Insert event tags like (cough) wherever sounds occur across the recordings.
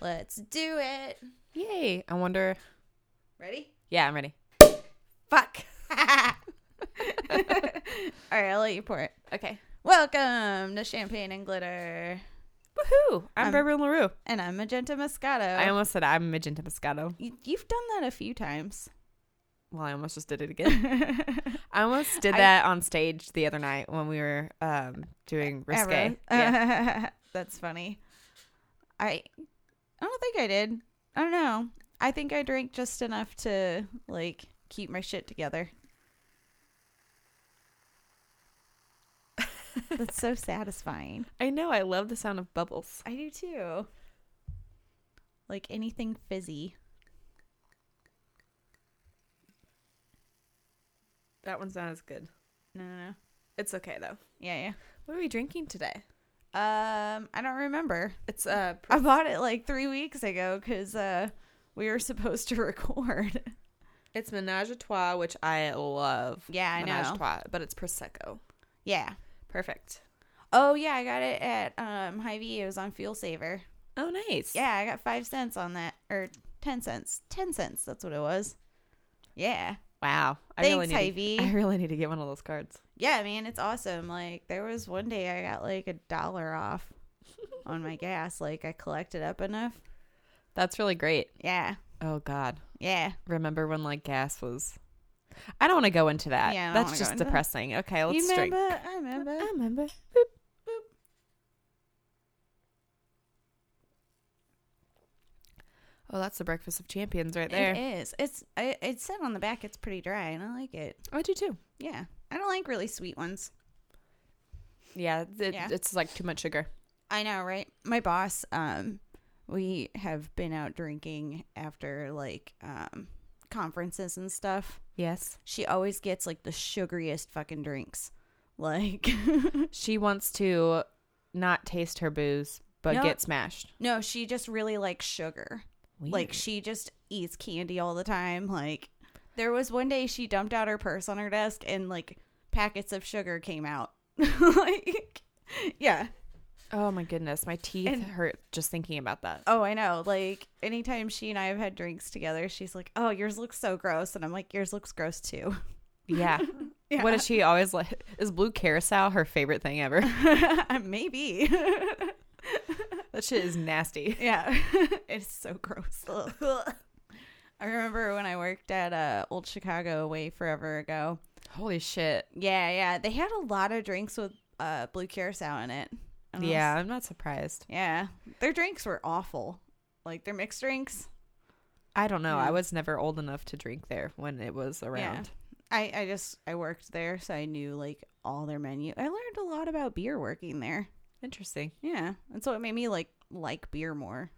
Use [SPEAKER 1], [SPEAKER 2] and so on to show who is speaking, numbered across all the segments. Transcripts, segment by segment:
[SPEAKER 1] Let's do it.
[SPEAKER 2] Yay. I wonder.
[SPEAKER 1] Ready?
[SPEAKER 2] Yeah, I'm ready. (laughs)
[SPEAKER 1] Fuck. (laughs) All right, I'll let you pour it.
[SPEAKER 2] Okay.
[SPEAKER 1] Welcome to Champagne and Glitter.
[SPEAKER 2] Woohoo. I'm
[SPEAKER 1] Um,
[SPEAKER 2] Beverly LaRue. Oh.
[SPEAKER 1] And I'm Magenta Moscato.
[SPEAKER 2] I almost said I'm Magenta Moscato.
[SPEAKER 1] You- You've done that a few
[SPEAKER 2] (laughs)
[SPEAKER 1] times.
[SPEAKER 2] Well, I almost just did it again. I (laughs) almost did
[SPEAKER 1] I-
[SPEAKER 2] that on stage the other night when we were um, doing (laughs) risque. Yeah.
[SPEAKER 1] Ever. (laughs) That's funny. I I don't think I did. I don't know. I think I drank just enough to like keep my shit
[SPEAKER 2] (laughs)
[SPEAKER 1] together. That's so satisfying.
[SPEAKER 2] I know. I love the sound of bubbles.
[SPEAKER 1] I do too. Like anything fizzy.
[SPEAKER 2] That one's not as good.
[SPEAKER 1] No, no, no.
[SPEAKER 2] It's okay though.
[SPEAKER 1] Yeah,
[SPEAKER 2] What are we drinking today?
[SPEAKER 1] yeah. Um, I don't remember.
[SPEAKER 2] It's uh,
[SPEAKER 1] I bought it like three weeks ago because uh, we were (laughs) supposed to record.
[SPEAKER 2] it's Menage a Trois, which I love.
[SPEAKER 1] Yeah, I
[SPEAKER 2] Menage a
[SPEAKER 1] know.
[SPEAKER 2] Trois, but it's prosecco.
[SPEAKER 1] Yeah.
[SPEAKER 2] Perfect.
[SPEAKER 1] Oh yeah, I got it at um Hy-Vee. It was on Fuel Saver.
[SPEAKER 2] Oh, nice.
[SPEAKER 1] Yeah, I got five cents on that, or ten cents. Ten cents. That's what it was. Yeah.
[SPEAKER 2] Wow. I
[SPEAKER 1] Thanks,
[SPEAKER 2] really need.
[SPEAKER 1] Hy-Vee.
[SPEAKER 2] (laughs) I really need to get one of those cards.
[SPEAKER 1] yeah, man, it's awesome. Like there was one day I got like a dollar off on my gas. Like I collected up enough.
[SPEAKER 2] That's really great.
[SPEAKER 1] Yeah.
[SPEAKER 2] Oh God.
[SPEAKER 1] Yeah.
[SPEAKER 2] Remember when like gas was? I don't want to go into that.
[SPEAKER 1] Yeah, I don't wanna go
[SPEAKER 2] That's just
[SPEAKER 1] into that.
[SPEAKER 2] depressing. Okay, let's
[SPEAKER 1] you
[SPEAKER 2] drink.
[SPEAKER 1] remember? I remember.
[SPEAKER 2] I remember. Oh, that's the breakfast of champions right there.
[SPEAKER 1] It is. It's. I, it said on the back it's pretty dry, and I like it.
[SPEAKER 2] I do too.
[SPEAKER 1] Yeah. I don't like really sweet ones.
[SPEAKER 2] Yeah, it,
[SPEAKER 1] Yeah.
[SPEAKER 2] it's like too much sugar.
[SPEAKER 1] I know, right? My boss, um, we have been out drinking after like um conferences and stuff.
[SPEAKER 2] Yes.
[SPEAKER 1] She always gets like the sugariest fucking drinks. Like (laughs)
[SPEAKER 2] She wants to not taste her booze, but
[SPEAKER 1] No.
[SPEAKER 2] get smashed.
[SPEAKER 1] no, she just really likes sugar. Like she just eats candy all the time. Like there was one day she dumped out her purse on her desk and like packets of sugar came out. (laughs) like yeah.
[SPEAKER 2] oh my goodness, my teeth
[SPEAKER 1] And-
[SPEAKER 2] hurt just thinking
[SPEAKER 1] (laughs)
[SPEAKER 2] about that.
[SPEAKER 1] Oh, I know. Like anytime she and I have had drinks together, she's like, "Oh, yours looks so gross," and I'm like, "Yours looks gross too." (laughs)
[SPEAKER 2] Yeah. What is she always like? Is blue carousel her favorite thing ever?
[SPEAKER 1] Uh, Maybe. (laughs)
[SPEAKER 2] that shit is nasty.
[SPEAKER 1] yeah, (laughs) it's so gross. (laughs) Ugh. I remember when I worked at uh, Old Chicago way forever ago.
[SPEAKER 2] Holy shit.
[SPEAKER 1] Yeah, yeah, they had a lot of drinks with uh, blue curacao in it. And I was-
[SPEAKER 2] Yeah, I'm not surprised.
[SPEAKER 1] yeah, their drinks were awful. Like their mixed drinks.
[SPEAKER 2] I don't know.
[SPEAKER 1] Yeah.
[SPEAKER 2] I was never old enough to drink there when it was around.
[SPEAKER 1] I, I just I worked there, so I knew like all their menu. I learned a lot about beer working there.
[SPEAKER 2] Interesting.
[SPEAKER 1] Yeah, and so it made me like like beer more.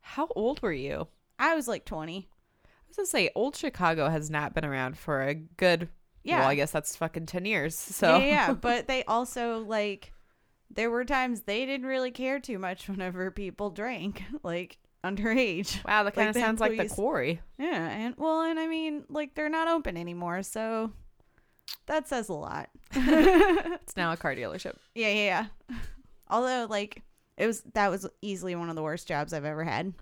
[SPEAKER 2] How old were you?
[SPEAKER 1] I was like twenty.
[SPEAKER 2] I was gonna say old Chicago has not been around for a good.
[SPEAKER 1] Yeah,
[SPEAKER 2] Well, I guess that's fucking ten years. So
[SPEAKER 1] yeah, yeah. But they also like there were times they didn't really care too much (laughs) whenever people drank like underage.
[SPEAKER 2] (laughs) wow, that kind of
[SPEAKER 1] the
[SPEAKER 2] sounds like the
[SPEAKER 1] employees-
[SPEAKER 2] quarry.
[SPEAKER 1] Yeah, and well, and I mean like they're not open anymore, so that says a
[SPEAKER 2] (laughs)
[SPEAKER 1] lot. (laughs)
[SPEAKER 2] It's now a car dealership.
[SPEAKER 1] Yeah, yeah, yeah. Although, like, it was that was easily one of the worst jobs I've ever had.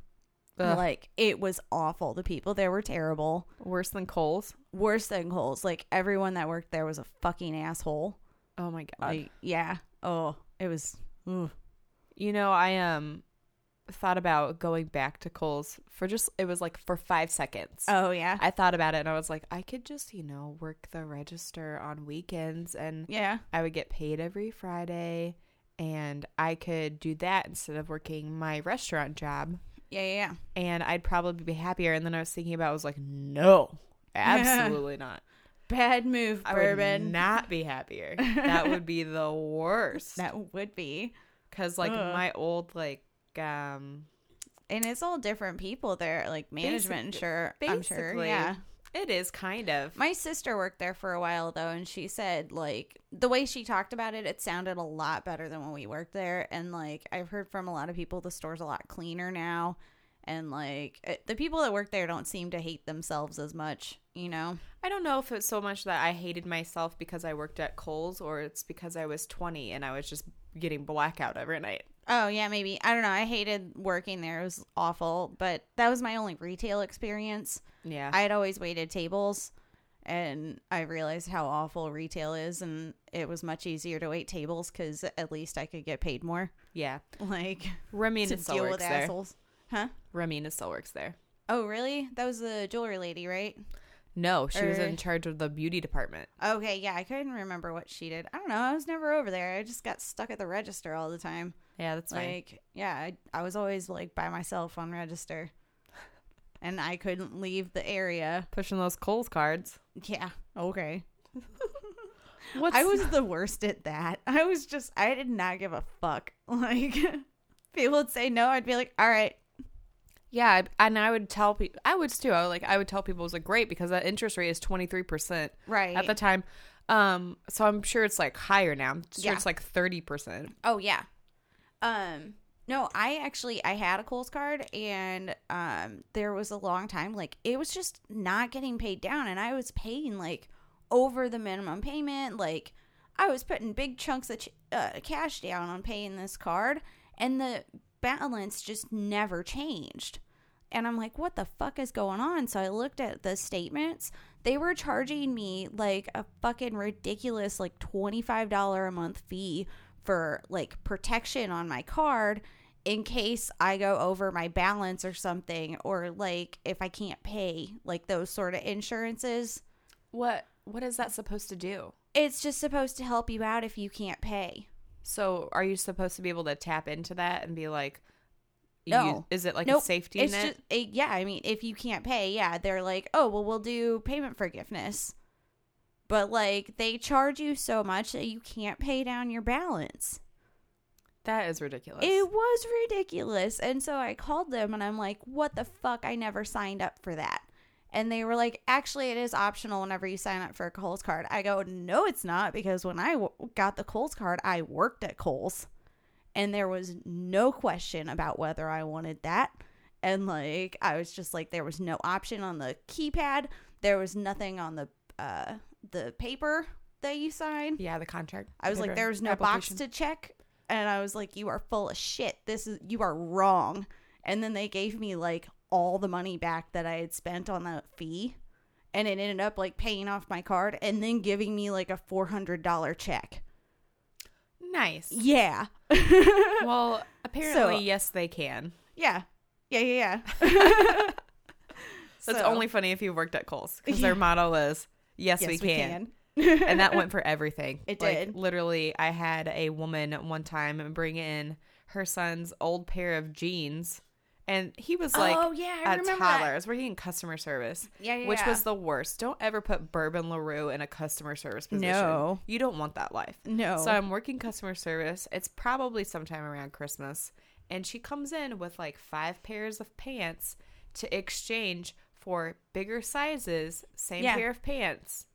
[SPEAKER 1] (laughs)
[SPEAKER 2] Ugh.
[SPEAKER 1] Like, it was awful. The people there were terrible.
[SPEAKER 2] Worse than Coles.
[SPEAKER 1] Worse than holes. Like, everyone that worked there was a fucking asshole.
[SPEAKER 2] Oh my god.
[SPEAKER 1] Like, yeah. Oh, it was. ugh.
[SPEAKER 2] You know, I um thought about going back to Coles for just it was like for five seconds.
[SPEAKER 1] Oh yeah.
[SPEAKER 2] I thought about it and I was like, I could just, you know, work the register on weekends and
[SPEAKER 1] Yeah.
[SPEAKER 2] I would get paid every Friday and I could do that instead of working my restaurant job
[SPEAKER 1] Yeah. Yeah. yeah.
[SPEAKER 2] and I'd probably be happier. And then I was thinking about it, I was
[SPEAKER 1] (laughs)
[SPEAKER 2] like, no, absolutely not.
[SPEAKER 1] Bad move,
[SPEAKER 2] I
[SPEAKER 1] bourbon.
[SPEAKER 2] would not
[SPEAKER 1] (laughs)
[SPEAKER 2] be happier. That would be the worst.
[SPEAKER 1] that would be.
[SPEAKER 2] Because like
[SPEAKER 1] Ugh.
[SPEAKER 2] my old like um
[SPEAKER 1] And it's all different people there, like management. and
[SPEAKER 2] Basic-
[SPEAKER 1] sure. I'm sure.
[SPEAKER 2] basically.
[SPEAKER 1] Yeah.
[SPEAKER 2] it is kind of
[SPEAKER 1] My sister worked there for a while though, and she said like the way she talked about it, it sounded a lot better than when we worked there. And like I've heard from a lot of people, the store's a lot cleaner now, and like it, the people that work there don't seem to hate themselves as much. You know?
[SPEAKER 2] I don't know if it's so much that I hated myself because I worked at Kohl's or it's because I was 20 and I was just getting blackout every night.
[SPEAKER 1] Oh yeah, maybe. I don't know. I hated working there. It was awful, but that was my only retail experience.
[SPEAKER 2] Yeah.
[SPEAKER 1] I had always waited tables and I realized how awful retail is and it was much easier to wait tables cuz at least I could get paid more.
[SPEAKER 2] yeah.
[SPEAKER 1] (laughs) Like to
[SPEAKER 2] Ramina still
[SPEAKER 1] deal
[SPEAKER 2] works
[SPEAKER 1] with
[SPEAKER 2] there.
[SPEAKER 1] assholes. Huh?
[SPEAKER 2] Ramina still works there.
[SPEAKER 1] Oh, really? That was the jewelry lady, right?
[SPEAKER 2] No, she was
[SPEAKER 1] Or-
[SPEAKER 2] in charge of the beauty department.
[SPEAKER 1] Okay, yeah, I couldn't remember what she did. I don't know. I was never over there. I just got stuck at the register all the time.
[SPEAKER 2] Yeah, that's fine.
[SPEAKER 1] Like, yeah, I, I was always like by myself on (laughs) register. And I couldn't leave the area.
[SPEAKER 2] Pushing those Coles cards.
[SPEAKER 1] Yeah. Okay.
[SPEAKER 2] What's
[SPEAKER 1] I was the worst at that. I was just I did not give a fuck. (laughs) Like people would say no, I'd be like, "All right."
[SPEAKER 2] Yeah, I- and I would tell people. I would too. I would, like I would tell people it was like great because that interest rate is twenty three percent
[SPEAKER 1] Right.
[SPEAKER 2] at the time. Um, so I'm sure it's like higher now. I'm sure
[SPEAKER 1] Yeah.
[SPEAKER 2] it's like thirty percent.
[SPEAKER 1] Oh yeah. Um no, I actually I had a Kohl's card and um there was a long time like it was just not getting paid down and I was paying like over the minimum payment like I was putting big chunks of ch- uh, cash down on paying this card and the balance just never changed. And I'm like, what the fuck is going on? So I looked at the statements. They were charging me like a fucking ridiculous, like $25 a month fee for like protection on my card in case I go over my balance or something, or like if I can't pay, like those sort of insurances.
[SPEAKER 2] What What is that supposed to do?
[SPEAKER 1] It's just supposed to help you out if you can't pay.
[SPEAKER 2] So are you supposed to be able to tap into that and be like, you-
[SPEAKER 1] No.
[SPEAKER 2] is it like
[SPEAKER 1] Nope.
[SPEAKER 2] a safety
[SPEAKER 1] it's
[SPEAKER 2] net?
[SPEAKER 1] just it, yeah i mean if you can't pay yeah they're like oh well we'll do payment forgiveness but like they charge you so much that you can't pay down your balance
[SPEAKER 2] that is ridiculous.
[SPEAKER 1] it was ridiculous and so i called them and i'm like what the fuck i never signed up for that and they were like actually it is optional whenever you sign up for a kohl's card i go no it's not because when I w- got the kohl's card i worked at kohl's and there was no question about whether I wanted that. And like I was just like there was no option on the keypad. There was nothing on the uh the paper that you sign.
[SPEAKER 2] yeah, the contract.
[SPEAKER 1] I was like
[SPEAKER 2] paper
[SPEAKER 1] there was no box
[SPEAKER 2] application.
[SPEAKER 1] to check and I was like you are full of shit. This is you are wrong. And then they gave me like all the money back that I had spent on the fee and it ended up like paying off my card and then giving me like a $400 check. (laughs)
[SPEAKER 2] Nice.
[SPEAKER 1] Yeah.
[SPEAKER 2] Well, apparently, yes, they can.
[SPEAKER 1] Yeah. Yeah, yeah, yeah.
[SPEAKER 2] That's
[SPEAKER 1] So-
[SPEAKER 2] only funny if you worked at Kohl's
[SPEAKER 1] (laughs)
[SPEAKER 2] because their motto is yes,
[SPEAKER 1] Yes,
[SPEAKER 2] we, can. and
[SPEAKER 1] (laughs)
[SPEAKER 2] that went for everything.
[SPEAKER 1] It
[SPEAKER 2] Like,
[SPEAKER 1] did.
[SPEAKER 2] Literally, I had a woman one time bring in her son's old pair of jeans, and he was like
[SPEAKER 1] Oh, yeah, I
[SPEAKER 2] a
[SPEAKER 1] remember
[SPEAKER 2] toddler.
[SPEAKER 1] that.
[SPEAKER 2] I was working in customer service,
[SPEAKER 1] Yeah, yeah,
[SPEAKER 2] which
[SPEAKER 1] yeah.
[SPEAKER 2] was the worst. Don't ever put Bourbon Larue in a customer service position.
[SPEAKER 1] No.
[SPEAKER 2] you don't want that life.
[SPEAKER 1] No.
[SPEAKER 2] So I'm working customer service. It's probably sometime around Christmas, and she comes in with like five pairs of pants to exchange for bigger sizes, same
[SPEAKER 1] Yeah.
[SPEAKER 2] pair of pants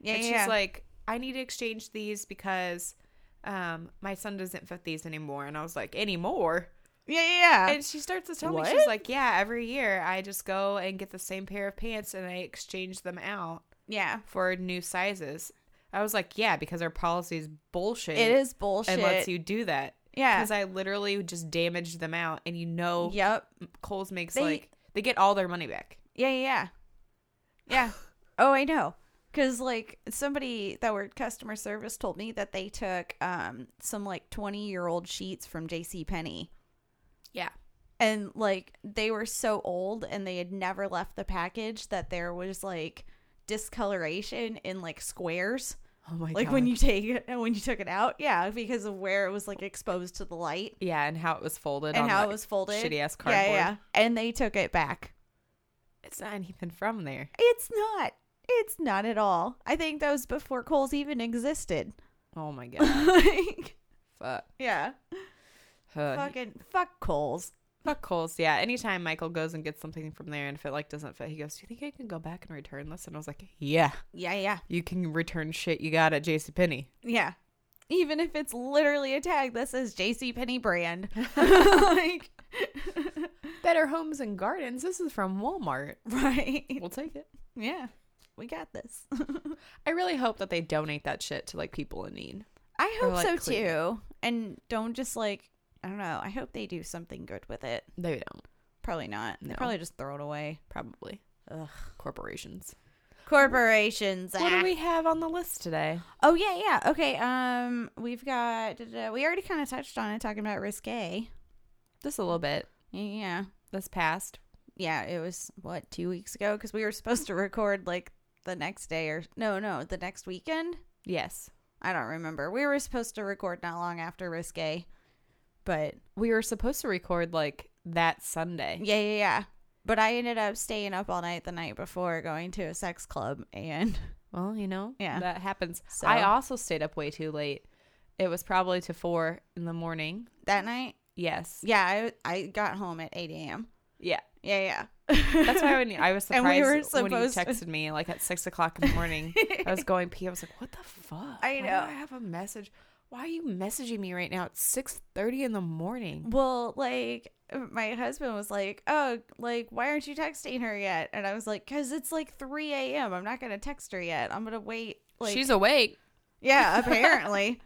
[SPEAKER 1] yeah,
[SPEAKER 2] and
[SPEAKER 1] yeah,
[SPEAKER 2] she's
[SPEAKER 1] yeah.
[SPEAKER 2] like, I need to exchange these because um, my son doesn't fit these anymore. And I was like, anymore?
[SPEAKER 1] yeah, yeah, yeah.
[SPEAKER 2] And she starts to tell me,
[SPEAKER 1] What?
[SPEAKER 2] she's like, yeah, every year I just go and get the same pair of pants and I exchange them out
[SPEAKER 1] yeah.
[SPEAKER 2] for new sizes. I was like, yeah, because our policy is bullshit.
[SPEAKER 1] It is bullshit.
[SPEAKER 2] And lets you do that.
[SPEAKER 1] Yeah.
[SPEAKER 2] Because I literally just damaged them out. And you know,
[SPEAKER 1] Yep.
[SPEAKER 2] Kohl's makes
[SPEAKER 1] They-
[SPEAKER 2] like, they get all their money back.
[SPEAKER 1] Yeah, yeah, yeah.
[SPEAKER 2] (sighs)
[SPEAKER 1] Yeah. Oh, I know. Cause like somebody that worked customer service told me that they took um some like twenty year old sheets from J.C. Penney.
[SPEAKER 2] Yeah.
[SPEAKER 1] and like they were so old and they had never left the package that there was like discoloration in like squares
[SPEAKER 2] Oh my
[SPEAKER 1] like
[SPEAKER 2] God.
[SPEAKER 1] when you take it when you took it out yeah because of where it was like exposed to the light
[SPEAKER 2] Yeah, and how it was folded.
[SPEAKER 1] and
[SPEAKER 2] on,
[SPEAKER 1] how
[SPEAKER 2] like,
[SPEAKER 1] it was folded
[SPEAKER 2] Shitty ass
[SPEAKER 1] Yeah,
[SPEAKER 2] cardboard.
[SPEAKER 1] yeah, yeah and they took it back
[SPEAKER 2] It's not anything from there.
[SPEAKER 1] it's not it's not at all i think that was before coles even
[SPEAKER 2] (laughs)
[SPEAKER 1] existed
[SPEAKER 2] Oh my
[SPEAKER 1] (laughs)
[SPEAKER 2] god.
[SPEAKER 1] like
[SPEAKER 2] Fuck.
[SPEAKER 1] yeah
[SPEAKER 2] Huh.
[SPEAKER 1] fucking fuck coles
[SPEAKER 2] Fuck Kohl's. Yeah. Anytime Michael goes and gets something from there and if it like doesn't fit, he goes, Do you think I can go back and return this? And I was like, Yeah.
[SPEAKER 1] yeah yeah
[SPEAKER 2] You can return shit you got at JCPenney.
[SPEAKER 1] Yeah. Even if it's literally a tag that says JCPenney
[SPEAKER 2] (laughs)
[SPEAKER 1] brand. (laughs) like,
[SPEAKER 2] Better Homes and Gardens. This is from Walmart.
[SPEAKER 1] right.
[SPEAKER 2] (laughs) We'll take it.
[SPEAKER 1] Yeah. We got this.
[SPEAKER 2] I really hope that they donate that shit to like people in need.
[SPEAKER 1] I
[SPEAKER 2] Or,
[SPEAKER 1] hope
[SPEAKER 2] like,
[SPEAKER 1] so
[SPEAKER 2] clean.
[SPEAKER 1] too. And don't just like I don't know. I hope they do something good with it.
[SPEAKER 2] They don't.
[SPEAKER 1] Probably not. They
[SPEAKER 2] No.
[SPEAKER 1] probably just throw it away.
[SPEAKER 2] Probably.
[SPEAKER 1] Ugh.
[SPEAKER 2] Corporations.
[SPEAKER 1] Corporations.
[SPEAKER 2] What
[SPEAKER 1] ah.
[SPEAKER 2] do we have on the list today?
[SPEAKER 1] Oh yeah, yeah. Okay. Um, we've got. da-da-da. We already kind of touched on it, talking about risque.
[SPEAKER 2] Just a little bit.
[SPEAKER 1] Yeah,
[SPEAKER 2] This past.
[SPEAKER 1] yeah. It was what two weeks ago because we were supposed to record like the next day or no, no, the next weekend.
[SPEAKER 2] Yes.
[SPEAKER 1] I don't remember. We were supposed to record not long after risque, but
[SPEAKER 2] We were supposed to record like that Sunday.
[SPEAKER 1] yeah, yeah, yeah. But I ended up staying up all night the night before going to a sex club, and (laughs)
[SPEAKER 2] Well, you know,
[SPEAKER 1] Yeah.
[SPEAKER 2] that happens.
[SPEAKER 1] So-
[SPEAKER 2] I also stayed up way too late. It was probably to four in the morning.
[SPEAKER 1] that night,
[SPEAKER 2] Yes.
[SPEAKER 1] yeah, I I got home at eight a.m.
[SPEAKER 2] Yeah.
[SPEAKER 1] Yeah, yeah.
[SPEAKER 2] That's why when you- I was
[SPEAKER 1] (laughs) And
[SPEAKER 2] surprised
[SPEAKER 1] we were
[SPEAKER 2] when you
[SPEAKER 1] supposed to-
[SPEAKER 2] texted me like at six o'clock in the morning. I was going pee. I was like, "What the fuck?
[SPEAKER 1] I
[SPEAKER 2] Why do
[SPEAKER 1] know.
[SPEAKER 2] I have a message. Why are you messaging me right now at six thirty in the morning?
[SPEAKER 1] Well, like my husband was like, "Oh, like why aren't you texting her yet?" And I was like, "Cause it's like 3 a.m. I'm not gonna text her yet. I'm gonna wait." Like,
[SPEAKER 2] She's awake.
[SPEAKER 1] (laughs)
[SPEAKER 2] (laughs)
[SPEAKER 1] yeah, apparently.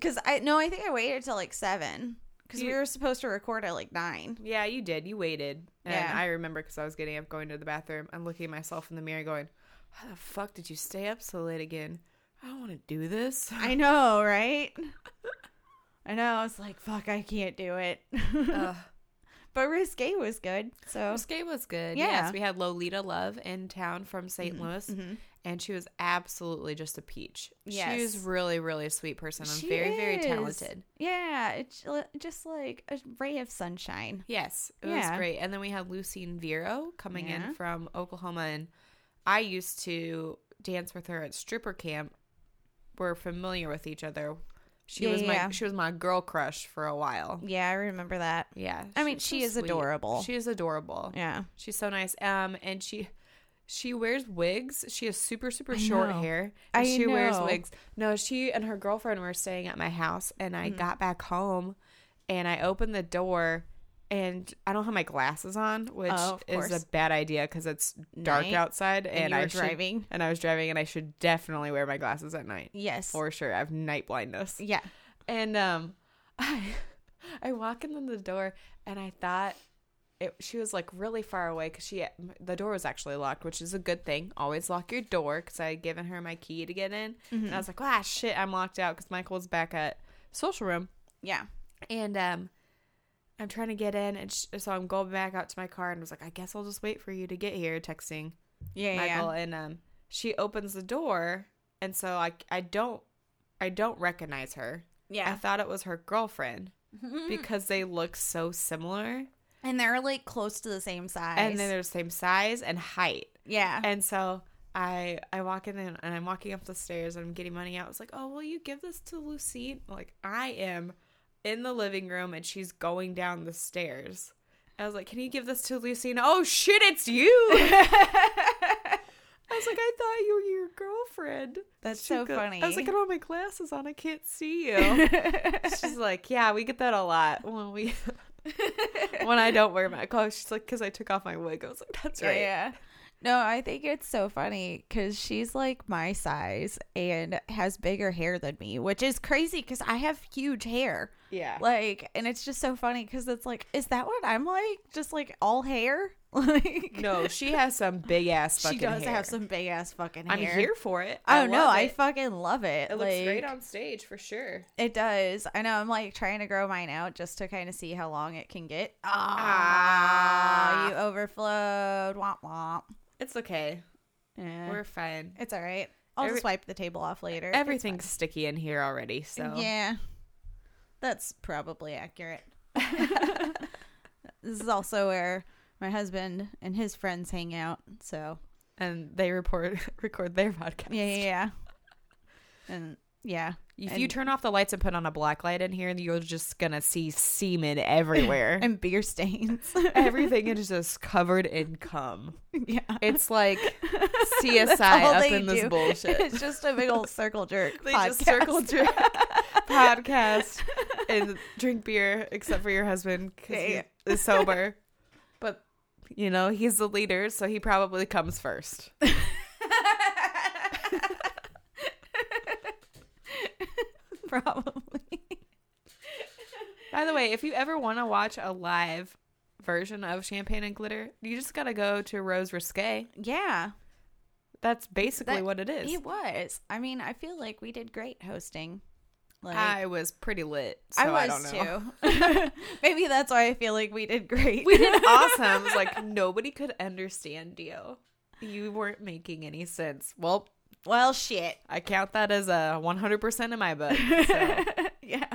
[SPEAKER 1] Cause I no, I think I waited till like seven. Cause we
[SPEAKER 2] You-
[SPEAKER 1] were supposed to record at like
[SPEAKER 2] (laughs)
[SPEAKER 1] nine.
[SPEAKER 2] Yeah, you did. You waited. And
[SPEAKER 1] Yeah.
[SPEAKER 2] I remember because I was getting up, going to the bathroom, and looking at myself in the mirror, going, "How the fuck did you stay up so late again? I don't want to do this."
[SPEAKER 1] I know, right? I know. I was like, "Fuck, I can't do it."
[SPEAKER 2] (laughs) Ugh.
[SPEAKER 1] (laughs) but risque was good. So
[SPEAKER 2] Skate was good.
[SPEAKER 1] Yeah.
[SPEAKER 2] Yes, we had Lolita Love in town from saint Louis,
[SPEAKER 1] mhm.
[SPEAKER 2] and she was absolutely just a peach. She
[SPEAKER 1] Yes.
[SPEAKER 2] was really, really a sweet person and
[SPEAKER 1] She
[SPEAKER 2] very, very
[SPEAKER 1] is.
[SPEAKER 2] talented.
[SPEAKER 1] Yeah, it's li- just like a ray of sunshine.
[SPEAKER 2] Yes, it
[SPEAKER 1] Yeah.
[SPEAKER 2] was great. And then we had Lucine Vero coming
[SPEAKER 1] Yeah.
[SPEAKER 2] in from Oklahoma, and I used to dance with her at stripper camp. We're familiar with each other. She
[SPEAKER 1] Yeah,
[SPEAKER 2] was my
[SPEAKER 1] yeah.
[SPEAKER 2] she was my girl crush for a while.
[SPEAKER 1] Yeah, I remember that.
[SPEAKER 2] Yeah,
[SPEAKER 1] I mean, she is adorable.
[SPEAKER 2] She is adorable.
[SPEAKER 1] Yeah.
[SPEAKER 2] She's so nice. Um, and she she wears wigs. She has super super
[SPEAKER 1] I
[SPEAKER 2] short
[SPEAKER 1] know.
[SPEAKER 2] hair. And
[SPEAKER 1] I
[SPEAKER 2] she wears
[SPEAKER 1] know.
[SPEAKER 2] wigs. No, she and her girlfriend were staying at my house, and I
[SPEAKER 1] Mm-hmm.
[SPEAKER 2] got back home, and I opened the door, and I don't have my glasses on, which
[SPEAKER 1] Oh, of
[SPEAKER 2] is
[SPEAKER 1] course.
[SPEAKER 2] a bad idea because it's dark
[SPEAKER 1] Night,
[SPEAKER 2] outside, and,
[SPEAKER 1] you
[SPEAKER 2] I
[SPEAKER 1] were
[SPEAKER 2] should-
[SPEAKER 1] driving.
[SPEAKER 2] and I was driving, and I should definitely wear my glasses at night
[SPEAKER 1] Yes.
[SPEAKER 2] for sure. I have night blindness.
[SPEAKER 1] yeah.
[SPEAKER 2] And um, (laughs) I I walk in the door and I thought it. She was like really far away because she the door was actually locked, which is a good thing. Always lock your door because I had given her my key to get in, and I was like, ah, shit, I'm locked out because Michael's back at social room,
[SPEAKER 1] Yeah.
[SPEAKER 2] and um. I'm trying to get in, and sh- so I'm going back out to my car, and was like, "I guess I'll just wait for you to get here." Texting,
[SPEAKER 1] Yeah.
[SPEAKER 2] Michael
[SPEAKER 1] yeah.
[SPEAKER 2] and um she opens the door and so I I don't I don't recognize her.
[SPEAKER 1] Yeah.
[SPEAKER 2] I thought it was her girlfriend
[SPEAKER 1] Mm-hmm.
[SPEAKER 2] because they look so similar
[SPEAKER 1] And they're like close to the same size.
[SPEAKER 2] and then they're the same size and height.
[SPEAKER 1] yeah.
[SPEAKER 2] And so I I walk in and and I'm walking up the stairs and I'm getting money out. It's like, "Oh, will you give this to Lucine?" Like, I am in the living room and she's going down the stairs. I was like, "Can you give this to Lucine?" "Oh shit, it's
[SPEAKER 1] (laughs)
[SPEAKER 2] you." I was like, I thought you were your girlfriend.
[SPEAKER 1] That's
[SPEAKER 2] She
[SPEAKER 1] so
[SPEAKER 2] go-
[SPEAKER 1] funny.
[SPEAKER 2] I was
[SPEAKER 1] (laughs)
[SPEAKER 2] like, (laughs) I don't have my glasses on. I can't see you. she's like, yeah, we get that a lot
[SPEAKER 1] (laughs)
[SPEAKER 2] when we when I don't wear my clothes. She's like, because I took off my wig. I was like, that's
[SPEAKER 1] yeah,
[SPEAKER 2] right.
[SPEAKER 1] yeah. No, I think it's so funny because she's like my size and has bigger hair than me, which is crazy because I have huge hair.
[SPEAKER 2] Yeah.
[SPEAKER 1] Like, and it's just so funny because it's like, is that what I'm like? Just like all hair? (laughs) Like,
[SPEAKER 2] No, she has some big ass
[SPEAKER 1] she
[SPEAKER 2] fucking
[SPEAKER 1] does
[SPEAKER 2] hair.
[SPEAKER 1] have some big ass fucking hair.
[SPEAKER 2] I'm here for it.
[SPEAKER 1] Oh no,
[SPEAKER 2] love
[SPEAKER 1] I
[SPEAKER 2] It.
[SPEAKER 1] fucking love it.
[SPEAKER 2] it looks
[SPEAKER 1] like,
[SPEAKER 2] great on stage for sure.
[SPEAKER 1] It does. I know. I'm like trying to grow mine out just to kind of see how long it can get. Ah,
[SPEAKER 2] Ah.
[SPEAKER 1] you overflowed. Womp womp.
[SPEAKER 2] It's okay.
[SPEAKER 1] Yeah.
[SPEAKER 2] We're fine.
[SPEAKER 1] it's all right. I'll
[SPEAKER 2] Every-
[SPEAKER 1] just wipe the table off later. It's
[SPEAKER 2] Everything's sticky in here already. So
[SPEAKER 1] fine. Yeah. That's probably (laughs) accurate. this is also where my husband and his friends hang out. So,
[SPEAKER 2] and they report (laughs) record their podcast.
[SPEAKER 1] yeah, yeah, yeah. and yeah.
[SPEAKER 2] If you
[SPEAKER 1] And-
[SPEAKER 2] turn off the lights and put on a black light in here, you're just gonna see
[SPEAKER 1] (laughs)
[SPEAKER 2] semen everywhere.
[SPEAKER 1] And beer stains.
[SPEAKER 2] Everything is just covered in cum.
[SPEAKER 1] (laughs) yeah.
[SPEAKER 2] It's (laughs) like
[SPEAKER 1] That's
[SPEAKER 2] CSI
[SPEAKER 1] all
[SPEAKER 2] up
[SPEAKER 1] they
[SPEAKER 2] in this
[SPEAKER 1] do.
[SPEAKER 2] bullshit.
[SPEAKER 1] (laughs) It's just a big (laughs) old circle jerk.
[SPEAKER 2] They
[SPEAKER 1] podcast.
[SPEAKER 2] just circle jerk (laughs) podcast and drink beer, except for your husband
[SPEAKER 1] Yeah.
[SPEAKER 2] because he is sober.
[SPEAKER 1] (laughs)
[SPEAKER 2] But you know he's the leader, so he probably comes first.
[SPEAKER 1] Probably.
[SPEAKER 2] By the way, if you ever want to watch a live version of Champagne and Glitter, you just got to go to Rose Risque.
[SPEAKER 1] Yeah,
[SPEAKER 2] That's basically
[SPEAKER 1] That-
[SPEAKER 2] what it is.
[SPEAKER 1] it was. I mean, I feel like we did great hosting. Like
[SPEAKER 2] I was pretty lit. So
[SPEAKER 1] I was
[SPEAKER 2] don't know.
[SPEAKER 1] too. (laughs) Maybe that's why I feel like we did great.
[SPEAKER 2] (laughs) We did awesome. It was like nobody could understand you. You weren't making any sense. Well,
[SPEAKER 1] (laughs) well, shit.
[SPEAKER 2] (laughs) I count that as uh, a 100% in my book.
[SPEAKER 1] (laughs)
[SPEAKER 2] So.
[SPEAKER 1] yeah.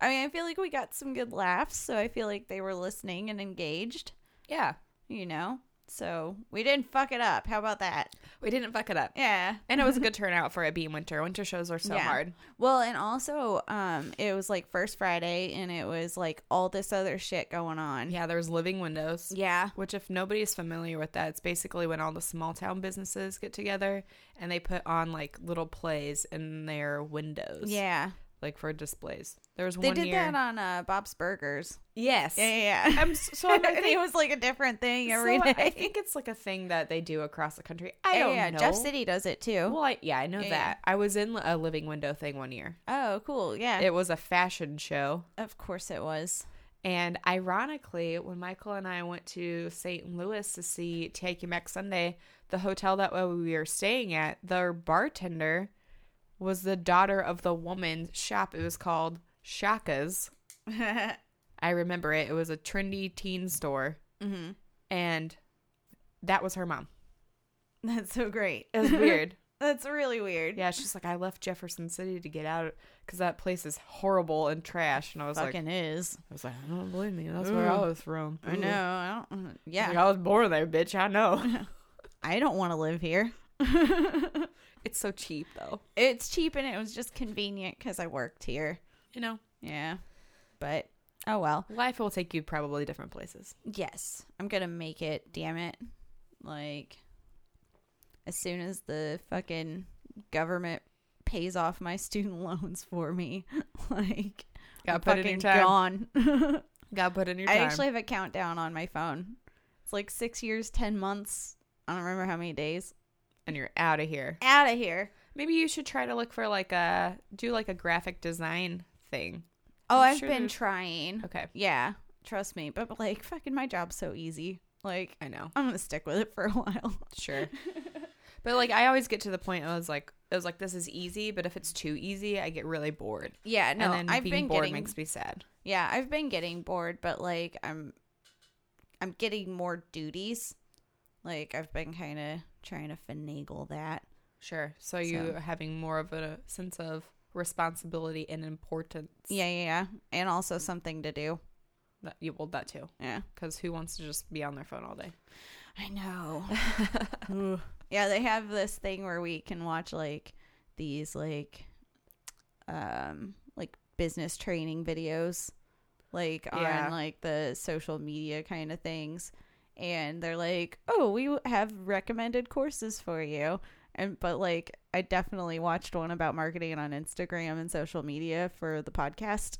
[SPEAKER 1] I mean, I feel like we got some good laughs, so I feel like they were listening and engaged,
[SPEAKER 2] yeah.
[SPEAKER 1] you know? So we didn't fuck it up. How about that?
[SPEAKER 2] We didn't fuck it up.
[SPEAKER 1] Yeah.
[SPEAKER 2] And it was a good turnout for it being winter. Winter shows are so
[SPEAKER 1] Yeah.
[SPEAKER 2] hard.
[SPEAKER 1] Well, and also, um, it was like first Friday and it was like all this other shit going on.
[SPEAKER 2] Yeah, there's living windows.
[SPEAKER 1] Yeah.
[SPEAKER 2] Which, if nobody's familiar with that, it's basically when all the small town businesses get together and they put on like little plays in their windows.
[SPEAKER 1] Yeah.
[SPEAKER 2] Like for displays. There was
[SPEAKER 1] They
[SPEAKER 2] one
[SPEAKER 1] did
[SPEAKER 2] year.
[SPEAKER 1] that on uh, Bob's Burgers.
[SPEAKER 2] yes.
[SPEAKER 1] Yeah, yeah, yeah.
[SPEAKER 2] I'm s- so I'm-
[SPEAKER 1] (laughs)
[SPEAKER 2] I
[SPEAKER 1] And
[SPEAKER 2] think-
[SPEAKER 1] it was like a different thing every
[SPEAKER 2] So,
[SPEAKER 1] day.
[SPEAKER 2] I think it's like a thing that they do across the country.
[SPEAKER 1] Yeah,
[SPEAKER 2] I don't
[SPEAKER 1] yeah,
[SPEAKER 2] know.
[SPEAKER 1] Jeff City does it too.
[SPEAKER 2] Well, I, yeah, I know
[SPEAKER 1] Yeah,
[SPEAKER 2] that. I was in a living window thing one year.
[SPEAKER 1] oh, cool. Yeah.
[SPEAKER 2] It was a fashion show.
[SPEAKER 1] of course it (laughs)
[SPEAKER 2] (laughs)
[SPEAKER 1] was.
[SPEAKER 2] And ironically, when Michael and I went to St. Louis to see Take You Back Sunday, the hotel that we were staying at, their bartender was the daughter of the woman's shop. It was called Shaka's. I remember it. It was a trendy teen store.
[SPEAKER 1] hmm
[SPEAKER 2] And that was her mom.
[SPEAKER 1] That's so great.
[SPEAKER 2] (laughs) It was (laughs) weird.
[SPEAKER 1] That's really weird.
[SPEAKER 2] yeah, she's like, I left Jefferson City to get out because that place is horrible and trash. And I was like,
[SPEAKER 1] fucking is.
[SPEAKER 2] I was like, I don't believe me. That's where I was from.
[SPEAKER 1] I
[SPEAKER 2] Ooh.
[SPEAKER 1] know. I don't. mm,
[SPEAKER 2] Yeah.
[SPEAKER 1] Yeah,
[SPEAKER 2] I was born there, bitch. I know.
[SPEAKER 1] I don't want to live here.
[SPEAKER 2] it's so cheap, though.
[SPEAKER 1] It's cheap and it was just convenient because I worked here.
[SPEAKER 2] You know,
[SPEAKER 1] Yeah, but oh well.
[SPEAKER 2] life will take you probably different places.
[SPEAKER 1] Yes, I'm gonna make it. Damn it! Like, as soon as the fucking government pays off my (laughs) student loans for me, (laughs) like,
[SPEAKER 2] Got
[SPEAKER 1] I'm
[SPEAKER 2] put in
[SPEAKER 1] fucking
[SPEAKER 2] your time.
[SPEAKER 1] gone.
[SPEAKER 2] Got put in your
[SPEAKER 1] I
[SPEAKER 2] time.
[SPEAKER 1] actually have a countdown on my phone. It's like six years, ten months. I don't remember how many days.
[SPEAKER 2] and you're out of here.
[SPEAKER 1] Out of here.
[SPEAKER 2] Maybe you should try to look for like a do like a graphic design thing.
[SPEAKER 1] Oh,
[SPEAKER 2] I'm
[SPEAKER 1] I've
[SPEAKER 2] sure
[SPEAKER 1] been
[SPEAKER 2] there's-
[SPEAKER 1] trying.
[SPEAKER 2] Okay,
[SPEAKER 1] Yeah, trust me. But like, fucking, my job's so easy. Like,
[SPEAKER 2] I know.
[SPEAKER 1] I'm gonna stick with it for a (laughs) while.
[SPEAKER 2] (laughs) Sure. but like I always get to the point I was like I was like this is easy, but if it's too easy, I get really bored.
[SPEAKER 1] Yeah, no,
[SPEAKER 2] and then
[SPEAKER 1] I've
[SPEAKER 2] being
[SPEAKER 1] been
[SPEAKER 2] bored
[SPEAKER 1] getting.
[SPEAKER 2] makes me sad.
[SPEAKER 1] yeah, I've been getting bored, but like, I'm, I'm getting more duties. Like, I've been kind of trying to finagle that.
[SPEAKER 2] Sure. So you
[SPEAKER 1] So-
[SPEAKER 2] are having more of a sense of responsibility and importance.
[SPEAKER 1] Yeah, yeah, yeah, and also something to do.
[SPEAKER 2] That, you well that too.
[SPEAKER 1] Yeah.
[SPEAKER 2] Because who wants to just be on their phone all day?
[SPEAKER 1] I
[SPEAKER 2] (laughs)
[SPEAKER 1] know. yeah, they have this thing where we can watch like these like um like business training videos like
[SPEAKER 2] Yeah.
[SPEAKER 1] on like the social media kind of things and they're like, "Oh, we w- have recommended courses for you." And but like I definitely watched one about marketing on Instagram and social media for the podcast.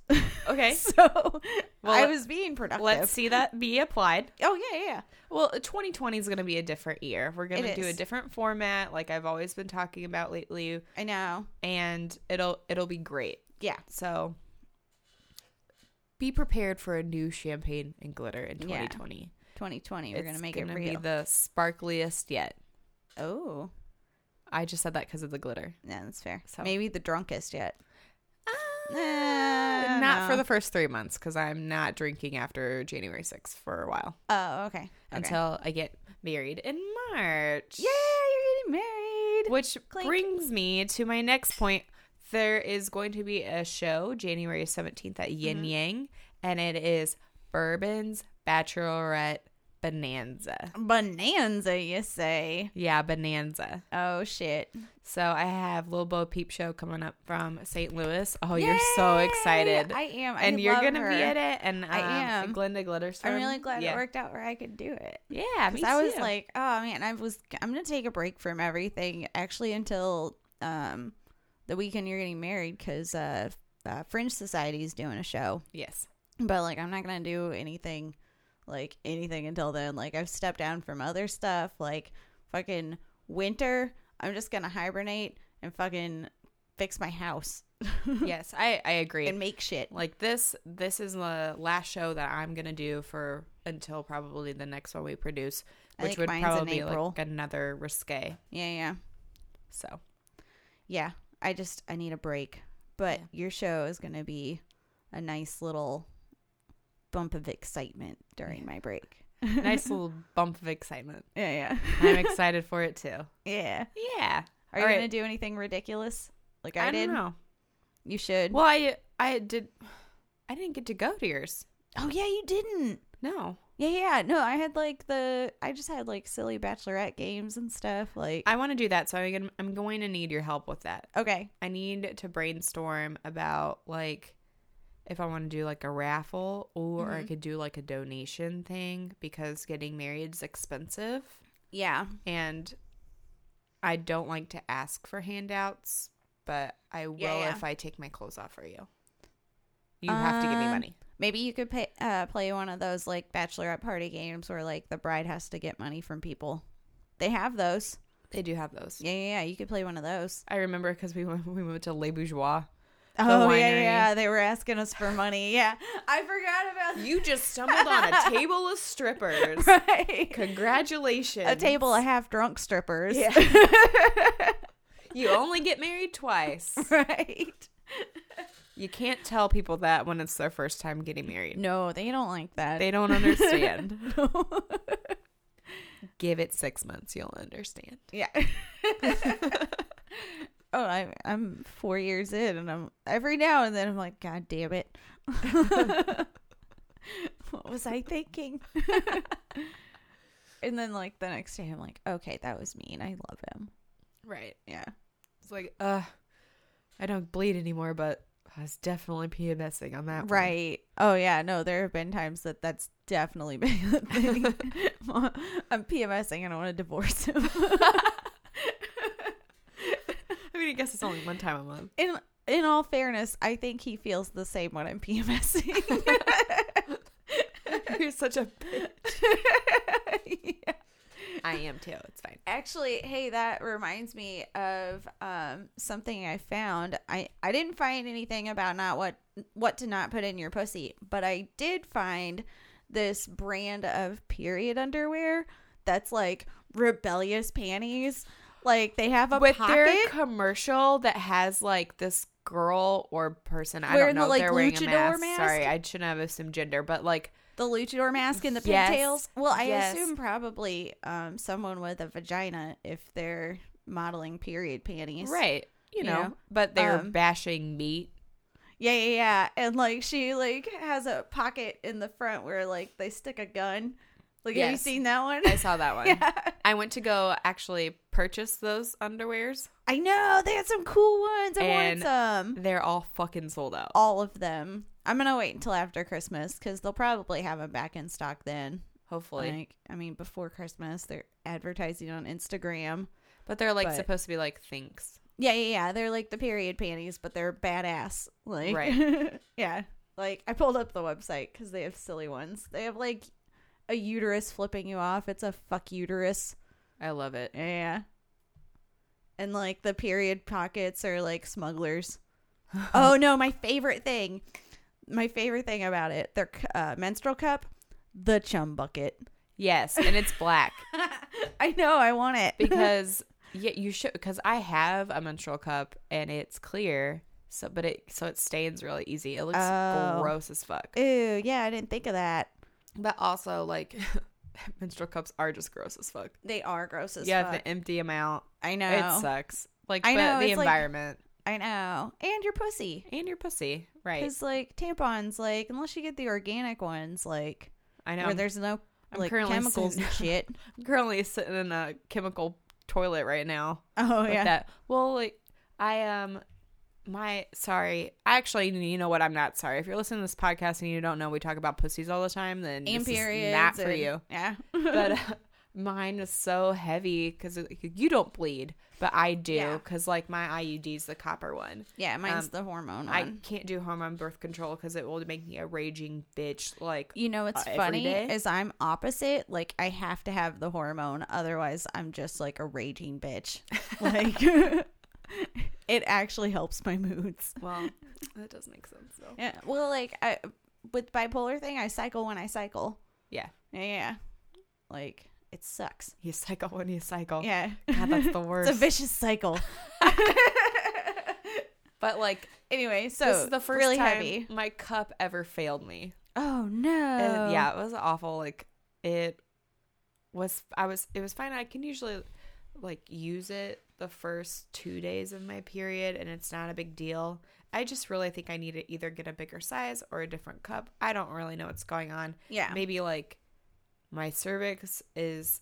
[SPEAKER 1] (laughs)
[SPEAKER 2] Okay.
[SPEAKER 1] so
[SPEAKER 2] Well,
[SPEAKER 1] I
[SPEAKER 2] let-
[SPEAKER 1] was being productive.
[SPEAKER 2] Let's see that be applied.
[SPEAKER 1] Oh yeah, yeah, yeah.
[SPEAKER 2] Well, 2020 is going to be a different year. We're going to
[SPEAKER 1] It
[SPEAKER 2] do a
[SPEAKER 1] is.
[SPEAKER 2] different format, like I've always been talking about lately,
[SPEAKER 1] I know.
[SPEAKER 2] and it'll it'll be great.
[SPEAKER 1] Yeah.
[SPEAKER 2] So be prepared for a new champagne and glitter in
[SPEAKER 1] Yeah.
[SPEAKER 2] 2020.
[SPEAKER 1] 2020. We're
[SPEAKER 2] It's
[SPEAKER 1] gonna make
[SPEAKER 2] gonna
[SPEAKER 1] it real.
[SPEAKER 2] Be the sparkliest yet.
[SPEAKER 1] oh,
[SPEAKER 2] I just said that because of the glitter.
[SPEAKER 1] yeah, that's fair.
[SPEAKER 2] So-
[SPEAKER 1] Maybe the drunkest yet.
[SPEAKER 2] Uh,
[SPEAKER 1] Nah,
[SPEAKER 2] not
[SPEAKER 1] Ah,
[SPEAKER 2] for
[SPEAKER 1] no.
[SPEAKER 2] the first three months because I'm not drinking after January 6th for a while
[SPEAKER 1] Oh, okay. okay.
[SPEAKER 2] until I get married in March.
[SPEAKER 1] yeah, you're getting married.
[SPEAKER 2] Which
[SPEAKER 1] Clink.
[SPEAKER 2] brings me to my next point. There is going to be a show January 17th at Yin
[SPEAKER 1] Mm-hmm.
[SPEAKER 2] Yang, and it is Bourbon's Bachelorette Bonanza.
[SPEAKER 1] Bonanza, you say?
[SPEAKER 2] Yeah, Bonanza.
[SPEAKER 1] Oh shit!
[SPEAKER 2] So I have Lil Bo Peep show coming up from St. Louis. Oh, you're so excited.
[SPEAKER 1] I am,
[SPEAKER 2] and you're
[SPEAKER 1] going
[SPEAKER 2] gonna
[SPEAKER 1] to
[SPEAKER 2] be at it, and um,
[SPEAKER 1] I am.
[SPEAKER 2] Glinda Glitterstorm.
[SPEAKER 1] I'm really glad
[SPEAKER 2] yeah.
[SPEAKER 1] it worked out where I could do it.
[SPEAKER 2] Yeah, me
[SPEAKER 1] Because I was
[SPEAKER 2] too.
[SPEAKER 1] like, oh man, I was I'm gonna take a break from everything actually until um the weekend you're getting married because uh, uh Fringe Society is doing a show. (laughs)
[SPEAKER 2] yes,
[SPEAKER 1] but like i'm not gonna do anything like anything until then like i've stepped down from other stuff like fucking winter i'm just gonna hibernate and fucking fix my house (laughs)
[SPEAKER 2] yes, I I agree.
[SPEAKER 1] and make shit.
[SPEAKER 2] like this this is the last show that I'm gonna do for until probably the next one we produce,
[SPEAKER 1] I
[SPEAKER 2] which
[SPEAKER 1] think
[SPEAKER 2] would
[SPEAKER 1] mine's in
[SPEAKER 2] probably be
[SPEAKER 1] April.
[SPEAKER 2] like another risque.
[SPEAKER 1] Yeah, yeah. (laughs)
[SPEAKER 2] So
[SPEAKER 1] Yeah. I just I need a break. But
[SPEAKER 2] Yeah.
[SPEAKER 1] your show is going to be a nice little bump of excitement during my break.
[SPEAKER 2] nice little bump of excitement.
[SPEAKER 1] Yeah, (laughs)
[SPEAKER 2] I'm excited for it too.
[SPEAKER 1] yeah.
[SPEAKER 2] Yeah.
[SPEAKER 1] Are you
[SPEAKER 2] All right.
[SPEAKER 1] going to do anything ridiculous? Like I,
[SPEAKER 2] I
[SPEAKER 1] did?
[SPEAKER 2] don't know.
[SPEAKER 1] You should.
[SPEAKER 2] Well, I I did I didn't get to go to yours.
[SPEAKER 1] Oh yeah, you didn't.
[SPEAKER 2] No.
[SPEAKER 1] Yeah, yeah. No, I had like the I just had like silly bachelorette games and stuff like
[SPEAKER 2] I want to do that, so I'm gonna, I'm going to need your help with that.
[SPEAKER 1] Okay.
[SPEAKER 2] I need to brainstorm about like if I want to do like a raffle or I could do like a donation thing because getting married is expensive
[SPEAKER 1] Yeah.
[SPEAKER 2] and I don't like to ask for handouts, but I will
[SPEAKER 1] yeah.
[SPEAKER 2] if I take my clothes off for you. You have to give me
[SPEAKER 1] Um,
[SPEAKER 2] money.
[SPEAKER 1] Maybe you could pay, uh, play one of those like bachelorette party games where like the bride has to get money from people. They have those.
[SPEAKER 2] They do have those.
[SPEAKER 1] Yeah, yeah, yeah. You could play one of those.
[SPEAKER 2] I remember because we went, we moved to Les Bourgeois.
[SPEAKER 1] oh yeah,
[SPEAKER 2] winery.
[SPEAKER 1] yeah. They were asking us for money. Yeah, I forgot about
[SPEAKER 2] You just stumbled on (laughs) a table of strippers.
[SPEAKER 1] (laughs) right.
[SPEAKER 2] Congratulations.
[SPEAKER 1] A table of half drunk strippers.
[SPEAKER 2] Yeah. You only get married (laughs) twice.
[SPEAKER 1] (laughs) right.
[SPEAKER 2] You can't tell people that when it's their first time getting married.
[SPEAKER 1] No, they don't like that.
[SPEAKER 2] They don't (laughs) understand.
[SPEAKER 1] No. (laughs)
[SPEAKER 2] Give it six months, you'll understand.
[SPEAKER 1] yeah. (laughs) oh, I'm I'm four years in, and I'm every now and then I'm like, God damn it. (laughs) what was I thinking? (laughs) and then like the next day, I'm like, okay, that was mean. I love him.
[SPEAKER 2] Right.
[SPEAKER 1] Yeah.
[SPEAKER 2] It's like, uh, I don't bleed anymore, but I was definitely PMSing on that. one.
[SPEAKER 1] Right. Oh yeah. No, there have been times that that's definitely (laughs) been a thing. I'm PMSing and I want to divorce him. (laughs)
[SPEAKER 2] I mean, I guess it's only one time a (laughs) month.
[SPEAKER 1] In in all fairness, I think he feels the same when I'm (laughs) PMSing.
[SPEAKER 2] You're such a.
[SPEAKER 1] Yeah.
[SPEAKER 2] (laughs) I am too. It's fine.
[SPEAKER 1] Actually, hey, that reminds me of um, something I found. I, I didn't find anything about not what what to not put in your pussy, but I did find this brand of period underwear that's like rebellious panties. Like they have a
[SPEAKER 2] With
[SPEAKER 1] pocket
[SPEAKER 2] their commercial that has like this girl or person, I
[SPEAKER 1] Wearing
[SPEAKER 2] don't
[SPEAKER 1] the,
[SPEAKER 2] know, if
[SPEAKER 1] like,
[SPEAKER 2] they're wearing a
[SPEAKER 1] luchador
[SPEAKER 2] mask.
[SPEAKER 1] mask?
[SPEAKER 2] Sorry, I shouldn't have assumed gender, but like
[SPEAKER 1] the luchador mask and the
[SPEAKER 2] Yes.
[SPEAKER 1] pigtails. Well, I
[SPEAKER 2] Yes.
[SPEAKER 1] assume probably um, someone with a vagina if they're modeling period panties.
[SPEAKER 2] Right. You
[SPEAKER 1] you
[SPEAKER 2] know,
[SPEAKER 1] know?
[SPEAKER 2] but they're
[SPEAKER 1] Um,
[SPEAKER 2] bashing meat.
[SPEAKER 1] Yeah, yeah, yeah. And like she like has a pocket in the front where like they stick a gun. Like have you
[SPEAKER 2] Yes.
[SPEAKER 1] seen that one?
[SPEAKER 2] I saw that one.
[SPEAKER 1] yeah.
[SPEAKER 2] I went to go actually purchase those underwears.
[SPEAKER 1] (laughs) I know, they had some cool ones. I wanted
[SPEAKER 2] And-
[SPEAKER 1] some.
[SPEAKER 2] They're all fucking sold out.
[SPEAKER 1] All of them. I'm gonna wait until after Christmas because they'll probably have them back in stock then.
[SPEAKER 2] Hopefully.
[SPEAKER 1] like, I mean, before Christmas, they're advertising on Instagram.
[SPEAKER 2] but they're like
[SPEAKER 1] but-
[SPEAKER 2] supposed to be like thinks.
[SPEAKER 1] Yeah, yeah, yeah. They're like the period panties, but they're badass. Like,
[SPEAKER 2] Right.
[SPEAKER 1] (laughs) yeah. Like, I pulled up the website because they have silly ones. They have like a uterus flipping you off. It's a fuck uterus.
[SPEAKER 2] I love it.
[SPEAKER 1] Yeah. And like the period pockets are like (laughs) smugglers. oh no, my favorite thing. My favorite thing about it, their uh, menstrual cup, the chum bucket.
[SPEAKER 2] Yes, and it's
[SPEAKER 1] (laughs)
[SPEAKER 2] black
[SPEAKER 1] I know, I want (laughs) it.
[SPEAKER 2] because yeah, you should because I have a menstrual cup and it's clear. So but it so it stains really easy. It looks
[SPEAKER 1] Oh.
[SPEAKER 2] gross as fuck.
[SPEAKER 1] Ew, yeah, I didn't think of that.
[SPEAKER 2] But also like (laughs) menstrual cups are just gross as fuck.
[SPEAKER 1] They are gross as
[SPEAKER 2] yeah,
[SPEAKER 1] fuck.
[SPEAKER 2] the empty amount.
[SPEAKER 1] I know.
[SPEAKER 2] It sucks. Like
[SPEAKER 1] I
[SPEAKER 2] but
[SPEAKER 1] know,
[SPEAKER 2] the
[SPEAKER 1] it's like-
[SPEAKER 2] environment
[SPEAKER 1] I know. And your pussy.
[SPEAKER 2] and your pussy, right?
[SPEAKER 1] Because, like, tampons, like, unless you get the organic ones, like,
[SPEAKER 2] I know.
[SPEAKER 1] where there's no,
[SPEAKER 2] I'm
[SPEAKER 1] like,
[SPEAKER 2] currently
[SPEAKER 1] chemicals
[SPEAKER 2] sitting-
[SPEAKER 1] and shit.
[SPEAKER 2] (laughs) I'm currently sitting in a chemical toilet right now.
[SPEAKER 1] Oh,
[SPEAKER 2] with
[SPEAKER 1] yeah.
[SPEAKER 2] That. Well, like I um, my sorry. I actually, you know what? I'm not sorry. If you're listening to this podcast and you don't know we talk about pussies all the time, then
[SPEAKER 1] And
[SPEAKER 2] this is
[SPEAKER 1] periods.
[SPEAKER 2] not for
[SPEAKER 1] and- (laughs)
[SPEAKER 2] you.
[SPEAKER 1] Yeah.
[SPEAKER 2] (laughs) But uh, mine is so heavy because you don't bleed, but I do
[SPEAKER 1] Yeah.
[SPEAKER 2] because like my IUD's the copper one.
[SPEAKER 1] yeah, mine's
[SPEAKER 2] um,
[SPEAKER 1] the hormone one.
[SPEAKER 2] I can't do hormone birth control because it will make me a raging bitch. Like
[SPEAKER 1] (laughs) you know what's
[SPEAKER 2] uh, every
[SPEAKER 1] funny
[SPEAKER 2] day?
[SPEAKER 1] is I'm opposite. Like I
[SPEAKER 2] (laughs)
[SPEAKER 1] have to have the hormone, otherwise I'm just like (laughs) a raging bitch. Like It actually helps my moods.
[SPEAKER 2] Well, that does make sense though.
[SPEAKER 1] Yeah. Well, like I with bipolar thing, I cycle when I cycle.
[SPEAKER 2] Yeah.
[SPEAKER 1] Yeah. yeah. Like it sucks.
[SPEAKER 2] You cycle when you cycle.
[SPEAKER 1] Yeah.
[SPEAKER 2] Oh.
[SPEAKER 1] (laughs)
[SPEAKER 2] God, that's the
[SPEAKER 1] it's
[SPEAKER 2] worst.
[SPEAKER 1] a vicious cycle.
[SPEAKER 2] but like,
[SPEAKER 1] anyway, so
[SPEAKER 2] this is the first
[SPEAKER 1] really
[SPEAKER 2] time
[SPEAKER 1] heavy.
[SPEAKER 2] my cup ever failed me.
[SPEAKER 1] Oh no.
[SPEAKER 2] And yeah, it was awful. Like it was I was it was fine. I can usually like use it the first 2 days of my period and it's not a big deal. I just really think I need to either get a bigger size or a different cup. I don't really know what's going on.
[SPEAKER 1] Yeah.
[SPEAKER 2] Maybe like my cervix is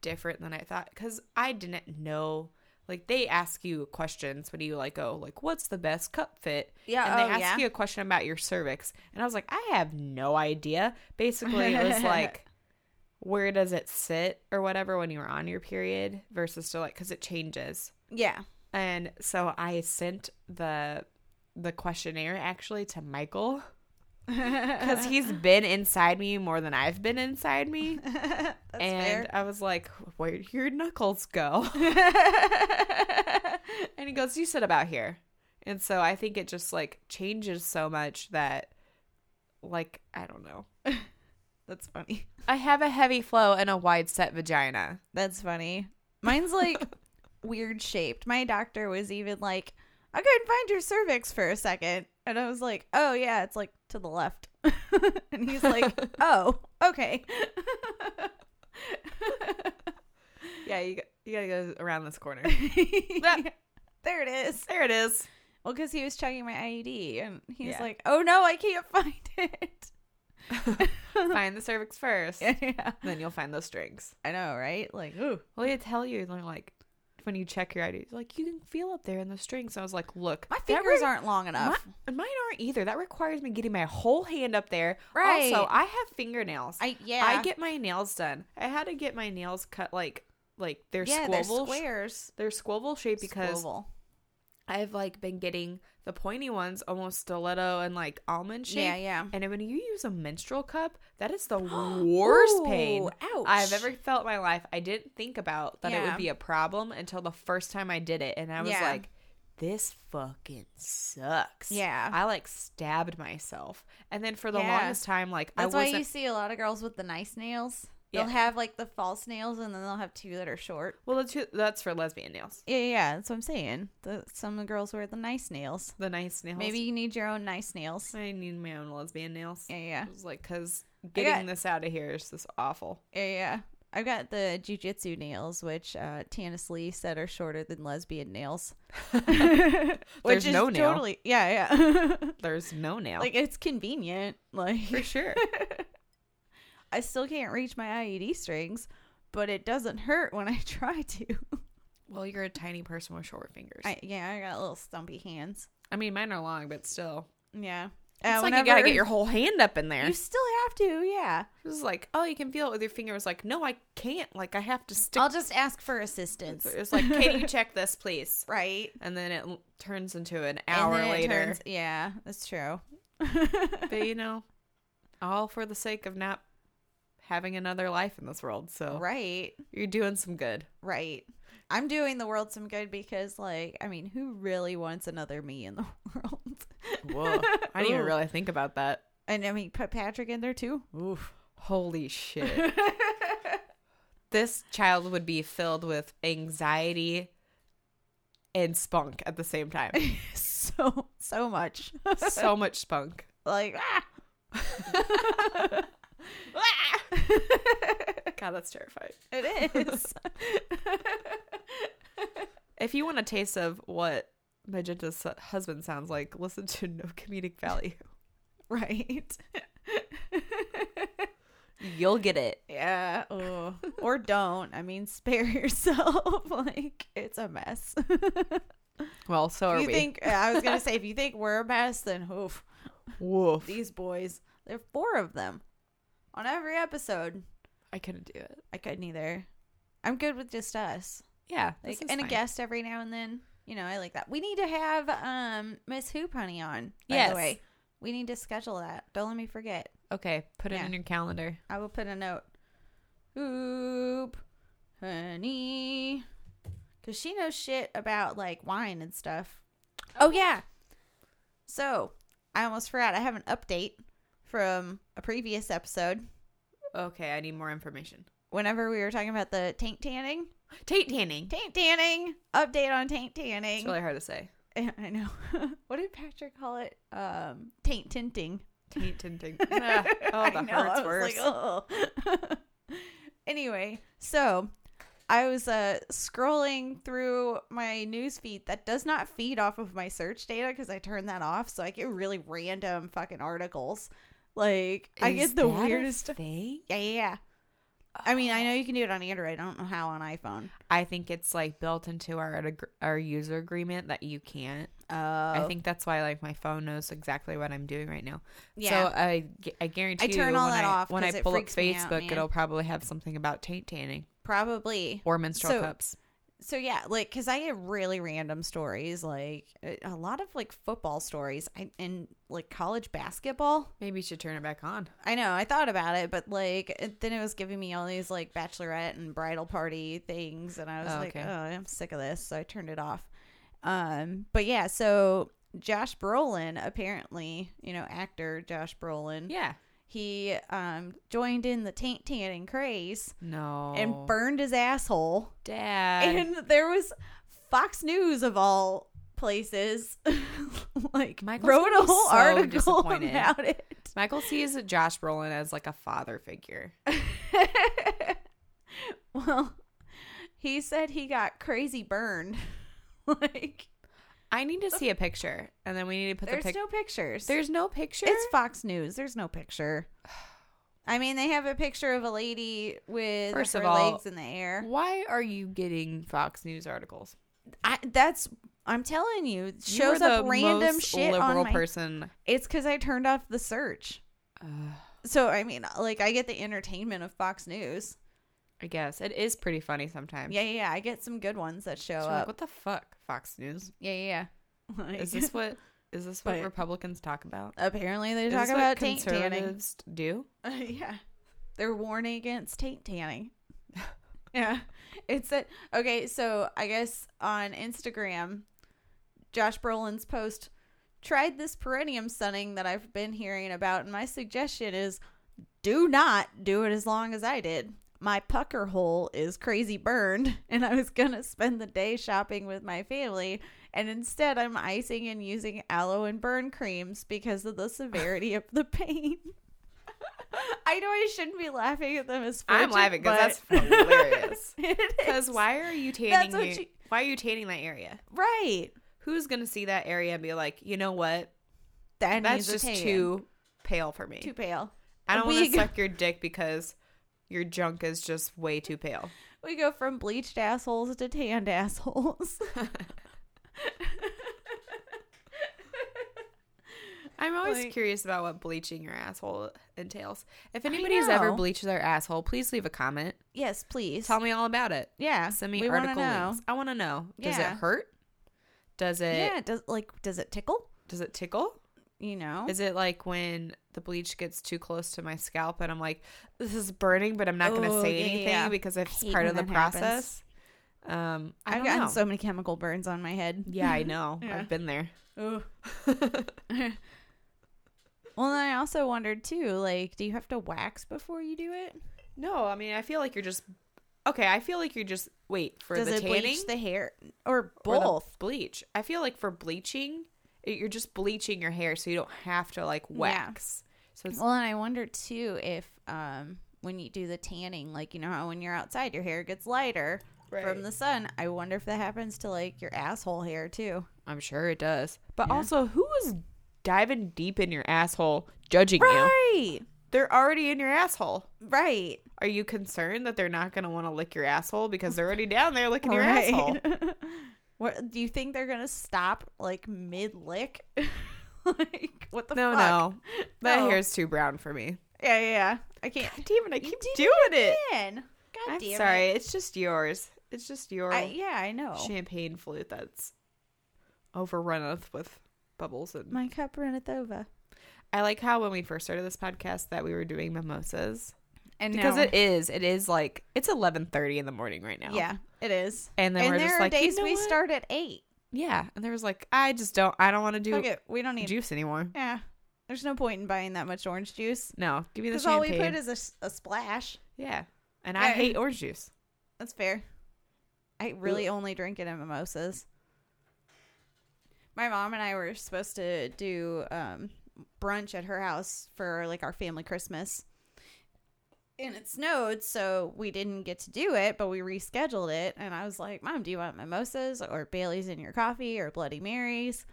[SPEAKER 2] different than I thought cuz I didn't know like they ask you questions when you like go like what's the best cup fit
[SPEAKER 1] Yeah.
[SPEAKER 2] and they
[SPEAKER 1] oh,
[SPEAKER 2] ask
[SPEAKER 1] yeah.
[SPEAKER 2] you a question about your cervix and i was like i have no idea basically it was like where does it sit or whatever when you were on your period versus to like because it changes
[SPEAKER 1] Yeah.
[SPEAKER 2] and so i sent the the questionnaire actually to michael because he's been inside me more than i've been inside (laughs) me
[SPEAKER 1] That's
[SPEAKER 2] and
[SPEAKER 1] fair.
[SPEAKER 2] I was like, "Where'd your knuckles (laughs) go?" and he goes, "You sit about here." And so I think it just like changes so much that, like, I don't know.
[SPEAKER 1] (laughs) That's funny.
[SPEAKER 2] I have a heavy flow and a wide set vagina.
[SPEAKER 1] That's funny. Mine's
[SPEAKER 2] (laughs)
[SPEAKER 1] like weird shaped. My doctor was even like, I couldn't find your cervix for a second. And I was like, oh, yeah, it's like to the left. (laughs) and he's
[SPEAKER 2] (laughs)
[SPEAKER 1] like, oh, okay.
[SPEAKER 2] Yeah, you, you gotta go around this
[SPEAKER 1] (laughs)
[SPEAKER 2] corner.
[SPEAKER 1] there it is.
[SPEAKER 2] (laughs) there it is.
[SPEAKER 1] Well, because he was checking my IED and he's
[SPEAKER 2] Yeah.
[SPEAKER 1] like, oh, no, I can't (laughs) find (laughs) it.
[SPEAKER 2] Find the cervix (laughs) first,
[SPEAKER 1] yeah.
[SPEAKER 2] then you'll find those strings.
[SPEAKER 1] I know, right? Like, ooh.
[SPEAKER 2] Well, they tell you, they're like, when you check your ID, like you can feel up there in the strings. I was like, look,
[SPEAKER 1] My
[SPEAKER 2] that
[SPEAKER 1] fingers aren't long
[SPEAKER 2] My,
[SPEAKER 1] enough.
[SPEAKER 2] mine aren't either. That requires me getting my whole hand up there.
[SPEAKER 1] Right.
[SPEAKER 2] Also, I have fingernails.
[SPEAKER 1] I yeah.
[SPEAKER 2] I get my nails done. I had to get my nails cut like like they're
[SPEAKER 1] yeah, they're
[SPEAKER 2] squoval. They're,
[SPEAKER 1] squares
[SPEAKER 2] squoval shape because
[SPEAKER 1] Squoval.
[SPEAKER 2] I've like been getting the pointy ones almost stiletto and like almond shape.
[SPEAKER 1] yeah, yeah.
[SPEAKER 2] And when you use a menstrual cup, that
[SPEAKER 1] (gasps)
[SPEAKER 2] is the worst pain
[SPEAKER 1] Ooh, ouch.
[SPEAKER 2] I've ever felt in my life. I didn't think about that it
[SPEAKER 1] Yeah.
[SPEAKER 2] would be a problem until the first time I did it. And I was
[SPEAKER 1] Yeah.
[SPEAKER 2] like, this fucking sucks.
[SPEAKER 1] Yeah.
[SPEAKER 2] I like stabbed myself. And then for the
[SPEAKER 1] Yeah.
[SPEAKER 2] longest time, like,
[SPEAKER 1] That's
[SPEAKER 2] I
[SPEAKER 1] why
[SPEAKER 2] wasn't.
[SPEAKER 1] you see a lot of girls with the nice nails.
[SPEAKER 2] Yeah.
[SPEAKER 1] They'll have like the false nails, and then they'll have two that are short.
[SPEAKER 2] well, that's, who- that's for lesbian nails.
[SPEAKER 1] Yeah, yeah, yeah, that's what I'm saying. The, some of the girls wear the nice nails.
[SPEAKER 2] The nice nails.
[SPEAKER 1] Maybe you need your own nice nails.
[SPEAKER 2] I need my own lesbian nails.
[SPEAKER 1] Yeah, yeah,
[SPEAKER 2] It was like, because
[SPEAKER 1] got-
[SPEAKER 2] getting this out of here is just awful.
[SPEAKER 1] yeah, yeah. I've got the jujitsu nails, which uh, Tannis Lee said are shorter than lesbian
[SPEAKER 2] (laughs)
[SPEAKER 1] nails. (laughs)
[SPEAKER 2] There's
[SPEAKER 1] which is
[SPEAKER 2] no nail.
[SPEAKER 1] totally, yeah, yeah.
[SPEAKER 2] There's (laughs) no nail.
[SPEAKER 1] like it's convenient. Like
[SPEAKER 2] for sure. (laughs)
[SPEAKER 1] I still can't reach my IED strings, but it doesn't hurt when I (laughs) try to.
[SPEAKER 2] well, you're a tiny person with short fingers.
[SPEAKER 1] I, yeah, I got little stumpy hands.
[SPEAKER 2] I mean, mine are long, but still.
[SPEAKER 1] Yeah.
[SPEAKER 2] It's
[SPEAKER 1] Uh,
[SPEAKER 2] like you gotta
[SPEAKER 1] whenever-
[SPEAKER 2] get your whole hand up in there.
[SPEAKER 1] You still have to, yeah.
[SPEAKER 2] It was like, oh, you can feel it with your finger. It was like, no, I can't. Like, I have to stick.
[SPEAKER 1] I'll just ask for assistance.
[SPEAKER 2] It was like,
[SPEAKER 1] (laughs)
[SPEAKER 2] can you check this, please?
[SPEAKER 1] right?
[SPEAKER 2] And then it l- turns into an
[SPEAKER 1] And
[SPEAKER 2] hour
[SPEAKER 1] then it
[SPEAKER 2] later.
[SPEAKER 1] turns- yeah, that's true.
[SPEAKER 2] (laughs) But you know, all for the sake of not having another life in this world. So
[SPEAKER 1] Right,
[SPEAKER 2] you're doing some good.
[SPEAKER 1] right. I'm doing the world some good because, like, I mean, who really wants another me in the (laughs) world?
[SPEAKER 2] Whoa. (laughs) I didn't even
[SPEAKER 1] Ooh.
[SPEAKER 2] really think about that.
[SPEAKER 1] And I mean, put Patrick in there too. (laughs)
[SPEAKER 2] Oof. Holy shit. this child would be filled with anxiety and spunk at the same time.
[SPEAKER 1] (laughs) so, so much. (laughs)
[SPEAKER 2] so much spunk.
[SPEAKER 1] like, ah! (laughs)
[SPEAKER 2] God, that's terrifying.
[SPEAKER 1] it is. (laughs)
[SPEAKER 2] If you want a taste of what Magenta's su- husband sounds like, listen to No Comedic Value.
[SPEAKER 1] right. (laughs)
[SPEAKER 2] You'll get it.
[SPEAKER 1] Yeah. Oh. or don't. I mean, spare (laughs) yourself. (laughs) like, it's a mess.
[SPEAKER 2] (laughs)
[SPEAKER 1] (laughs)
[SPEAKER 2] Well, so are
[SPEAKER 1] you
[SPEAKER 2] we.
[SPEAKER 1] think I was
[SPEAKER 2] (laughs)
[SPEAKER 1] gonna say if you think we're a mess, then oof,
[SPEAKER 2] Woof.
[SPEAKER 1] these boys. There are four of them on every episode.
[SPEAKER 2] I couldn't do it.
[SPEAKER 1] I couldn't either. I'm good with just us,
[SPEAKER 2] Yeah.
[SPEAKER 1] like, and a guest every now and then. You know, I like that. We need to have um Miss Hoop Honey on. By
[SPEAKER 2] Yes.
[SPEAKER 1] The way. We need to schedule that. Don't let me forget.
[SPEAKER 2] Okay, put it
[SPEAKER 1] Yeah.
[SPEAKER 2] in your calendar.
[SPEAKER 1] I will put a note. Hoop, honey, because she knows shit about like wine and stuff. Oh yeah. So I almost forgot. I have an update from a previous episode.
[SPEAKER 2] Okay, I need more information.
[SPEAKER 1] Whenever we were talking about the taint tanning,
[SPEAKER 2] Taint tanning.
[SPEAKER 1] taint tanning update on taint tanning.
[SPEAKER 2] It's really hard to say.
[SPEAKER 1] (laughs) I know. what did Patrick call it? Um, taint
[SPEAKER 2] (laughs)
[SPEAKER 1] tinting.
[SPEAKER 2] Taint tinting. Ah, (laughs)
[SPEAKER 1] (laughs)
[SPEAKER 2] oh, the
[SPEAKER 1] I know,
[SPEAKER 2] hurt's
[SPEAKER 1] I was
[SPEAKER 2] worse.
[SPEAKER 1] like, "Ugh." (laughs) anyway, so I was uh, scrolling through my news feed that does not feed off of my search data because I turned that off, so I get really random fucking articles. Like I
[SPEAKER 2] Is
[SPEAKER 1] get the
[SPEAKER 2] that a
[SPEAKER 1] weirdest.
[SPEAKER 2] thing?
[SPEAKER 1] yeah, yeah, yeah. I mean, I know you can do it on Android. I don't know how on iPhone.
[SPEAKER 2] I think it's like built into our ag- our user agreement that you can't.
[SPEAKER 1] Oh,
[SPEAKER 2] I think that's why like my phone knows exactly what I'm doing right now.
[SPEAKER 1] Yeah.
[SPEAKER 2] So I, gu- I guarantee
[SPEAKER 1] I turn
[SPEAKER 2] you
[SPEAKER 1] all
[SPEAKER 2] when
[SPEAKER 1] that
[SPEAKER 2] I
[SPEAKER 1] off
[SPEAKER 2] when I
[SPEAKER 1] 'cause it
[SPEAKER 2] pull up
[SPEAKER 1] freaks me out,
[SPEAKER 2] Facebook,
[SPEAKER 1] man.
[SPEAKER 2] it'll probably have something about taint tanning
[SPEAKER 1] probably.
[SPEAKER 2] or menstrual
[SPEAKER 1] So-
[SPEAKER 2] cups.
[SPEAKER 1] so yeah like because i get really random stories like a- a lot of like football stories I, and like college basketball
[SPEAKER 2] Maybe you should turn it back on.
[SPEAKER 1] i know i thought about it but like it- then it was giving me all these like bachelorette and bridal party things and i was
[SPEAKER 2] Oh,
[SPEAKER 1] like
[SPEAKER 2] okay.
[SPEAKER 1] oh i'm sick of this so i turned it off um but yeah so josh brolin apparently you know actor josh brolin
[SPEAKER 2] Yeah.
[SPEAKER 1] he um joined in the taint tanning craze
[SPEAKER 2] No.
[SPEAKER 1] and burned his asshole
[SPEAKER 2] dad.
[SPEAKER 1] and there was Fox News of all places, (laughs) like
[SPEAKER 2] Michael's
[SPEAKER 1] wrote
[SPEAKER 2] gonna
[SPEAKER 1] a
[SPEAKER 2] be
[SPEAKER 1] whole
[SPEAKER 2] so
[SPEAKER 1] article (laughs)
[SPEAKER 2] disappointed.
[SPEAKER 1] about it. (laughs)
[SPEAKER 2] Michael sees Josh Brolin as like a father figure.
[SPEAKER 1] Well, he said he got crazy burned. (laughs) like
[SPEAKER 2] I need to see a picture, and then we need to put
[SPEAKER 1] there's
[SPEAKER 2] the picture.
[SPEAKER 1] no pictures.
[SPEAKER 2] there's no picture.
[SPEAKER 1] it's Fox News. There's no picture. I mean, they have a picture of a lady with
[SPEAKER 2] First
[SPEAKER 1] her
[SPEAKER 2] of all-
[SPEAKER 1] legs in the air.
[SPEAKER 2] why are you getting Fox News articles?
[SPEAKER 1] I, that's I'm telling you, it
[SPEAKER 2] You
[SPEAKER 1] shows
[SPEAKER 2] are
[SPEAKER 1] up
[SPEAKER 2] the
[SPEAKER 1] random
[SPEAKER 2] most
[SPEAKER 1] shit
[SPEAKER 2] liberal
[SPEAKER 1] on my.
[SPEAKER 2] person. uh,
[SPEAKER 1] it's because I turned off the search.
[SPEAKER 2] Ugh,
[SPEAKER 1] So I mean, like I get the entertainment of Fox News.
[SPEAKER 2] I guess it is pretty funny sometimes.
[SPEAKER 1] Yeah, yeah, yeah. I get some good ones that show
[SPEAKER 2] So I'm like,
[SPEAKER 1] up.
[SPEAKER 2] what the fuck, Fox News?
[SPEAKER 1] yeah, yeah. yeah. Like,
[SPEAKER 2] Is (laughs) this what is this what
[SPEAKER 1] But-
[SPEAKER 2] Republicans talk about?
[SPEAKER 1] apparently they
[SPEAKER 2] Is
[SPEAKER 1] talk
[SPEAKER 2] this what
[SPEAKER 1] about taint tanning?
[SPEAKER 2] conservatives do?
[SPEAKER 1] (laughs) yeah, they're warning against taint tanning. yeah, it's that. Okay, so I guess on Instagram, Josh Brolin's post tried this perennium sunning that I've been hearing about, and my suggestion is do not do it as long as I did. My pucker hole is crazy burned, (laughs) and I was gonna spend the day shopping with my family, and instead I'm icing and using aloe and burn creams because of the severity of the pain. (laughs) I know I shouldn't be laughing at them as
[SPEAKER 2] I'm
[SPEAKER 1] fortune,
[SPEAKER 2] laughing because
[SPEAKER 1] but- (laughs)
[SPEAKER 2] that's (laughs) hilarious.
[SPEAKER 1] It
[SPEAKER 2] Because
[SPEAKER 1] is.
[SPEAKER 2] why are you tanning?
[SPEAKER 1] That's what
[SPEAKER 2] your-
[SPEAKER 1] she-
[SPEAKER 2] why are you tanning that area?
[SPEAKER 1] right?
[SPEAKER 2] Who's gonna see that area and be like, you know what?
[SPEAKER 1] That
[SPEAKER 2] That's
[SPEAKER 1] needs a
[SPEAKER 2] just
[SPEAKER 1] tan.
[SPEAKER 2] too pale for me.
[SPEAKER 1] too pale.
[SPEAKER 2] I don't
[SPEAKER 1] we
[SPEAKER 2] want (laughs) to
[SPEAKER 1] go-
[SPEAKER 2] suck your dick because your junk is just way too pale.
[SPEAKER 1] We go from bleached assholes to tanned (laughs)
[SPEAKER 2] (laughs)
[SPEAKER 1] assholes.
[SPEAKER 2] I'm always
[SPEAKER 1] Like-
[SPEAKER 2] curious about what bleaching your asshole entails. If anybody's ever
[SPEAKER 1] know.
[SPEAKER 2] bleached their asshole, please leave a comment.
[SPEAKER 1] yes, please.
[SPEAKER 2] Tell me all about it.
[SPEAKER 1] yeah,
[SPEAKER 2] Send me
[SPEAKER 1] we wanna
[SPEAKER 2] article
[SPEAKER 1] know.
[SPEAKER 2] links. I want to know. Does
[SPEAKER 1] Yeah.
[SPEAKER 2] it hurt? Does it
[SPEAKER 1] Yeah, does like does it tickle?
[SPEAKER 2] does it tickle?
[SPEAKER 1] You know,
[SPEAKER 2] Is it like when the bleach gets too close to my scalp and I'm like, this is burning, but I'm not going to
[SPEAKER 1] Oh,
[SPEAKER 2] say
[SPEAKER 1] yeah, yeah,
[SPEAKER 2] anything
[SPEAKER 1] yeah.
[SPEAKER 2] because it's
[SPEAKER 1] hate
[SPEAKER 2] part
[SPEAKER 1] when
[SPEAKER 2] of the
[SPEAKER 1] that happens.
[SPEAKER 2] process. Um, I
[SPEAKER 1] I've
[SPEAKER 2] don't
[SPEAKER 1] gotten
[SPEAKER 2] know. (laughs)
[SPEAKER 1] so many chemical burns on my head.
[SPEAKER 2] yeah, I know.
[SPEAKER 1] Yeah.
[SPEAKER 2] I've been there. (laughs)
[SPEAKER 1] Ugh. well, then I also wondered too. Like, do you have to wax before you do it?
[SPEAKER 2] No, I mean, I feel like you're just okay. I feel like you're just wait for
[SPEAKER 1] does
[SPEAKER 2] the
[SPEAKER 1] it
[SPEAKER 2] tanning
[SPEAKER 1] bleach the hair or
[SPEAKER 2] or the
[SPEAKER 1] both?
[SPEAKER 2] bleach. I feel like for bleaching, it- you're just bleaching your hair, so you don't have to like wax. So it's
[SPEAKER 1] Well, and I wonder too if um when you do the tanning, like you know how when you're outside your hair gets lighter
[SPEAKER 2] Right.
[SPEAKER 1] from the sun. I wonder if that happens to like your asshole hair too.
[SPEAKER 2] I'm sure it does. But also, who is diving deep in your asshole, judging you?
[SPEAKER 1] Right.
[SPEAKER 2] They're already in your asshole.
[SPEAKER 1] Right.
[SPEAKER 2] Are you concerned that they're not going to want to lick your asshole because they're already down there licking your
[SPEAKER 1] Right.
[SPEAKER 2] (laughs) asshole?
[SPEAKER 1] (laughs) what do you think they're gonna stop like mid lick? (laughs) like what the
[SPEAKER 2] No,
[SPEAKER 1] fuck?
[SPEAKER 2] no, that
[SPEAKER 1] No.
[SPEAKER 2] hair's too brown for me.
[SPEAKER 1] Yeah, yeah, yeah. I
[SPEAKER 2] (laughs)
[SPEAKER 1] can't.
[SPEAKER 2] Damn it! I
[SPEAKER 1] You
[SPEAKER 2] keep
[SPEAKER 1] did
[SPEAKER 2] doing it.
[SPEAKER 1] Man, God
[SPEAKER 2] I'm
[SPEAKER 1] damn it.
[SPEAKER 2] sorry. It's just yours. It's just your
[SPEAKER 1] I, yeah, I know.
[SPEAKER 2] champagne flute that's overrunneth with bubbles and.
[SPEAKER 1] My cup runneth over.
[SPEAKER 2] I like how when we first started this podcast that we were doing mimosas
[SPEAKER 1] And
[SPEAKER 2] because
[SPEAKER 1] now-
[SPEAKER 2] it is. It is like it's eleven thirty in the morning right now.
[SPEAKER 1] yeah, It is.
[SPEAKER 2] And then
[SPEAKER 1] and
[SPEAKER 2] we're
[SPEAKER 1] there
[SPEAKER 2] just
[SPEAKER 1] are
[SPEAKER 2] like, you
[SPEAKER 1] days
[SPEAKER 2] know
[SPEAKER 1] we
[SPEAKER 2] what?
[SPEAKER 1] start at eight.
[SPEAKER 2] Yeah, and there was like, I just don't, I don't want to do
[SPEAKER 1] Fuck it. We don't need.
[SPEAKER 2] juice anymore.
[SPEAKER 1] Yeah. There's no point in buying that much orange juice
[SPEAKER 2] No, give me the
[SPEAKER 1] because all we
[SPEAKER 2] champagne.
[SPEAKER 1] put is a s- a, splash.
[SPEAKER 2] yeah, and I
[SPEAKER 1] Yeah.
[SPEAKER 2] hate orange (laughs) juice.
[SPEAKER 1] That's fair. I really only drink it in mimosas. My mom and I were supposed to do um, brunch at her house for like our family Christmas. And it snowed, so we didn't get to do it, but we rescheduled it. And I was like, Mom, do you want mimosas or Bailey's in your coffee or Bloody Mary's?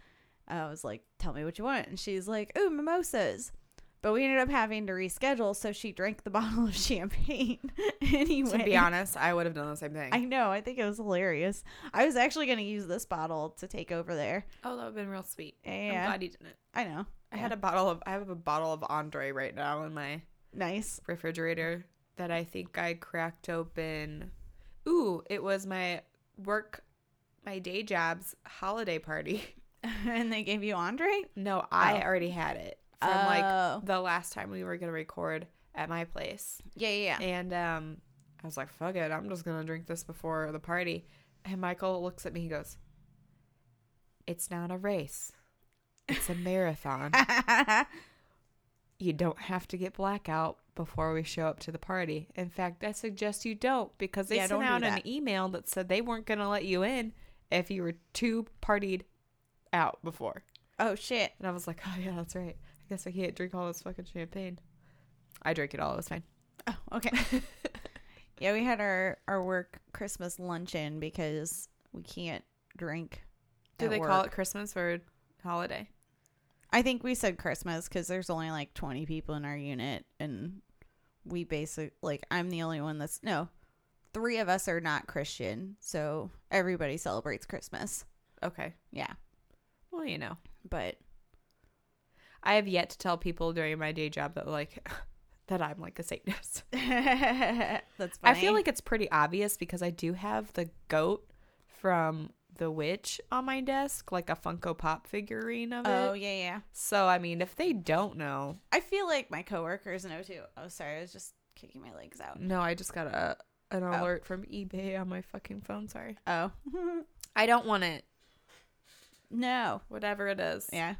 [SPEAKER 1] I was like, Tell me what you want. And she's like, Ooh, mimosas. But we ended up having to reschedule, so she drank the (laughs) bottle of champagne (laughs) anyway.
[SPEAKER 2] To be honest, I would have done the same thing.
[SPEAKER 1] I know. I think it was hilarious. I was actually going to use this bottle to take over there.
[SPEAKER 2] oh, that would have been real sweet.
[SPEAKER 1] Yeah.
[SPEAKER 2] you didn't.
[SPEAKER 1] I know.
[SPEAKER 2] I had a bottle of, I have a bottle of Andre right now in my
[SPEAKER 1] Nice. (laughs)
[SPEAKER 2] refrigerator that I think I cracked open. Ooh, it was my work, my day job's holiday party. (laughs)
[SPEAKER 1] and they gave you Andre?
[SPEAKER 2] No, I
[SPEAKER 1] Oh.
[SPEAKER 2] already had it from
[SPEAKER 1] Oh.
[SPEAKER 2] like the last time we were gonna record at my place,
[SPEAKER 1] Yeah, yeah, yeah.
[SPEAKER 2] and um, I was like, "Fuck it, I'm just gonna drink this before the party." And Michael looks at me, he goes, "It's not a race, it's
[SPEAKER 1] (laughs)
[SPEAKER 2] a marathon. You don't have to get blackout." Before we show up to the party. In fact, I suggest you don't because they
[SPEAKER 1] Yeah,
[SPEAKER 2] sent
[SPEAKER 1] don't do
[SPEAKER 2] out an
[SPEAKER 1] that.
[SPEAKER 2] email that said they weren't going to let you in if you were too partied out before.
[SPEAKER 1] oh, shit.
[SPEAKER 2] And I was like, (laughs) oh, yeah, that's right. I guess I can't drink all this fucking champagne. I drank it all. It was fine.
[SPEAKER 1] Oh, okay.
[SPEAKER 2] (laughs)
[SPEAKER 1] yeah, we had our, our work Christmas luncheon because we can't drink.
[SPEAKER 2] Do
[SPEAKER 1] at
[SPEAKER 2] they call
[SPEAKER 1] work.
[SPEAKER 2] it Christmas or holiday?
[SPEAKER 1] I think we said Christmas because there's only like 20 people in our unit, and we basically like I'm the only one that's no, three of us are not Christian, so everybody celebrates Christmas.
[SPEAKER 2] Okay.
[SPEAKER 1] Yeah,
[SPEAKER 2] Well, you know.
[SPEAKER 1] but
[SPEAKER 2] I have yet to tell people during my day job that, like, (laughs) that I'm like a Satanist. (laughs)
[SPEAKER 1] (laughs) that's funny.
[SPEAKER 2] I feel like it's pretty obvious because I do have the goat from The Witch on my desk, like a Funko Pop figurine of
[SPEAKER 1] oh
[SPEAKER 2] it.
[SPEAKER 1] yeah yeah.
[SPEAKER 2] So, I mean, if they don't know,
[SPEAKER 1] I feel like my coworkers know too. Oh sorry, I was just kicking my legs out.
[SPEAKER 2] no, I just got a an alert from eBay on my fucking phone. Sorry.
[SPEAKER 1] Oh (laughs)
[SPEAKER 2] I don't want it.
[SPEAKER 1] no,
[SPEAKER 2] Whatever it is.
[SPEAKER 1] yeah,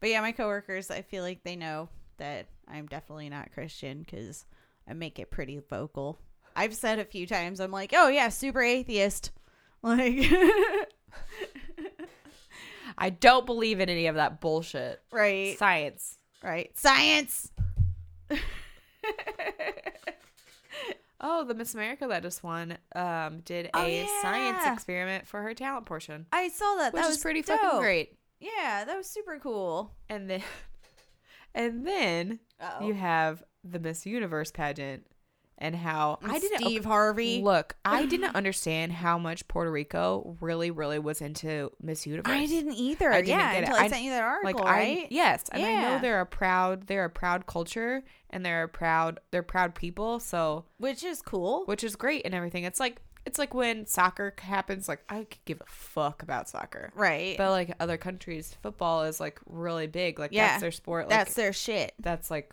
[SPEAKER 1] but yeah, my coworkers. I feel like they know that I'm definitely not Christian because I make it pretty vocal. I've said a few times, I'm like, oh yeah, super atheist. (laughs) Like,
[SPEAKER 2] I don't believe in any of that bullshit.
[SPEAKER 1] right,
[SPEAKER 2] Science.
[SPEAKER 1] right, science.
[SPEAKER 2] Oh, the Miss America that just won um, did
[SPEAKER 1] Oh,
[SPEAKER 2] a science
[SPEAKER 1] yeah.
[SPEAKER 2] experiment for her talent portion,
[SPEAKER 1] I saw that.
[SPEAKER 2] which
[SPEAKER 1] that
[SPEAKER 2] is
[SPEAKER 1] was
[SPEAKER 2] pretty
[SPEAKER 1] dope.
[SPEAKER 2] fucking great.
[SPEAKER 1] Yeah, that was super cool.
[SPEAKER 2] And then, (laughs) and then
[SPEAKER 1] Uh-oh.
[SPEAKER 2] you have the Miss Universe pageant, and how I didn't
[SPEAKER 1] Steve Harvey.
[SPEAKER 2] look. I (sighs) didn't understand how much Puerto Rico really, really was into Miss Universe.
[SPEAKER 1] I didn't either.
[SPEAKER 2] I didn't
[SPEAKER 1] yeah,
[SPEAKER 2] get it.
[SPEAKER 1] until I,
[SPEAKER 2] I-
[SPEAKER 1] sent you that article,
[SPEAKER 2] I-
[SPEAKER 1] right?
[SPEAKER 2] yes, and I
[SPEAKER 1] Yeah.
[SPEAKER 2] know they're a proud, they're a proud culture, and they're a proud, they're proud people. So
[SPEAKER 1] Which is cool.
[SPEAKER 2] which is great and everything. It's like it's like when soccer happens. Like I could give a fuck about soccer,
[SPEAKER 1] right.
[SPEAKER 2] but like other countries, football is like really big. Like
[SPEAKER 1] Yeah.
[SPEAKER 2] that's their sport. Like,
[SPEAKER 1] that's their shit.
[SPEAKER 2] that's like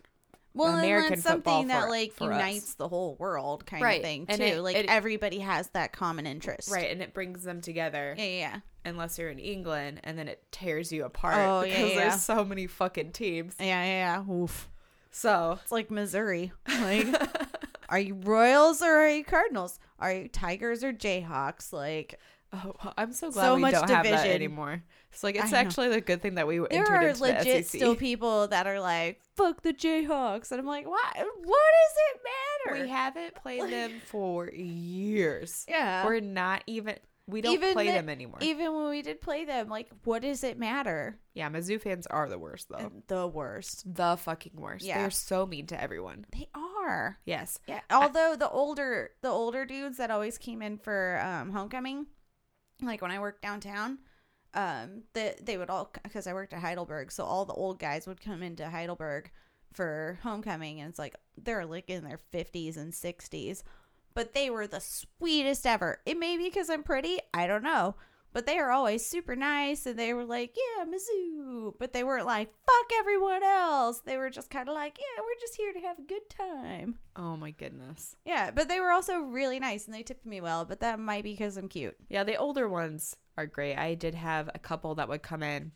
[SPEAKER 1] Well, and
[SPEAKER 2] American
[SPEAKER 1] that's something
[SPEAKER 2] football
[SPEAKER 1] that
[SPEAKER 2] for-
[SPEAKER 1] like
[SPEAKER 2] for us.
[SPEAKER 1] unites the whole world, kind
[SPEAKER 2] Right.
[SPEAKER 1] of thing too.
[SPEAKER 2] And it-
[SPEAKER 1] like
[SPEAKER 2] it-
[SPEAKER 1] everybody has that common interest,
[SPEAKER 2] right, and it brings them together.
[SPEAKER 1] Yeah, yeah,
[SPEAKER 2] Unless you're in England, and then it tears you apart
[SPEAKER 1] Oh, yeah,
[SPEAKER 2] because
[SPEAKER 1] yeah.
[SPEAKER 2] there's so many fucking teams.
[SPEAKER 1] yeah, yeah, yeah. Oof.
[SPEAKER 2] So
[SPEAKER 1] It's like Missouri.
[SPEAKER 2] (laughs)
[SPEAKER 1] Like, are you Royals or are you Cardinals? Are you Tigers or Jayhawks? Like,
[SPEAKER 2] oh, well, I'm so glad
[SPEAKER 1] So
[SPEAKER 2] we
[SPEAKER 1] much
[SPEAKER 2] don't have that
[SPEAKER 1] division.
[SPEAKER 2] anymore. It's like it's
[SPEAKER 1] I know.
[SPEAKER 2] actually the good thing that we
[SPEAKER 1] there
[SPEAKER 2] entered
[SPEAKER 1] are
[SPEAKER 2] into the E
[SPEAKER 1] legit
[SPEAKER 2] SEC.
[SPEAKER 1] still people that are like, "Fuck the Jayhawks," and I'm like, "What? What does it matter?"
[SPEAKER 2] (laughs) we haven't played them for years.
[SPEAKER 1] yeah.
[SPEAKER 2] We're not even. We don't
[SPEAKER 1] Even
[SPEAKER 2] play
[SPEAKER 1] the- e-
[SPEAKER 2] them anymore.
[SPEAKER 1] Even when we did play them, like, what does it matter?
[SPEAKER 2] yeah, Mizzou fans are the worst though.
[SPEAKER 1] The worst.
[SPEAKER 2] The fucking worst.
[SPEAKER 1] Yeah.
[SPEAKER 2] They're so mean to everyone.
[SPEAKER 1] They are.
[SPEAKER 2] Yes.
[SPEAKER 1] Yeah. Although the older the older dudes that always came in for um, homecoming, like when I worked downtown, um, the, they would all because I worked at Heidelberg, so all the old guys would come into Heidelberg for homecoming, and it's like they're like in their fifties and sixties, but they were the sweetest ever. It may be because I'm pretty, I don't know, But they are always super nice and they were like, yeah, Mizzou. But they weren't like, fuck everyone else. They were just kind of like, yeah, we're just here to have a good time.
[SPEAKER 2] Oh my goodness.
[SPEAKER 1] Yeah, but they were also really nice and they tipped me well, but that might be because I'm cute.
[SPEAKER 2] Yeah, the older ones are great. I did have a couple that would come in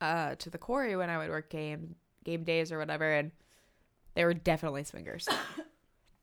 [SPEAKER 2] uh to the quarry when I would work game game days or whatever and they were
[SPEAKER 1] (laughs)
[SPEAKER 2] definitely swingers.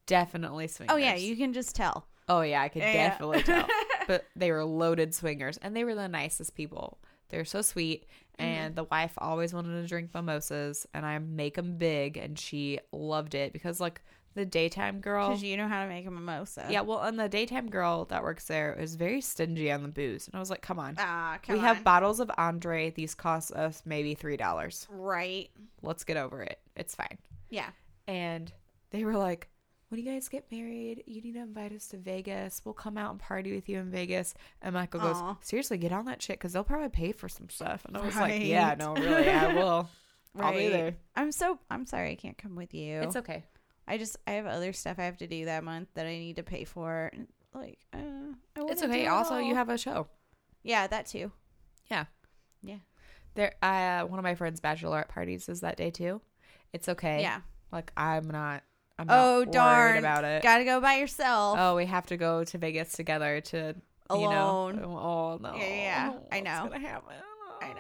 [SPEAKER 2] definitely swingers.
[SPEAKER 1] Oh, yeah, you can just tell.
[SPEAKER 2] Oh yeah, I could
[SPEAKER 1] Yeah, yeah. (laughs)
[SPEAKER 2] definitely tell. But they were loaded swingers and they were the nicest people. They're so sweet
[SPEAKER 1] Mm-hmm.
[SPEAKER 2] and the wife always wanted to drink mimosas and I make them big and she loved it because like the daytime girl
[SPEAKER 1] Because you know how to make a mimosa.
[SPEAKER 2] yeah, well, and the daytime girl that works there is very stingy on the booze, and I was like, "Come on,
[SPEAKER 1] Ah, come
[SPEAKER 2] we
[SPEAKER 1] on.
[SPEAKER 2] have bottles of Andre. These cost us maybe three dollars.
[SPEAKER 1] right.
[SPEAKER 2] Let's get over it. It's fine."
[SPEAKER 1] Yeah.
[SPEAKER 2] And they were like, "When you guys get married, you need to invite us to Vegas. We'll come out and party with you in Vegas." And Michael
[SPEAKER 1] Aw.
[SPEAKER 2] goes, "Seriously, get on that shit because they'll probably pay for some stuff." And I was like,
[SPEAKER 1] Right.
[SPEAKER 2] "Yeah, no, really,
[SPEAKER 1] (laughs)
[SPEAKER 2] I will. I'll be there.
[SPEAKER 1] I'm so I'm sorry I can't come with you.
[SPEAKER 2] It's okay.
[SPEAKER 1] I just I have other stuff I have to do that month that I need to pay for. and, Like, uh, I
[SPEAKER 2] It's
[SPEAKER 1] wouldn't do
[SPEAKER 2] okay.
[SPEAKER 1] it
[SPEAKER 2] Also,
[SPEAKER 1] all.
[SPEAKER 2] you have a show."
[SPEAKER 1] yeah that too.
[SPEAKER 2] Yeah.
[SPEAKER 1] Yeah.
[SPEAKER 2] There, uh, one of my friends' bachelorette parties is that day too. It's okay.
[SPEAKER 1] Yeah.
[SPEAKER 2] Like I'm not. I'm not
[SPEAKER 1] Oh darn!
[SPEAKER 2] worried about it.
[SPEAKER 1] Gotta go by yourself.
[SPEAKER 2] Oh, we have to go to Vegas together to
[SPEAKER 1] Alone.
[SPEAKER 2] You know, oh no.
[SPEAKER 1] Yeah, yeah, yeah. I know.
[SPEAKER 2] What's gonna happen?
[SPEAKER 1] I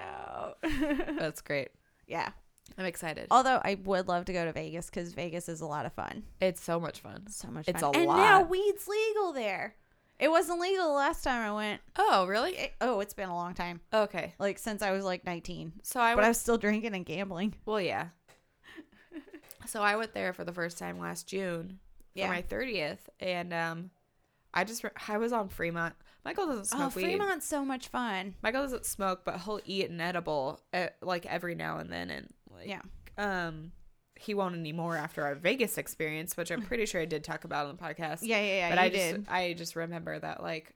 [SPEAKER 1] know. (laughs)
[SPEAKER 2] That's great.
[SPEAKER 1] yeah.
[SPEAKER 2] I'm excited.
[SPEAKER 1] Although I would love to go to Vegas because Vegas is a lot of fun.
[SPEAKER 2] It's so much fun.
[SPEAKER 1] So much.
[SPEAKER 2] It's
[SPEAKER 1] fun.
[SPEAKER 2] a
[SPEAKER 1] and now
[SPEAKER 2] lot.
[SPEAKER 1] weed's legal there. It wasn't legal the last time I went.
[SPEAKER 2] Oh really?
[SPEAKER 1] It- oh, it's been a long time.
[SPEAKER 2] Okay.
[SPEAKER 1] Like since I was like 19.
[SPEAKER 2] So I
[SPEAKER 1] but I
[SPEAKER 2] went.
[SPEAKER 1] was still drinking and gambling. (laughs)
[SPEAKER 2] well, yeah. so I went there for the first time last June for
[SPEAKER 1] Yeah.
[SPEAKER 2] my thirtieth, and um, I just re- I was on Fremont. Michael doesn't smoke
[SPEAKER 1] Oh,
[SPEAKER 2] weed.
[SPEAKER 1] Fremont's so much fun.
[SPEAKER 2] Michael doesn't smoke, but he'll eat an edible uh, like every now and then, and like
[SPEAKER 1] Yeah.
[SPEAKER 2] um, he won't anymore after our Vegas experience, which I'm pretty sure I did talk about on the podcast.
[SPEAKER 1] Mm. Yeah, yeah, yeah.
[SPEAKER 2] but
[SPEAKER 1] you
[SPEAKER 2] I
[SPEAKER 1] did.
[SPEAKER 2] just I just remember that like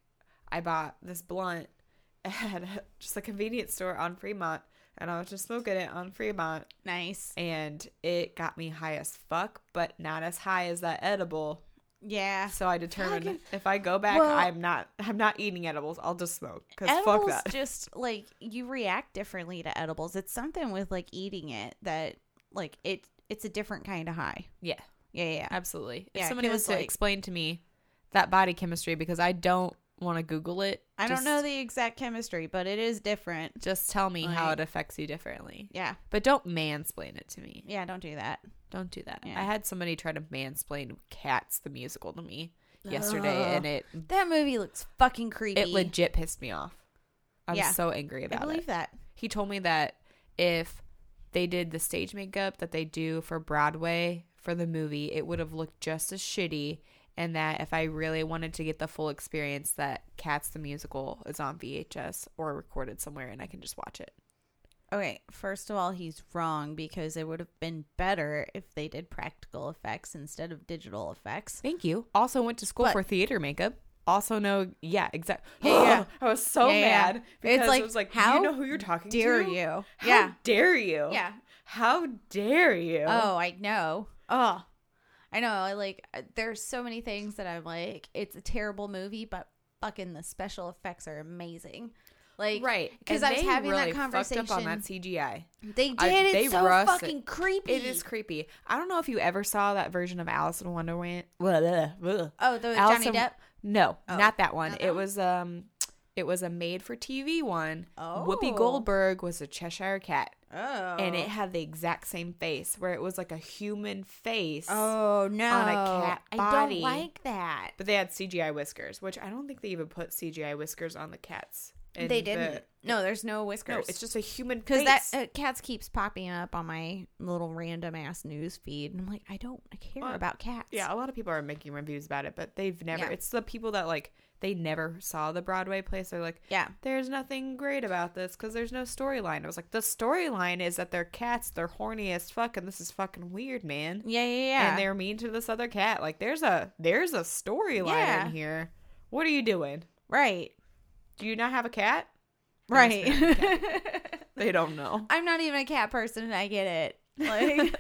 [SPEAKER 2] I bought this blunt (laughs) at a, just a convenience store on Fremont, and I was just smoking it on Fremont,
[SPEAKER 1] nice.
[SPEAKER 2] and it got me high as fuck, but not as high as that edible.
[SPEAKER 1] Yeah.
[SPEAKER 2] So I determined
[SPEAKER 1] Fucking-
[SPEAKER 2] if I go back,
[SPEAKER 1] Well-
[SPEAKER 2] I'm not I'm not eating edibles. I'll just smoke because fuck
[SPEAKER 1] Edibles
[SPEAKER 2] that. (laughs)
[SPEAKER 1] just like you react differently to edibles. It's something with like eating it that like it it's a different kind of high.
[SPEAKER 2] Yeah.
[SPEAKER 1] Yeah, yeah. yeah.
[SPEAKER 2] Absolutely. If
[SPEAKER 1] Yeah,
[SPEAKER 2] somebody was
[SPEAKER 1] 'cause,
[SPEAKER 2] to
[SPEAKER 1] like-
[SPEAKER 2] explain to me that body chemistry, because I don't want to Google it.
[SPEAKER 1] I
[SPEAKER 2] just-
[SPEAKER 1] don't know the exact chemistry, but it is different.
[SPEAKER 2] Just tell me how
[SPEAKER 1] Like-
[SPEAKER 2] it affects you differently.
[SPEAKER 1] Yeah.
[SPEAKER 2] But don't mansplain it to me.
[SPEAKER 1] Yeah, don't do that.
[SPEAKER 2] Don't do that.
[SPEAKER 1] Yeah.
[SPEAKER 2] I had somebody try to mansplain Cats the musical to me yesterday,
[SPEAKER 1] Ugh.
[SPEAKER 2] and it
[SPEAKER 1] That movie looks fucking creepy.
[SPEAKER 2] it legit pissed me off. I was
[SPEAKER 1] Yeah.
[SPEAKER 2] so angry
[SPEAKER 1] I
[SPEAKER 2] about
[SPEAKER 1] believe
[SPEAKER 2] it.
[SPEAKER 1] that.
[SPEAKER 2] He told me that if they did the stage makeup that they do for Broadway for the movie, it would have looked just as shitty. And that if I really wanted to get the full experience, that Cats the musical is on VHS or recorded somewhere, and I can just watch it.
[SPEAKER 1] Okay, first of all, he's wrong because it would have been better if they did practical effects instead of digital effects.
[SPEAKER 2] Thank you. Also went to school
[SPEAKER 1] But-
[SPEAKER 2] for theater makeup. Also know, yeah,
[SPEAKER 1] (gasps)
[SPEAKER 2] exactly.
[SPEAKER 1] Yeah, yeah.
[SPEAKER 2] I was so
[SPEAKER 1] Yeah, yeah.
[SPEAKER 2] mad
[SPEAKER 1] It's
[SPEAKER 2] because
[SPEAKER 1] like,
[SPEAKER 2] I was like,
[SPEAKER 1] how
[SPEAKER 2] do you know who you're talking
[SPEAKER 1] Dare
[SPEAKER 2] to?
[SPEAKER 1] you?
[SPEAKER 2] How
[SPEAKER 1] Yeah.
[SPEAKER 2] dare you?
[SPEAKER 1] Yeah.
[SPEAKER 2] How dare you?
[SPEAKER 1] Oh, I know. Oh, I know. I like. uh, There's so many things that I'm like. It's a terrible movie, but fucking the special effects are amazing. Like
[SPEAKER 2] right.
[SPEAKER 1] because
[SPEAKER 2] And
[SPEAKER 1] I was
[SPEAKER 2] they
[SPEAKER 1] having
[SPEAKER 2] really
[SPEAKER 1] that
[SPEAKER 2] fucked
[SPEAKER 1] conversation.
[SPEAKER 2] up on that CGI.
[SPEAKER 1] They did.
[SPEAKER 2] I-
[SPEAKER 1] it's
[SPEAKER 2] they
[SPEAKER 1] so
[SPEAKER 2] rushed it.
[SPEAKER 1] fucking creepy.
[SPEAKER 2] It is creepy. I don't know if you ever saw that version of Alice in (laughs) Wonderland. Blah, blah, blah.
[SPEAKER 1] Oh, the
[SPEAKER 2] Alice
[SPEAKER 1] Johnny
[SPEAKER 2] in-
[SPEAKER 1] Depp.
[SPEAKER 2] No,
[SPEAKER 1] Oh.
[SPEAKER 2] not that one.
[SPEAKER 1] Not that
[SPEAKER 2] It
[SPEAKER 1] one?
[SPEAKER 2] was um, it was a made-for-TV one.
[SPEAKER 1] Oh.
[SPEAKER 2] Whoopi Goldberg was a Cheshire Cat,
[SPEAKER 1] Oh,
[SPEAKER 2] and it had the exact same face, where it was like a human face.
[SPEAKER 1] Oh no,
[SPEAKER 2] cat body.
[SPEAKER 1] I don't like that.
[SPEAKER 2] But they had CGI whiskers, which I don't think they even put CGI whiskers on the cats. in
[SPEAKER 1] they
[SPEAKER 2] the-
[SPEAKER 1] didn't. no, there's no
[SPEAKER 2] no,
[SPEAKER 1] whiskers.
[SPEAKER 2] it's just a human
[SPEAKER 1] because
[SPEAKER 2] face.
[SPEAKER 1] that uh, cats keeps popping up on my little random ass news feed, and I'm like, I don't care
[SPEAKER 2] Well,
[SPEAKER 1] about cats.
[SPEAKER 2] yeah, a lot of people are making reviews about it, but they've never.
[SPEAKER 1] Yeah.
[SPEAKER 2] It's the people that like they never saw the Broadway place. They're like,
[SPEAKER 1] yeah.
[SPEAKER 2] there's nothing great about this because there's no storyline. I was like, the storyline is that they're cats, they're horny as fuck, and this is fucking weird, man.
[SPEAKER 1] Yeah, yeah, yeah.
[SPEAKER 2] And they're mean to this other cat. Like, there's a there's a storyline
[SPEAKER 1] Yeah.
[SPEAKER 2] in here. What are you doing?
[SPEAKER 1] right,
[SPEAKER 2] Do you not have a cat?
[SPEAKER 1] right. (laughs)
[SPEAKER 2] They don't know.
[SPEAKER 1] I'm not even a cat person, and I get it.
[SPEAKER 2] (laughs)
[SPEAKER 1] Like, (laughs)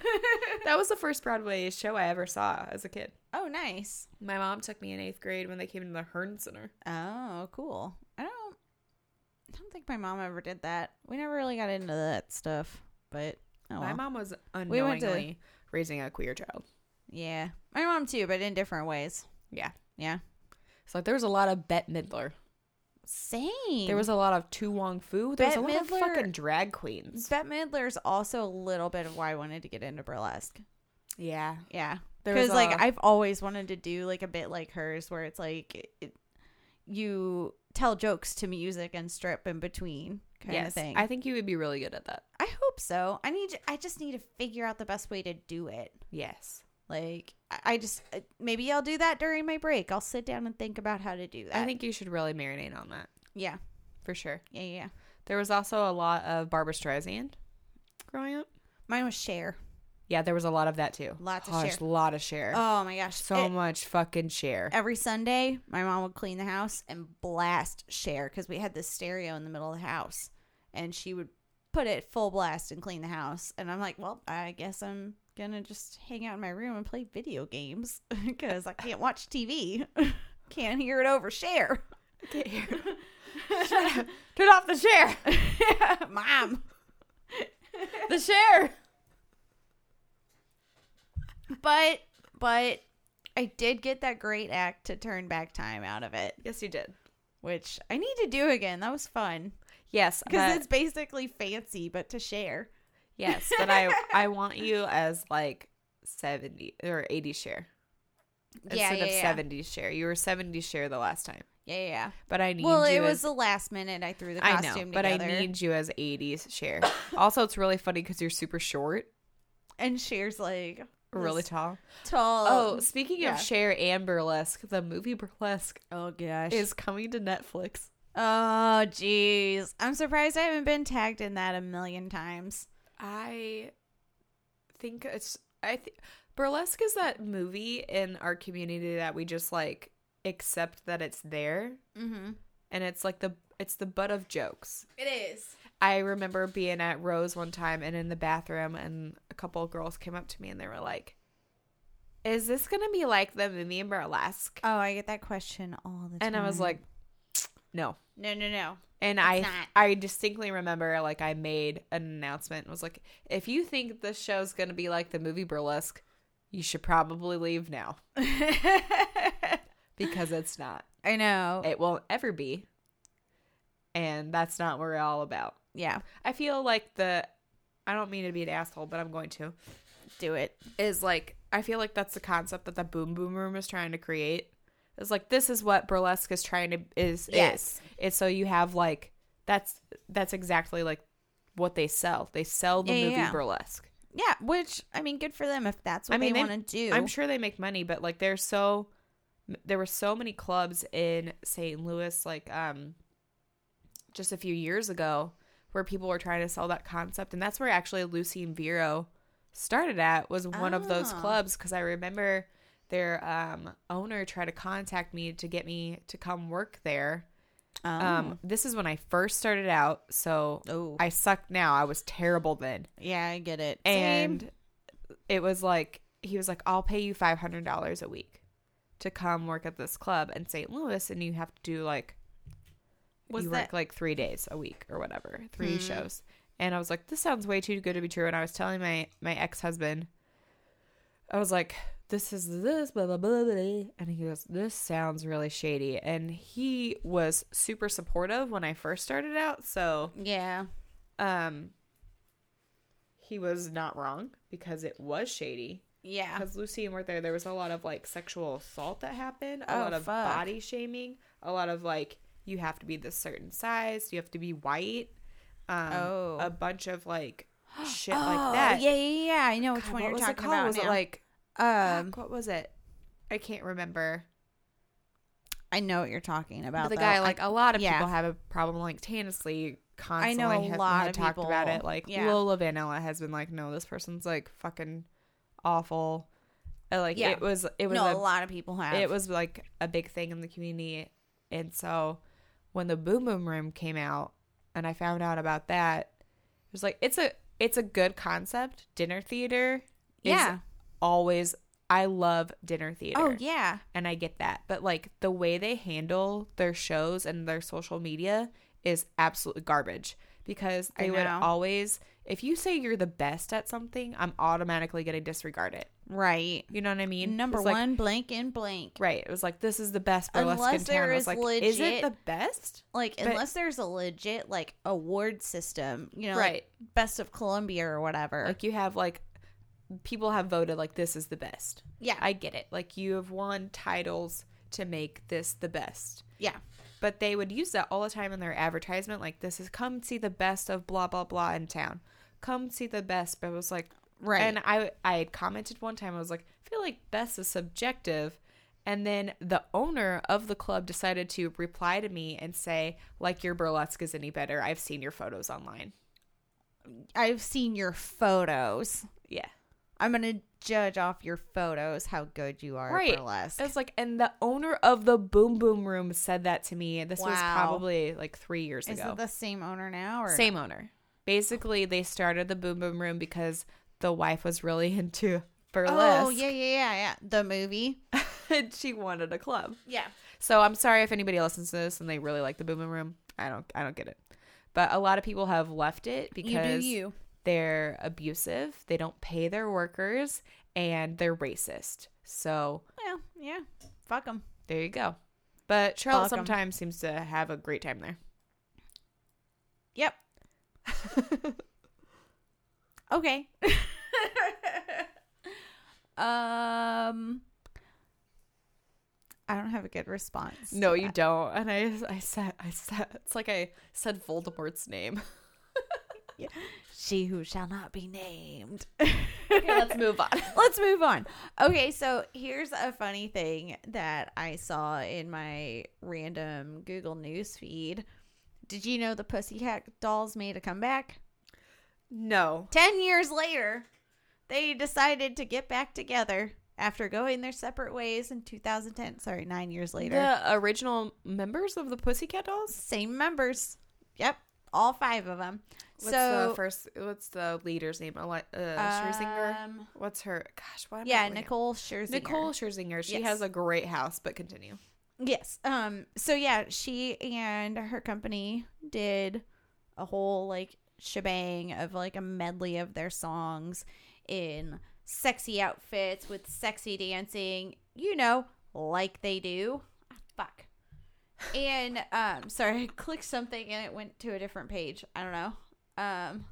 [SPEAKER 2] that was the first Broadway show I ever saw as a kid.
[SPEAKER 1] oh, nice.
[SPEAKER 2] My mom took me in eighth grade when they came to the Hearn Center.
[SPEAKER 1] Oh, cool. I don't. I don't think my mom ever did that. We never really got into that stuff, but oh
[SPEAKER 2] My
[SPEAKER 1] well.
[SPEAKER 2] mom was unknowingly
[SPEAKER 1] We went to-
[SPEAKER 2] raising a queer child.
[SPEAKER 1] yeah, my mom too, but in different ways.
[SPEAKER 2] Yeah.
[SPEAKER 1] Yeah,
[SPEAKER 2] So like there was a lot of Bette Midler.
[SPEAKER 1] same.
[SPEAKER 2] There was a lot of Tu Wong Fu. There was a
[SPEAKER 1] Bette
[SPEAKER 2] lot of
[SPEAKER 1] Midler-
[SPEAKER 2] fucking drag queens.
[SPEAKER 1] Bette Midler's also a little bit of why I wanted to get into burlesque.
[SPEAKER 2] Yeah.
[SPEAKER 1] Yeah,
[SPEAKER 2] There was
[SPEAKER 1] because like
[SPEAKER 2] a-
[SPEAKER 1] I've always wanted to do like a bit like hers, where it's like it, you tell jokes to music and strip in between kind of
[SPEAKER 2] Yes.
[SPEAKER 1] thing.
[SPEAKER 2] I think you would be really good at that.
[SPEAKER 1] I hope so. I need. I just need to figure out the best way to do it.
[SPEAKER 2] Yes.
[SPEAKER 1] Like I- I just uh, maybe I'll do that during my break. I'll sit down and think about how to do that.
[SPEAKER 2] I think you should really marinate on that
[SPEAKER 1] Yeah.
[SPEAKER 2] for sure.
[SPEAKER 1] Yeah. Yeah.
[SPEAKER 2] There was also a lot of Barbara Streisand growing up.
[SPEAKER 1] Mine was share.
[SPEAKER 2] Yeah, there was a lot of that too.
[SPEAKER 1] Lots of
[SPEAKER 2] Gosh,
[SPEAKER 1] Cher.
[SPEAKER 2] lot of share. Uh,
[SPEAKER 1] Oh my gosh.
[SPEAKER 2] so
[SPEAKER 1] It-
[SPEAKER 2] much fucking (laughs) share.
[SPEAKER 1] every Sunday, my mom would clean the house and blast share because we had this stereo in the middle of the house, and she would put it full blast and clean the house. And I'm like, well, I guess I'm gonna just hang out in my room and play video games (laughs) because I can't watch TV, (laughs) can't hear it over share.
[SPEAKER 2] Shut up. (laughs) Turn off the (laughs) share.
[SPEAKER 1] (laughs) Mom.
[SPEAKER 2] The share.
[SPEAKER 1] but but I did get that great act to turn back time out of it,
[SPEAKER 2] Yes, you did.
[SPEAKER 1] which I need to do again. That was fun
[SPEAKER 2] Yes,
[SPEAKER 1] because
[SPEAKER 2] but- (laughs)
[SPEAKER 1] it's basically fancy, but to share.
[SPEAKER 2] yes, but I I want you as like seventy or eighty share instead of seventy share. You were seventy share the last time,
[SPEAKER 1] yeah, yeah, yeah.
[SPEAKER 2] but I need
[SPEAKER 1] Well,
[SPEAKER 2] you
[SPEAKER 1] it was
[SPEAKER 2] as,
[SPEAKER 1] the last minute I threw the
[SPEAKER 2] I
[SPEAKER 1] costume
[SPEAKER 2] know, but I
[SPEAKER 1] together,
[SPEAKER 2] need you as eighties (laughs) share. also, it's really funny because you're super short,
[SPEAKER 1] and shares like
[SPEAKER 2] really
[SPEAKER 1] this
[SPEAKER 2] tall.
[SPEAKER 1] tall.
[SPEAKER 2] Oh, speaking
[SPEAKER 1] yeah.
[SPEAKER 2] of share and burlesque, the movie burlesque
[SPEAKER 1] oh gosh.
[SPEAKER 2] is coming to Netflix.
[SPEAKER 1] oh jeez, I'm surprised I haven't been tagged in that a million times.
[SPEAKER 2] I think it's I th- burlesque is that movie in our community that we just like accept that it's there
[SPEAKER 1] Mm-hmm.
[SPEAKER 2] and it's like the it's the butt of jokes.
[SPEAKER 1] It is.
[SPEAKER 2] I remember being at Rose one time and in the bathroom and a couple of girls came up to me and they were like is this going to be like the movie in burlesque?
[SPEAKER 1] Oh, I get that question all the time.
[SPEAKER 2] and I was like no.
[SPEAKER 1] no, no,
[SPEAKER 2] (laughs)
[SPEAKER 1] no.
[SPEAKER 2] And I
[SPEAKER 1] It's not.
[SPEAKER 2] I distinctly remember like I made an announcement and was like, if you think this show's gonna be like the movie burlesque, you should probably leave now. because it's not.
[SPEAKER 1] I know.
[SPEAKER 2] It won't ever be. And that's not what we're all about.
[SPEAKER 1] yeah,
[SPEAKER 2] I feel like the I don't mean to be an asshole, but I'm going to.
[SPEAKER 1] do it.
[SPEAKER 2] Is like I feel like that's the concept that the boom boom room is trying to create. It's like this is what burlesque is trying to is is.
[SPEAKER 1] Yes.
[SPEAKER 2] It's so you have like that's that's exactly like what they sell. They sell the
[SPEAKER 1] Yeah, yeah,
[SPEAKER 2] movie
[SPEAKER 1] yeah.
[SPEAKER 2] burlesque.
[SPEAKER 1] Yeah, which I mean, good for them if that's what
[SPEAKER 2] I mean,
[SPEAKER 1] they
[SPEAKER 2] they-
[SPEAKER 1] want to do.
[SPEAKER 2] I'm sure they make money, but like there's so there were so many clubs in St. Louis like um just a few years ago where people were trying to sell that concept and that's where actually Lucy and Vero started at was one of those
[SPEAKER 1] Ah.
[SPEAKER 2] clubs cuz I remember their um owner tried to contact me to get me to come work there.
[SPEAKER 1] Oh.
[SPEAKER 2] Um this is when I first started out, so
[SPEAKER 1] oh,
[SPEAKER 2] I suck now. I was terrible then
[SPEAKER 1] yeah, I get it.
[SPEAKER 2] and
[SPEAKER 1] Same.
[SPEAKER 2] it was like he was like i'll pay you $500 a week to come work at this club in st louis and you have to do like
[SPEAKER 1] Was
[SPEAKER 2] you
[SPEAKER 1] that- Hmm.
[SPEAKER 2] work like three days a week or whatever three shows and i was like this sounds way too good to be true and i was telling my my ex-husband i was like this is this blah blah blah blah blah." and he goes this sounds really shady and he was super supportive when i first started out so
[SPEAKER 1] yeah,
[SPEAKER 2] um he was not wrong because it was shady
[SPEAKER 1] yeah,
[SPEAKER 2] because lucy and weren't there there was a lot of like sexual assault that happened a
[SPEAKER 1] Oh,
[SPEAKER 2] lot of
[SPEAKER 1] fuck.
[SPEAKER 2] body shaming a lot of like you have to be this certain size you have to be white um
[SPEAKER 1] Oh.
[SPEAKER 2] a bunch of like (gasps) shit
[SPEAKER 1] Oh,
[SPEAKER 2] like that
[SPEAKER 1] Yeah, yeah, yeah. I know which
[SPEAKER 2] God,
[SPEAKER 1] one
[SPEAKER 2] what
[SPEAKER 1] you're
[SPEAKER 2] was it
[SPEAKER 1] talking
[SPEAKER 2] called?
[SPEAKER 1] about.
[SPEAKER 2] was
[SPEAKER 1] now.
[SPEAKER 2] it like
[SPEAKER 1] um, (gasps)
[SPEAKER 2] fuck, what was it i can't remember
[SPEAKER 1] I know what you're talking about.
[SPEAKER 2] but the
[SPEAKER 1] though.
[SPEAKER 2] guy
[SPEAKER 1] I-
[SPEAKER 2] like a lot of
[SPEAKER 1] yeah.
[SPEAKER 2] people have a problem like Tannisley constantly
[SPEAKER 1] a
[SPEAKER 2] ha-
[SPEAKER 1] lot
[SPEAKER 2] had
[SPEAKER 1] of
[SPEAKER 2] talked about
[SPEAKER 1] people.
[SPEAKER 2] it like
[SPEAKER 1] Yeah.
[SPEAKER 2] Lola Vanilla has been like no this person's like fucking awful And, like
[SPEAKER 1] Yeah.
[SPEAKER 2] it was it was
[SPEAKER 1] no,
[SPEAKER 2] a,
[SPEAKER 1] a lot of people have.
[SPEAKER 2] it was like a big thing in the community and so when the boom boom room came out and I found out about that it was like it's a it's a good concept dinner theater is
[SPEAKER 1] Yeah.
[SPEAKER 2] always I love dinner theater
[SPEAKER 1] Oh yeah,
[SPEAKER 2] and I get that. But like the way they handle their shows and their social media is absolute garbage because
[SPEAKER 1] I
[SPEAKER 2] they would
[SPEAKER 1] know.
[SPEAKER 2] always if you say you're the best at something, I'm automatically going to disregard it.
[SPEAKER 1] Right.
[SPEAKER 2] You know what I mean?
[SPEAKER 1] Number
[SPEAKER 2] It's like-
[SPEAKER 1] one, blank and blank.
[SPEAKER 2] right. It was like this is the best burlesque
[SPEAKER 1] Unless
[SPEAKER 2] in
[SPEAKER 1] there
[SPEAKER 2] town. I
[SPEAKER 1] is
[SPEAKER 2] was like, is it
[SPEAKER 1] legit-
[SPEAKER 2] the best?
[SPEAKER 1] Like unless there's a legit like award system, you know,
[SPEAKER 2] Right.
[SPEAKER 1] like best of Columbia or whatever.
[SPEAKER 2] Like you have like people have voted like this is the best.
[SPEAKER 1] yeah,
[SPEAKER 2] I get it. Like you have won titles to make this the best.
[SPEAKER 1] yeah,
[SPEAKER 2] But they would use that all the time in their advertisement. Like this is come see the best of blah blah blah in town. Come see the best. But it was like
[SPEAKER 1] right.
[SPEAKER 2] And I I had commented one time I was like, I feel like best is subjective. And then the owner of the club decided to reply to me and say, like your burlesque is any better. I've seen your photos online.
[SPEAKER 1] I've seen your photos.
[SPEAKER 2] Yeah.
[SPEAKER 1] I'm gonna judge off your photos how good you are
[SPEAKER 2] Right.
[SPEAKER 1] at burlesque.
[SPEAKER 2] It's like and the owner of the boom boom room said that to me. This was
[SPEAKER 1] Wow.
[SPEAKER 2] probably like three years
[SPEAKER 1] Is
[SPEAKER 2] ago.
[SPEAKER 1] it the same owner now? Or
[SPEAKER 2] Same owner. Basically they started the boom boom room because the wife was really (laughs) into burlesque.
[SPEAKER 1] Oh yeah, yeah, yeah, yeah. The movie.
[SPEAKER 2] (laughs) and she wanted a club.
[SPEAKER 1] Yeah.
[SPEAKER 2] So I'm sorry if anybody listens to this and they really like the Boom Boom Room. I don't I don't get it. But a lot of people have left it
[SPEAKER 1] you
[SPEAKER 2] because
[SPEAKER 1] do you.
[SPEAKER 2] they're abusive, they don't pay their workers, and they're racist. So
[SPEAKER 1] Well, yeah. Fuck them.
[SPEAKER 2] there you go. But Charlotte
[SPEAKER 1] Fuck 'em.
[SPEAKER 2] sometimes seems to have a great time there.
[SPEAKER 1] Yep.
[SPEAKER 2] (laughs)
[SPEAKER 1] okay. um I don't have a good response. to
[SPEAKER 2] No, you
[SPEAKER 1] that.
[SPEAKER 2] don't. And I I said I said it's like I said Voldemort's name.
[SPEAKER 1] She who shall not be named. (laughs)
[SPEAKER 2] okay, (laughs) let's move on.
[SPEAKER 1] Let's move on. Okay, so here's a funny thing that I saw in my random Google News feed. Did you know the Pussycat Dolls made a comeback?
[SPEAKER 2] No.
[SPEAKER 1] 10 years later, they decided to get back together after going their separate ways in 2010. Sorry, nine years later.
[SPEAKER 2] The original members of the Pussycat Dolls?
[SPEAKER 1] Same members. Yep. All five of them.
[SPEAKER 2] What's uh,
[SPEAKER 1] so,
[SPEAKER 2] the first? What's the leader's name? Eli- uh, Scherzinger.
[SPEAKER 1] um,
[SPEAKER 2] What's her? Gosh, why? am I
[SPEAKER 1] yeah,
[SPEAKER 2] blanking?
[SPEAKER 1] Nicole Scherzinger.
[SPEAKER 2] Nicole Scherzinger. She
[SPEAKER 1] Yes.
[SPEAKER 2] has a great house, but continue.
[SPEAKER 1] Yes. Um. So yeah, she and her company did a whole like shebang of like a medley of their songs in sexy outfits with sexy dancing. You know, like they do. Ah, Fuck. And um, sorry, (laughs) I clicked something and it went to a different page. I don't know. Um.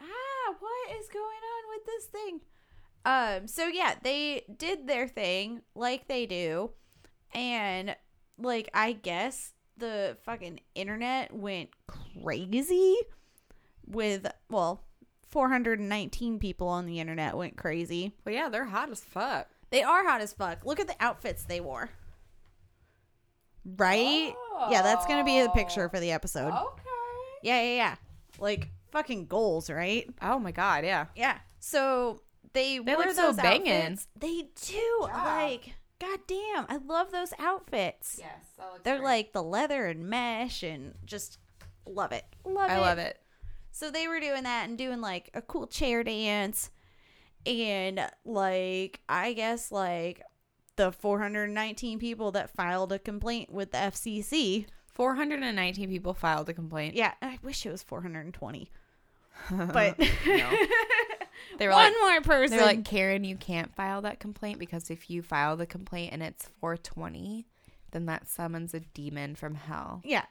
[SPEAKER 1] Ah, what is going on with this thing? Um, so yeah, they did their thing like they do. And like I guess the fucking internet went crazy with well, 419 people on the internet went crazy.
[SPEAKER 2] Well, yeah, they're hot as fuck.
[SPEAKER 1] They are hot as fuck. Look at the outfits they wore. Right? Yeah, that's going to be a picture for the episode.
[SPEAKER 2] Okay.
[SPEAKER 1] Yeah, yeah, yeah. Like fucking goals, right?
[SPEAKER 2] Oh my god, yeah.
[SPEAKER 1] Yeah. So they
[SPEAKER 2] They
[SPEAKER 1] wore
[SPEAKER 2] look
[SPEAKER 1] those
[SPEAKER 2] so bangin'.
[SPEAKER 1] outfits. They do.
[SPEAKER 2] Yeah.
[SPEAKER 1] Like, goddamn, I love those outfits.
[SPEAKER 2] Yes,
[SPEAKER 1] They're like the leather and mesh and just love it. Love
[SPEAKER 2] I
[SPEAKER 1] it.
[SPEAKER 2] love it.
[SPEAKER 1] So they were doing that and doing like a cool chair dance. And like, I guess like the 419 people that filed a complaint with the FCC.
[SPEAKER 2] 419 people filed a complaint.
[SPEAKER 1] Yeah, I wish it was
[SPEAKER 2] (laughs)
[SPEAKER 1] 420. But (laughs)
[SPEAKER 2] They were
[SPEAKER 1] one
[SPEAKER 2] like,
[SPEAKER 1] more person.
[SPEAKER 2] they were like, Karen, you can't file that complaint because if you file the complaint and it's 420, then that summons a demon from hell,
[SPEAKER 1] Yeah.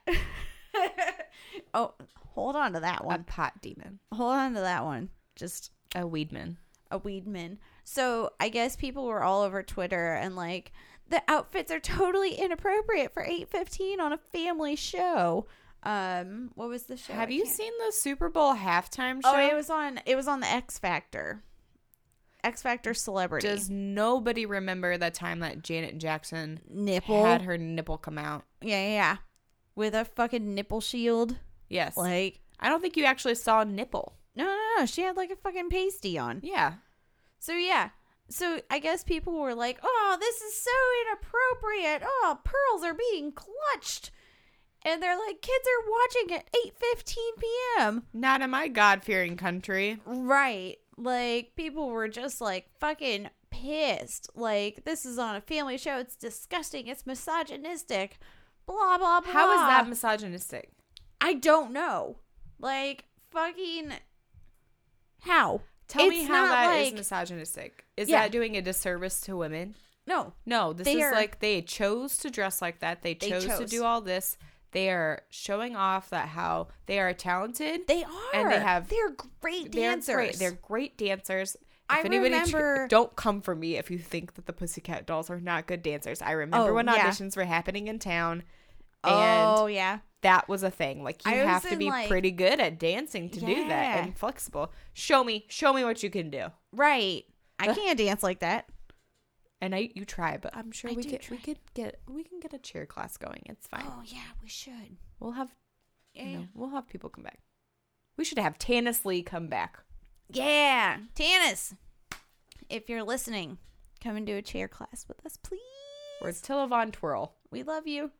[SPEAKER 1] (laughs) oh, hold on to that
[SPEAKER 2] a
[SPEAKER 1] one.
[SPEAKER 2] pot demon,
[SPEAKER 1] Hold on to that one. Just
[SPEAKER 2] a weedman.
[SPEAKER 1] a weedman. So I guess people were all over Twitter and like the outfits are totally inappropriate for eight fifteen on a family show. Um, what was the show?
[SPEAKER 2] Have
[SPEAKER 1] I
[SPEAKER 2] you
[SPEAKER 1] can't-
[SPEAKER 2] seen the Super Bowl halftime show?
[SPEAKER 1] Oh, it was on. It was on the X Factor. X Factor celebrity
[SPEAKER 2] Does nobody remember the time that Janet Jackson
[SPEAKER 1] nipple.
[SPEAKER 2] had her nipple come out?
[SPEAKER 1] yeah, yeah, yeah, with a fucking nipple shield.
[SPEAKER 2] Yes.
[SPEAKER 1] Like,
[SPEAKER 2] I don't think you actually saw a nipple.
[SPEAKER 1] no, no, no. She had like a fucking pasty on.
[SPEAKER 2] Yeah.
[SPEAKER 1] So yeah. So I guess people were like, "Oh, this is so inappropriate. Oh, pearls are being clutched." And they're like, "Kids are watching at 8:15 p.m."
[SPEAKER 2] Not in my God fearing country.
[SPEAKER 1] Right. Like people were just like fucking pissed. Like this is on a family show. It's disgusting. It's misogynistic. blah blah blah.
[SPEAKER 2] How is that misogynistic?
[SPEAKER 1] I don't know. Like fucking how?
[SPEAKER 2] Tell me
[SPEAKER 1] It's
[SPEAKER 2] how
[SPEAKER 1] not
[SPEAKER 2] that is
[SPEAKER 1] like-
[SPEAKER 2] misogynistic. Is
[SPEAKER 1] Yeah.
[SPEAKER 2] that doing a disservice to women?
[SPEAKER 1] No,
[SPEAKER 2] No, this
[SPEAKER 1] They
[SPEAKER 2] is
[SPEAKER 1] are-
[SPEAKER 2] like they chose to dress like that. They
[SPEAKER 1] They
[SPEAKER 2] chose, to
[SPEAKER 1] chose.
[SPEAKER 2] do all this. They are showing off that how they are talented.
[SPEAKER 1] they are.
[SPEAKER 2] And they have-
[SPEAKER 1] they're great dancers.
[SPEAKER 2] They're great, they're great dancers. If
[SPEAKER 1] I
[SPEAKER 2] anybody tr-
[SPEAKER 1] remember-
[SPEAKER 2] don't come for me if you think that the Pussycat Dolls are not good dancers. I remember
[SPEAKER 1] Oh,
[SPEAKER 2] when
[SPEAKER 1] yeah.
[SPEAKER 2] auditions were happening in town, and
[SPEAKER 1] oh yeah.
[SPEAKER 2] that was a thing. Like you
[SPEAKER 1] I was
[SPEAKER 2] have to
[SPEAKER 1] in,
[SPEAKER 2] be
[SPEAKER 1] like-
[SPEAKER 2] pretty good at dancing to do that
[SPEAKER 1] Yeah.
[SPEAKER 2] and flexible. Show me, show me what you can do.
[SPEAKER 1] Right. I can't dance like that.
[SPEAKER 2] And I, you try, but I'm sure
[SPEAKER 1] I
[SPEAKER 2] we
[SPEAKER 1] do
[SPEAKER 2] could,
[SPEAKER 1] try.
[SPEAKER 2] we could get, we can get a cheer class going. It's fine.
[SPEAKER 1] Oh yeah, we should.
[SPEAKER 2] We'll have,
[SPEAKER 1] Yeah.
[SPEAKER 2] you know, we'll have people come back. We should have Tannis Lee come back.
[SPEAKER 1] Yeah. Tannis, if you're listening, come and do a chair class with us, please.
[SPEAKER 2] Or Tilla Von Twirl.
[SPEAKER 1] We love you.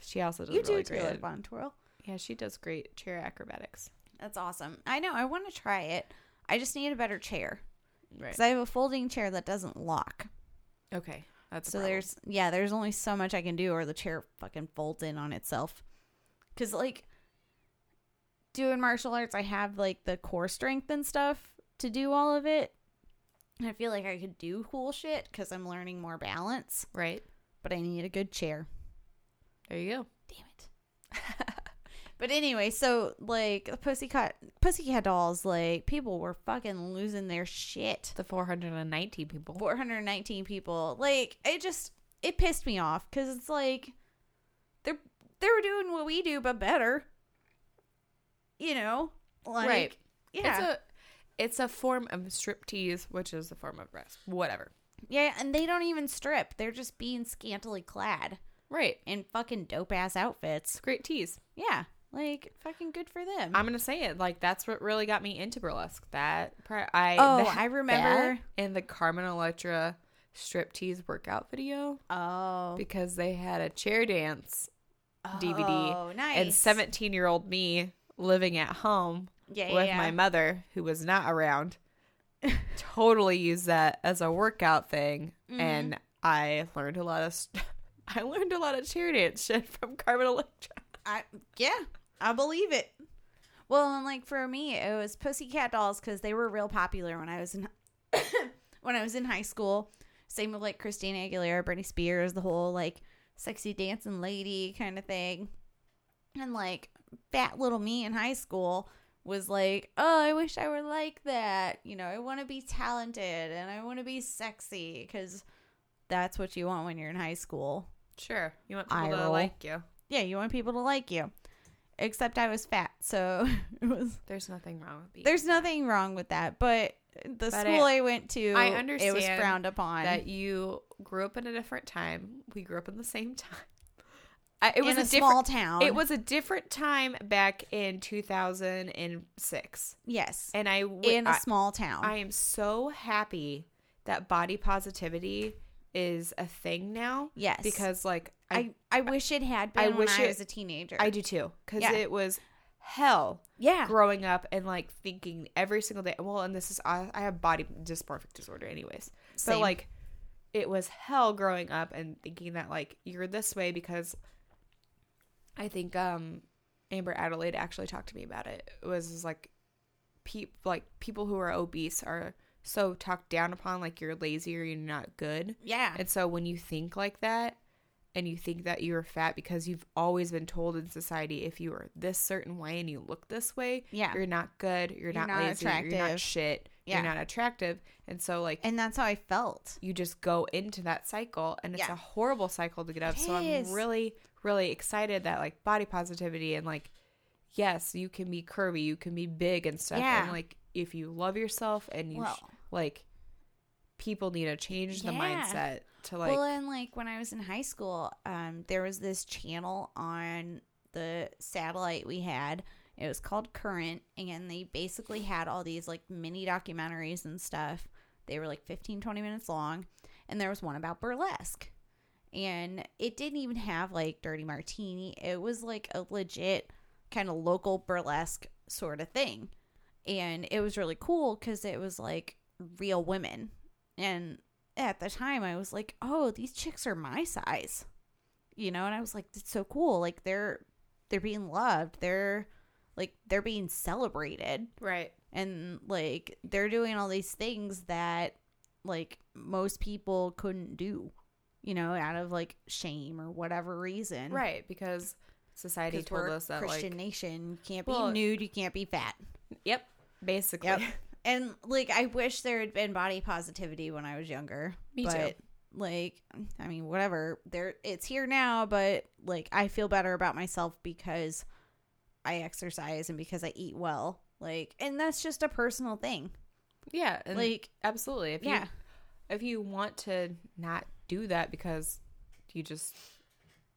[SPEAKER 2] She also does
[SPEAKER 1] You
[SPEAKER 2] really
[SPEAKER 1] do
[SPEAKER 2] great.
[SPEAKER 1] too, at Von Twirl.
[SPEAKER 2] Yeah, she does great chair acrobatics.
[SPEAKER 1] That's awesome. I know. I want to try it. I just need a better chair
[SPEAKER 2] Right.
[SPEAKER 1] because I have a folding chair that doesn't lock.
[SPEAKER 2] okay. That's
[SPEAKER 1] so there's yeah, there's only so much I can do, or the chair fucking folds in on itself. Because like doing martial arts, I have like the core strength and stuff to do all of it. And I feel like I could do cool shit because I'm learning more balance,
[SPEAKER 2] right.
[SPEAKER 1] but I need a good chair.
[SPEAKER 2] There you go.
[SPEAKER 1] Damn it. (laughs) but anyway, so like the pussycat pussycat dolls, like people were fucking losing their shit.
[SPEAKER 2] The 490 people.
[SPEAKER 1] 419 people. Like it just it pissed me off cuz it's like they're they were doing what we do but better. You know? Like
[SPEAKER 2] Right. It's
[SPEAKER 1] Yeah.
[SPEAKER 2] a it's a form of striptease, which is a form of breast. Whatever.
[SPEAKER 1] yeah, and they don't even strip. They're just being scantily clad
[SPEAKER 2] Right.
[SPEAKER 1] in fucking dope ass
[SPEAKER 2] It's
[SPEAKER 1] outfits.
[SPEAKER 2] great tease.
[SPEAKER 1] Yeah. Like fucking good for them.
[SPEAKER 2] I'm gonna say it like that's what really got me into burlesque. That pri- I
[SPEAKER 1] Oh,
[SPEAKER 2] that-
[SPEAKER 1] I remember-
[SPEAKER 2] that in the Carmen Electra striptease workout video
[SPEAKER 1] oh.
[SPEAKER 2] because they had a chair dance DVD
[SPEAKER 1] Oh, nice.
[SPEAKER 2] and 17 year old me living at home
[SPEAKER 1] yeah,
[SPEAKER 2] with
[SPEAKER 1] yeah.
[SPEAKER 2] my mother who was not around totally used that as a workout thing and i learned a lot of st- (laughs) i learned a lot of chair dance shit (laughs) from carmen electra
[SPEAKER 1] I yeah, I believe it. Well, and like for me, it was Pussycat Dolls because they were real popular when I was in (coughs) when I was in high school. Same with like Christina Aguilera, Britney Spears, the whole like sexy dancing lady kind of thing. And like fat little me in high school was like, oh, I wish I were like that. You know, I want to be talented and I want to be sexy because that's what you want when you're in high school.
[SPEAKER 2] sure you want
[SPEAKER 1] Eye
[SPEAKER 2] people to
[SPEAKER 1] roll.
[SPEAKER 2] like you
[SPEAKER 1] Yeah, you want people to like you. Except I was fat, so (laughs) it was.
[SPEAKER 2] there's nothing wrong with being
[SPEAKER 1] There's nothing wrong with that, but the
[SPEAKER 2] But
[SPEAKER 1] school I, went to,
[SPEAKER 2] I
[SPEAKER 1] it was
[SPEAKER 2] understand
[SPEAKER 1] frowned upon.
[SPEAKER 2] that you grew up in a different time we grew up in the same time (laughs) I, it
[SPEAKER 1] it
[SPEAKER 2] was
[SPEAKER 1] was in a,
[SPEAKER 2] a,
[SPEAKER 1] small
[SPEAKER 2] different
[SPEAKER 1] town.
[SPEAKER 2] it was a different time back in 2006
[SPEAKER 1] yes,
[SPEAKER 2] and i w-
[SPEAKER 1] in a
[SPEAKER 2] I-
[SPEAKER 1] small town.
[SPEAKER 2] I am so happy that body positivity is a thing now.
[SPEAKER 1] Yes.
[SPEAKER 2] Because like I
[SPEAKER 1] I, I wish it had been
[SPEAKER 2] I
[SPEAKER 1] when
[SPEAKER 2] wish
[SPEAKER 1] I
[SPEAKER 2] it-
[SPEAKER 1] was a teenager.
[SPEAKER 2] I, do too cuz
[SPEAKER 1] Yeah.
[SPEAKER 2] it was hell
[SPEAKER 1] yeah,
[SPEAKER 2] (laughs) growing up and like thinking every single day well and this is I, I have body dysmorphic disorder anyways. So
[SPEAKER 1] Same.
[SPEAKER 2] like it was hell growing up and thinking that like you're this way because I think um Amber Adelaide actually talked to me about it. It was, just, like peop like people who are obese are so talked down upon like you're lazy or you're not good.
[SPEAKER 1] yeah,
[SPEAKER 2] And so when you think like that and you think that you're fat because you've always been told in society if you are this certain way and you look this way,
[SPEAKER 1] Yeah.
[SPEAKER 2] you're not good, you're, not,
[SPEAKER 1] not
[SPEAKER 2] lazy, you're not
[SPEAKER 1] attractive.
[SPEAKER 2] shit,
[SPEAKER 1] Yeah.
[SPEAKER 2] you're not attractive. And so like
[SPEAKER 1] and that's how I felt.
[SPEAKER 2] you just go into that cycle and it's
[SPEAKER 1] Yeah.
[SPEAKER 2] a horrible cycle to get out of. So I'm
[SPEAKER 1] is.
[SPEAKER 2] really, really excited that like body positivity and like yes, you can be curvy, you can be big and stuff. And
[SPEAKER 1] Yeah.
[SPEAKER 2] like if you love yourself and you sh-
[SPEAKER 1] Well.
[SPEAKER 2] like people need to change the
[SPEAKER 1] Yeah.
[SPEAKER 2] mindset to like
[SPEAKER 1] well, uh, and like when I was in high school, um, there was this channel on the satellite we had. It was called Current, and they basically had all these like mini documentaries and stuff. They were like 15, 20 minutes long, and there was one about burlesque. And it didn't even have like Dirty Martini, it was like a legit kind of local burlesque sort of thing. And it was really cool because it was like real women. And at the time I was like, oh, these chicks are my size. you know and i was like it's so cool like they're they're being loved they're like they're being celebrated
[SPEAKER 2] Right.
[SPEAKER 1] and like they're doing all these things that like most people couldn't do you know out of like shame or whatever reason
[SPEAKER 2] Right. Because society
[SPEAKER 1] because
[SPEAKER 2] told
[SPEAKER 1] we're
[SPEAKER 2] us that,
[SPEAKER 1] christian
[SPEAKER 2] like,
[SPEAKER 1] nation you can't
[SPEAKER 2] Well-
[SPEAKER 1] be nude you can't be fat
[SPEAKER 2] yep, basically.
[SPEAKER 1] Yep.
[SPEAKER 2] (laughs)
[SPEAKER 1] and like i wish there had been body positivity when i was younger
[SPEAKER 2] Me too.
[SPEAKER 1] but like i mean whatever there it's here now but like i feel better about myself because i exercise and because i eat well like and that's just a personal thing
[SPEAKER 2] Yeah. And
[SPEAKER 1] like
[SPEAKER 2] absolutely. If
[SPEAKER 1] yeah
[SPEAKER 2] You, if you want to not do that because you just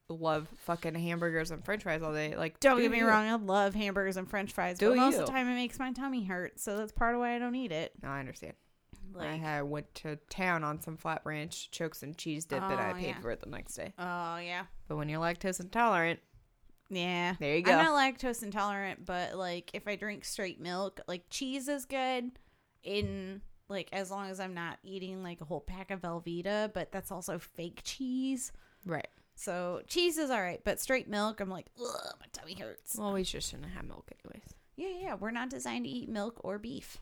[SPEAKER 2] love fucking hamburgers and french fries all day, like,
[SPEAKER 1] Don't
[SPEAKER 2] do
[SPEAKER 1] get me
[SPEAKER 2] you.
[SPEAKER 1] wrong, I love hamburgers and french fries,
[SPEAKER 2] Do
[SPEAKER 1] but most
[SPEAKER 2] you.
[SPEAKER 1] of the time it makes my tummy hurt, so that's part of why I don't eat it.
[SPEAKER 2] No, I understand. I
[SPEAKER 1] Like,
[SPEAKER 2] had went to town on some flat ranch chokes and cheese dip that I
[SPEAKER 1] Oh,
[SPEAKER 2] paid
[SPEAKER 1] yeah.
[SPEAKER 2] for it the next day.
[SPEAKER 1] oh yeah.
[SPEAKER 2] But when you're lactose intolerant,
[SPEAKER 1] Yeah.
[SPEAKER 2] There you go.
[SPEAKER 1] I'm not lactose intolerant, but like if I drink straight milk, like cheese is good in like as long as I'm not eating like a whole pack of Velveeta, but that's also fake cheese.
[SPEAKER 2] right?
[SPEAKER 1] So cheese is all right, but straight milk, I'm like, ugh, my tummy hurts.
[SPEAKER 2] Well, we just shouldn't have milk anyways.
[SPEAKER 1] Yeah, yeah, we're not designed to eat milk or beef.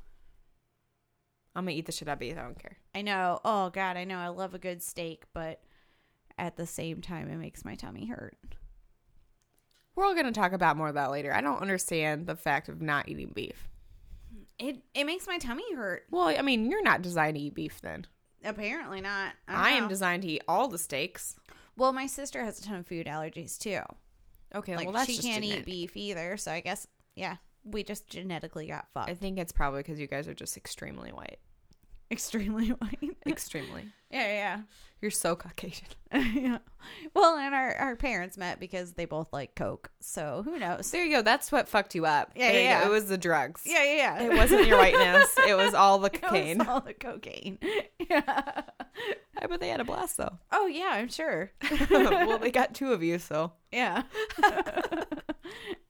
[SPEAKER 2] I'm gonna eat the shit out of beef. I don't care.
[SPEAKER 1] I know. Oh God, I know. I love a good steak, but at the same time, it makes my tummy hurt.
[SPEAKER 2] We're all gonna talk about more of that later. I don't understand the fact of not eating beef.
[SPEAKER 1] It it makes my tummy hurt.
[SPEAKER 2] Well, I mean, you're not designed to eat beef then.
[SPEAKER 1] Apparently not.
[SPEAKER 2] I
[SPEAKER 1] don't
[SPEAKER 2] am
[SPEAKER 1] know.
[SPEAKER 2] designed to eat all the steaks.
[SPEAKER 1] well. My sister has a ton of food allergies too.
[SPEAKER 2] Okay,
[SPEAKER 1] Like
[SPEAKER 2] well that's
[SPEAKER 1] she
[SPEAKER 2] just
[SPEAKER 1] can't eat
[SPEAKER 2] genetic.
[SPEAKER 1] beef either. So I guess yeah, we just genetically got fucked.
[SPEAKER 2] I think it's probably because you guys are just extremely (laughs) white.
[SPEAKER 1] Extremely (laughs) white.
[SPEAKER 2] Extremely.
[SPEAKER 1] yeah,
[SPEAKER 2] You're so Caucasian.
[SPEAKER 1] yeah, (laughs) yeah. Well, and our our parents met because they both like coke. So who knows?
[SPEAKER 2] So (laughs) there you go. That's what fucked you up.
[SPEAKER 1] Yeah,
[SPEAKER 2] There you
[SPEAKER 1] yeah,
[SPEAKER 2] go.
[SPEAKER 1] yeah.
[SPEAKER 2] It was the drugs.
[SPEAKER 1] Yeah, yeah, yeah.
[SPEAKER 2] It wasn't your whiteness. (laughs) It was all
[SPEAKER 1] (laughs)
[SPEAKER 2] the
[SPEAKER 1] It was
[SPEAKER 2] cocaine.
[SPEAKER 1] all the cocaine. (laughs) Yeah.
[SPEAKER 2] I bet they had a blast though.
[SPEAKER 1] Oh yeah, I'm sure.
[SPEAKER 2] (laughs) well, they got two of you, so
[SPEAKER 1] (laughs) Yeah.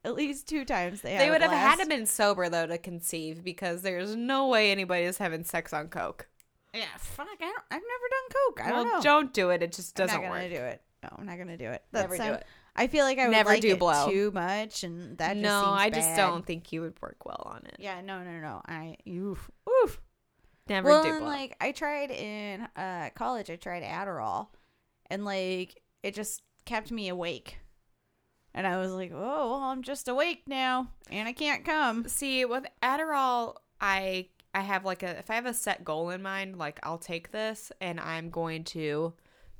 [SPEAKER 1] At least two times they had
[SPEAKER 2] they would have had
[SPEAKER 1] a
[SPEAKER 2] to been sober though to conceive because there's no way anybody is having sex on coke.
[SPEAKER 1] blast. Yeah, fuck. I don't, I've never done coke. I don't
[SPEAKER 2] well,
[SPEAKER 1] know.
[SPEAKER 2] don't do it. It just
[SPEAKER 1] I'm
[SPEAKER 2] doesn't
[SPEAKER 1] not gonna
[SPEAKER 2] work.
[SPEAKER 1] do it. No, I'm not gonna do it. That's
[SPEAKER 2] Never do
[SPEAKER 1] um,
[SPEAKER 2] it.
[SPEAKER 1] I feel like I would
[SPEAKER 2] Never
[SPEAKER 1] like
[SPEAKER 2] do
[SPEAKER 1] it
[SPEAKER 2] blow.
[SPEAKER 1] too much, and that just
[SPEAKER 2] no,
[SPEAKER 1] seems
[SPEAKER 2] I just
[SPEAKER 1] bad.
[SPEAKER 2] don't think you would work well on it.
[SPEAKER 1] Yeah, no, no, no. I oof, oof.
[SPEAKER 2] Never
[SPEAKER 1] well,
[SPEAKER 2] do
[SPEAKER 1] and,
[SPEAKER 2] blow.
[SPEAKER 1] like I tried in uh, college. I tried Adderall, and like it just kept me awake. And I was like, oh, well, I'm just awake now, and I can't come.
[SPEAKER 2] See, with Adderall, I I have like a if I have a set goal in mind, like I'll take this and I'm going to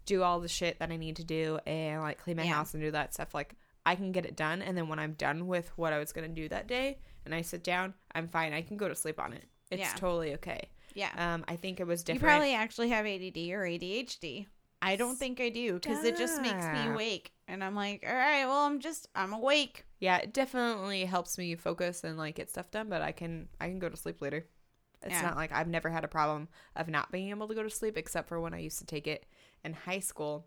[SPEAKER 2] do all the shit that I need to do and like clean my
[SPEAKER 1] Yeah.
[SPEAKER 2] house and do that stuff. Like I can get it done, and then when I'm done with what I was gonna do that day, and I sit down, I'm fine. I can go to sleep on it. It's
[SPEAKER 1] Yeah.
[SPEAKER 2] totally okay.
[SPEAKER 1] Yeah.
[SPEAKER 2] Um, I think it was different.
[SPEAKER 1] You probably actually have ADD or ADHD. I don't think I do because it just makes me
[SPEAKER 2] Stop.
[SPEAKER 1] awake. And I'm like, all right, well, I'm just, I'm awake.
[SPEAKER 2] yeah, it definitely helps me focus and like get stuff done. But I can I can go to sleep later. It's
[SPEAKER 1] Yeah.
[SPEAKER 2] not like I've never had a problem of not being able to go to sleep, except for when I used to take it in high school.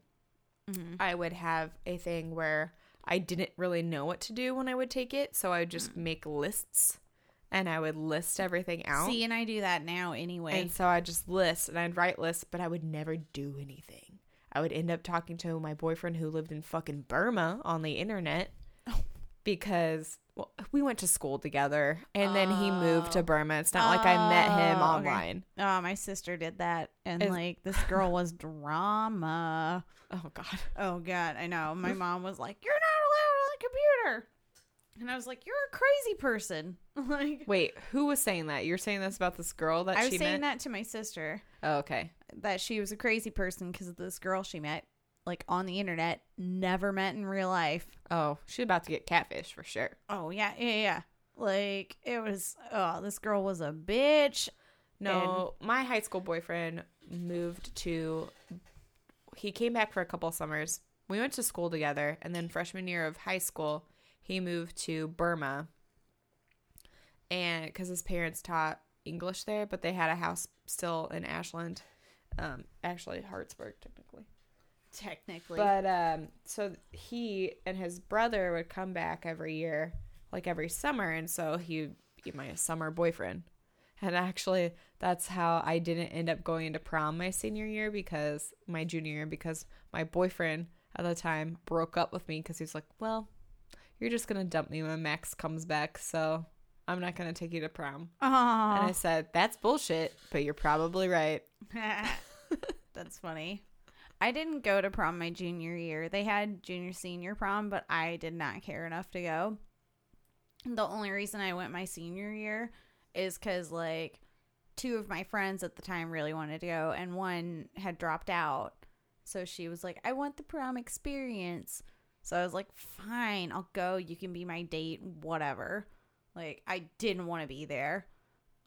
[SPEAKER 2] I would have a thing where I didn't really know what to do when I would take it, so I would just make lists and I would list everything out.
[SPEAKER 1] See, and I do that now anyway.
[SPEAKER 2] and so I just list and I'd write lists, but I would never do anything. I would end up talking to my boyfriend who lived in fucking Burma on the (laughs) internet because well, we went to school together and then he moved to Burma. It's not like I met him
[SPEAKER 1] Oh, okay.
[SPEAKER 2] online.
[SPEAKER 1] oh, my sister did that. And
[SPEAKER 2] Is-
[SPEAKER 1] like, this girl was drama.
[SPEAKER 2] Oh god.
[SPEAKER 1] Oh, God. I know. (laughs) My mom was like, you're not allowed on the computer. And I was like, you're a crazy person. (laughs) like,
[SPEAKER 2] Wait, who was saying that? You're saying this about this girl that
[SPEAKER 1] I
[SPEAKER 2] she
[SPEAKER 1] was saying
[SPEAKER 2] met?
[SPEAKER 1] that to my sister.
[SPEAKER 2] Oh, okay.
[SPEAKER 1] that she was a crazy person because this girl she met like on the internet never met in real life
[SPEAKER 2] Oh, she's about to get catfish for sure.
[SPEAKER 1] oh yeah yeah yeah like it was oh this girl was a bitch
[SPEAKER 2] No, my high school boyfriend moved to. He came back for a couple summers. We went to school together, and then freshman year of high school, he moved to Burma. And because his parents taught English there, but they had a house still in Ashland, um, actually Hartsburg technically.
[SPEAKER 1] technically
[SPEAKER 2] But um, so he and his brother would come back every year, like every summer, and so he'd be my summer boyfriend. And actually, that's how I didn't end up going to prom my senior year because my junior year because my boyfriend at the time broke up with me because he was like, well, you're just going to dump me when Max comes back. So I'm not going to take you to prom. And I
[SPEAKER 1] Oh,
[SPEAKER 2] said, that's bullshit, but you're probably right.
[SPEAKER 1] (laughs) that's funny. I didn't go to prom my junior year. They had junior senior prom, but I did not care enough to go. The only reason I went my senior year is because like two of my friends at the time really wanted to go, and one had dropped out. So she was like, "I want the prom experience." So I was like, "Fine, I'll go. You can be my date, whatever." Like I didn't want to be there,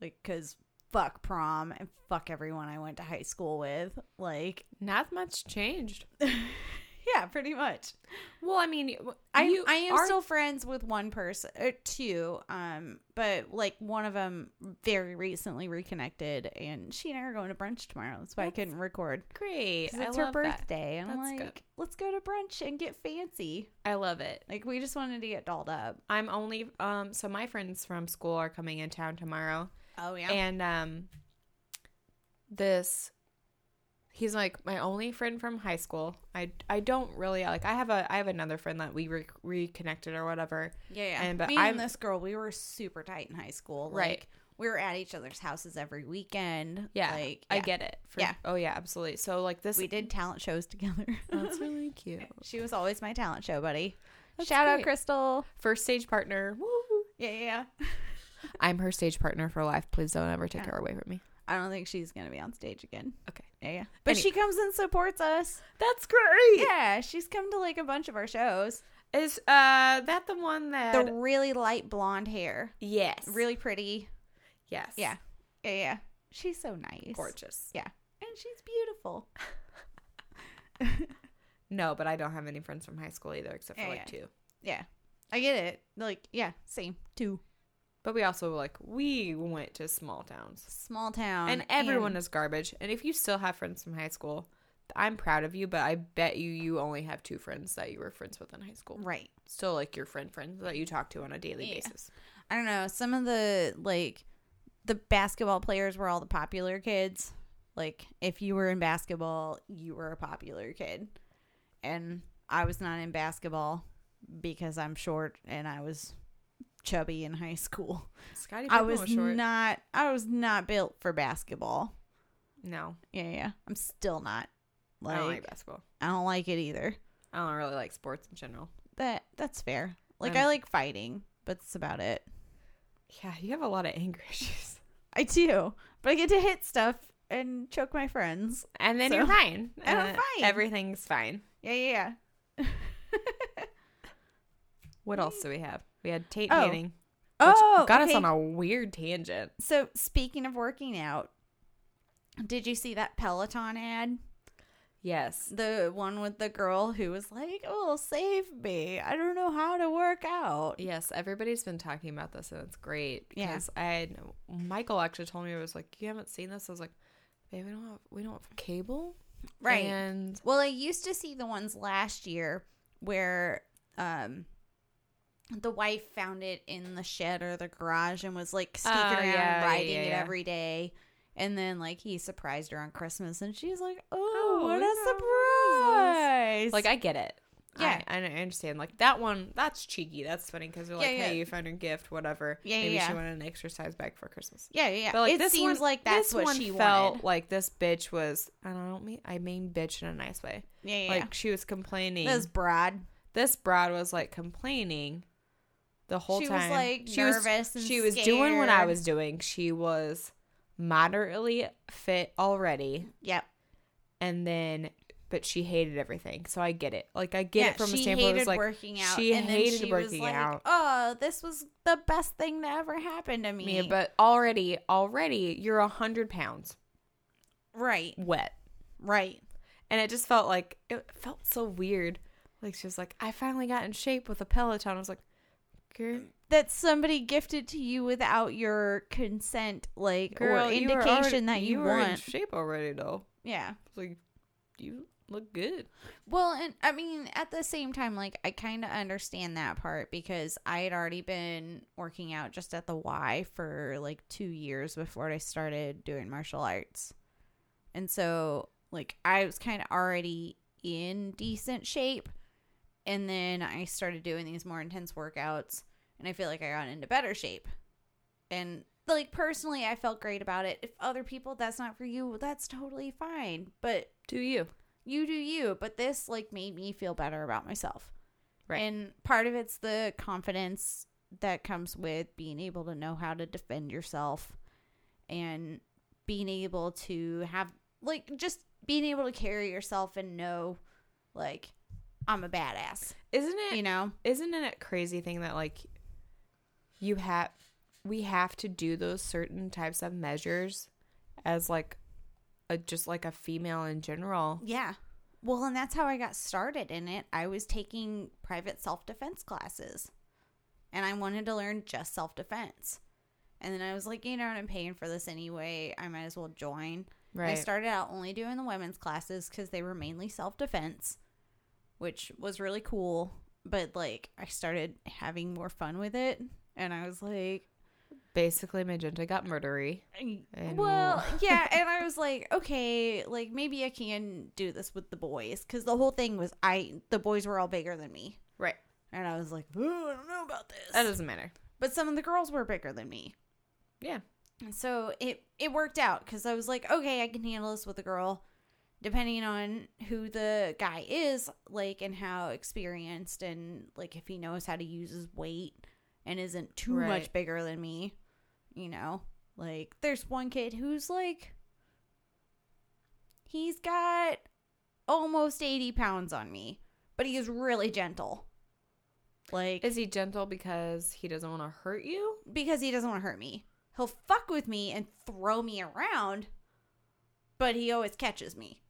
[SPEAKER 1] like because fuck prom and fuck everyone I went to high school with. Like,
[SPEAKER 2] Not much changed.
[SPEAKER 1] yeah, pretty much.
[SPEAKER 2] Well, I mean,
[SPEAKER 1] I
[SPEAKER 2] you
[SPEAKER 1] I am
[SPEAKER 2] are-
[SPEAKER 1] still friends with one person, or two, um, but like one of them very recently reconnected, and she and I are going to brunch tomorrow. That's why
[SPEAKER 2] That's-
[SPEAKER 1] I couldn't record.
[SPEAKER 2] great.
[SPEAKER 1] 'Cause
[SPEAKER 2] I
[SPEAKER 1] It's
[SPEAKER 2] love
[SPEAKER 1] her
[SPEAKER 2] that.
[SPEAKER 1] birthday, and I'm
[SPEAKER 2] That's
[SPEAKER 1] like,
[SPEAKER 2] good.
[SPEAKER 1] let's go to brunch and get fancy.
[SPEAKER 2] I love it.
[SPEAKER 1] Like we just wanted to get dolled up.
[SPEAKER 2] I'm only um so my friends from school are coming in town tomorrow.
[SPEAKER 1] Oh yeah,
[SPEAKER 2] And um this he's like my only friend from high school. I I don't really like I have a I have another friend that we re- reconnected or whatever.
[SPEAKER 1] yeah, yeah.
[SPEAKER 2] and- but
[SPEAKER 1] Me
[SPEAKER 2] I'm-
[SPEAKER 1] and this girl, we were super tight in high school. Like,
[SPEAKER 2] Right.
[SPEAKER 1] We were at each other's houses every weekend.
[SPEAKER 2] Yeah.
[SPEAKER 1] like
[SPEAKER 2] I
[SPEAKER 1] yeah.
[SPEAKER 2] get it. For,
[SPEAKER 1] Yeah.
[SPEAKER 2] Oh yeah, absolutely. So like this
[SPEAKER 1] we did talent shows (laughs) together.
[SPEAKER 2] That's really cute.
[SPEAKER 1] she was always my talent show buddy.
[SPEAKER 2] That's
[SPEAKER 1] Shout out
[SPEAKER 2] great.
[SPEAKER 1] Crystal.
[SPEAKER 2] First stage partner. Woo.
[SPEAKER 1] Yeah, yeah.
[SPEAKER 2] I'm her stage partner for life. Please don't ever take
[SPEAKER 1] Yeah.
[SPEAKER 2] her away from me.
[SPEAKER 1] I don't think she's gonna be on stage again.
[SPEAKER 2] Okay.
[SPEAKER 1] Yeah, yeah. But she comes and supports us.
[SPEAKER 2] That's great.
[SPEAKER 1] Yeah, she's come to like a bunch of our shows.
[SPEAKER 2] Is uh that the one that
[SPEAKER 1] The really light blonde hair,
[SPEAKER 2] Yes.
[SPEAKER 1] really pretty.
[SPEAKER 2] Yes.
[SPEAKER 1] Yeah, yeah, yeah. She's so nice,
[SPEAKER 2] Gorgeous.
[SPEAKER 1] Yeah, and she's beautiful.
[SPEAKER 2] No, but I don't have any friends from high school either, except for
[SPEAKER 1] Yeah,
[SPEAKER 2] like
[SPEAKER 1] yeah.
[SPEAKER 2] two.
[SPEAKER 1] Yeah, I get it. Like, yeah, same. Two
[SPEAKER 2] But we also like we went to small towns,
[SPEAKER 1] small town,
[SPEAKER 2] Um, and everyone is garbage. And if you still have friends from high school, I'm proud of you. But I bet you you only have two friends that you were friends with in high school.
[SPEAKER 1] right.
[SPEAKER 2] Still like your friend friends that you talk to on a daily
[SPEAKER 1] Yeah.
[SPEAKER 2] basis.
[SPEAKER 1] I don't know. Some of the like the basketball players were all the popular kids. Like if you were in basketball, you were a popular kid. And I was not in basketball because I'm short and I was chubby in high
[SPEAKER 2] (laughs)
[SPEAKER 1] school.
[SPEAKER 2] Scotty
[SPEAKER 1] I
[SPEAKER 2] Pippen was,
[SPEAKER 1] was
[SPEAKER 2] short.
[SPEAKER 1] not I was not built for basketball.
[SPEAKER 2] no,
[SPEAKER 1] Yeah, yeah. I'm still not. Like
[SPEAKER 2] I don't like basketball.
[SPEAKER 1] I don't like it either.
[SPEAKER 2] I don't really like sports in general.
[SPEAKER 1] That that's fair. Like I
[SPEAKER 2] I'm-
[SPEAKER 1] like fighting, but that's about it.
[SPEAKER 2] Yeah, you have a lot of anger (laughs) issues.
[SPEAKER 1] I do, but I get to hit stuff and choke my friends.
[SPEAKER 2] And then
[SPEAKER 1] So-
[SPEAKER 2] you're fine.
[SPEAKER 1] And I'm
[SPEAKER 2] Uh,
[SPEAKER 1] fine.
[SPEAKER 2] Everything's fine.
[SPEAKER 1] Yeah, yeah, yeah.
[SPEAKER 2] What else do we have? We had Tate
[SPEAKER 1] Oh.
[SPEAKER 2] meeting. which
[SPEAKER 1] Oh,
[SPEAKER 2] got us
[SPEAKER 1] okay.
[SPEAKER 2] on a weird tangent.
[SPEAKER 1] So speaking of working out, did you see that Peloton ad?
[SPEAKER 2] Yes.
[SPEAKER 1] The one with the girl who was like, "Oh, save me! I don't know how to work out."
[SPEAKER 2] Yes, everybody's been talking about this and it's great
[SPEAKER 1] Yeah.
[SPEAKER 2] because I know- Michael actually told me it was like, You haven't seen this? I was like, Babe, we don't have we don't have cable.
[SPEAKER 1] Right.
[SPEAKER 2] And
[SPEAKER 1] Well, I used to see the ones last year where um the wife found it in the shed or the garage and was like sneaking
[SPEAKER 2] Oh,
[SPEAKER 1] around
[SPEAKER 2] yeah, yeah,
[SPEAKER 1] riding
[SPEAKER 2] yeah,
[SPEAKER 1] it
[SPEAKER 2] yeah.
[SPEAKER 1] every day. And then like he surprised her on Christmas and she's like, "Oh,
[SPEAKER 2] Oh,
[SPEAKER 1] what
[SPEAKER 2] we
[SPEAKER 1] a surprise."
[SPEAKER 2] like I get it.
[SPEAKER 1] Yeah.
[SPEAKER 2] I, I understand. Like that one, that's cheeky. That's funny because you're like,
[SPEAKER 1] Yeah, yeah.
[SPEAKER 2] hey, you found your gift, whatever.
[SPEAKER 1] Yeah, yeah,
[SPEAKER 2] Maybe she
[SPEAKER 1] yeah.
[SPEAKER 2] wanted an exercise bag for Christmas.
[SPEAKER 1] yeah, yeah, yeah.
[SPEAKER 2] But like
[SPEAKER 1] it
[SPEAKER 2] this
[SPEAKER 1] seems
[SPEAKER 2] one,
[SPEAKER 1] like that's
[SPEAKER 2] this
[SPEAKER 1] what
[SPEAKER 2] one
[SPEAKER 1] she
[SPEAKER 2] felt
[SPEAKER 1] wanted.
[SPEAKER 2] like this bitch was. And I don't mean I mean bitch in a nice way.
[SPEAKER 1] Yeah, yeah.
[SPEAKER 2] Like she was complaining.
[SPEAKER 1] yeah. This broad.
[SPEAKER 2] this broad was like complaining the whole
[SPEAKER 1] She was,
[SPEAKER 2] time.
[SPEAKER 1] like, nervous and
[SPEAKER 2] she was doing what I
[SPEAKER 1] scared.
[SPEAKER 2] was doing. She was moderately fit already,
[SPEAKER 1] Yep.
[SPEAKER 2] and then but she hated everything. So I get it. Like I get
[SPEAKER 1] yeah,
[SPEAKER 2] it from a
[SPEAKER 1] she
[SPEAKER 2] standpoint.
[SPEAKER 1] hated
[SPEAKER 2] It was like
[SPEAKER 1] working out.
[SPEAKER 2] she
[SPEAKER 1] and
[SPEAKER 2] hated
[SPEAKER 1] then she was
[SPEAKER 2] working
[SPEAKER 1] like,
[SPEAKER 2] out.
[SPEAKER 1] "Oh, this was the best thing that ever happened to
[SPEAKER 2] me, but already, already you're a hundred pounds
[SPEAKER 1] right,
[SPEAKER 2] wet.
[SPEAKER 1] right.
[SPEAKER 2] and it just felt like it felt so weird. Like she was like, I finally got in shape with a Peloton. I was like, girl,
[SPEAKER 1] that somebody gifted to you without your consent, like
[SPEAKER 2] girl
[SPEAKER 1] or
[SPEAKER 2] you were
[SPEAKER 1] indication
[SPEAKER 2] already-
[SPEAKER 1] that you,
[SPEAKER 2] were in
[SPEAKER 1] want.
[SPEAKER 2] shape already though.
[SPEAKER 1] yeah.
[SPEAKER 2] I was like, you look good.
[SPEAKER 1] Well, and I mean, at the same time, like I kind of understand that part because I had already been working out just at the Y for like two years before I started doing martial arts, and so like I was kind of already in decent shape. And then I started doing these more intense workouts and I feel like I got into better shape. And like personally, I felt great about it. If other people that's not for you, that's totally fine. But
[SPEAKER 2] Do you?
[SPEAKER 1] you do you but this like made me feel better about myself
[SPEAKER 2] Right.
[SPEAKER 1] and part of it's the confidence that comes with being able to know how to defend yourself and being able to have like just being able to carry yourself and know like i'm a badass
[SPEAKER 2] Isn't it?
[SPEAKER 1] you know
[SPEAKER 2] isn't it a crazy thing that like you have we have to do those certain types of measures as like a just like a female in general
[SPEAKER 1] yeah well and that's how i got started in it i was taking private self-defense classes and i wanted to learn just self-defense and then i was like you know what i'm paying for this anyway i might as well join I
[SPEAKER 2] right
[SPEAKER 1] started out only doing the women's classes because they were mainly self defense, which was really cool. But like, I started having more fun with it, and I was like,
[SPEAKER 2] basically magenta got murdery And
[SPEAKER 1] well,
[SPEAKER 2] (laughs)
[SPEAKER 1] yeah. And I was like, okay, like maybe I can do this with the boys because the whole thing was I the boys were all bigger than me,
[SPEAKER 2] right
[SPEAKER 1] and I was like, ooh, I don't know about this.
[SPEAKER 2] that doesn't matter
[SPEAKER 1] but some of the girls were bigger than me,
[SPEAKER 2] yeah
[SPEAKER 1] And so it it worked out because I was like, okay, I can handle this with a girl, depending on who the guy is, like, and how experienced, and like if he knows how to use his weight and isn't too much
[SPEAKER 2] Right.
[SPEAKER 1] bigger than me, you know. Like, there's one kid who's like, he's got almost eighty pounds on me, but he is really gentle. Like,
[SPEAKER 2] is he gentle because he doesn't want to hurt you
[SPEAKER 1] because he doesn't want to hurt me. He'll fuck with me and throw me around, but he always catches me.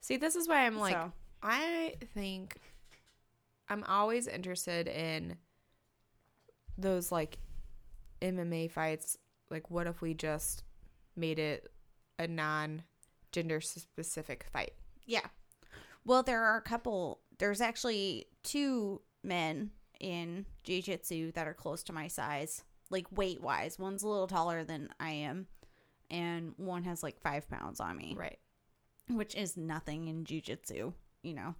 [SPEAKER 2] see this is why i'm like
[SPEAKER 1] So-
[SPEAKER 2] i think i'm always interested in those like MMA fights, like what if we just made it a non gender specific fight?
[SPEAKER 1] Yeah. Well, there are a couple. There's actually two men in jiu-jitsu that are close to my size, like weight-wise. One's a little taller than I am, and one has like five pounds on me.
[SPEAKER 2] Right.
[SPEAKER 1] which is nothing in jujitsu, you know.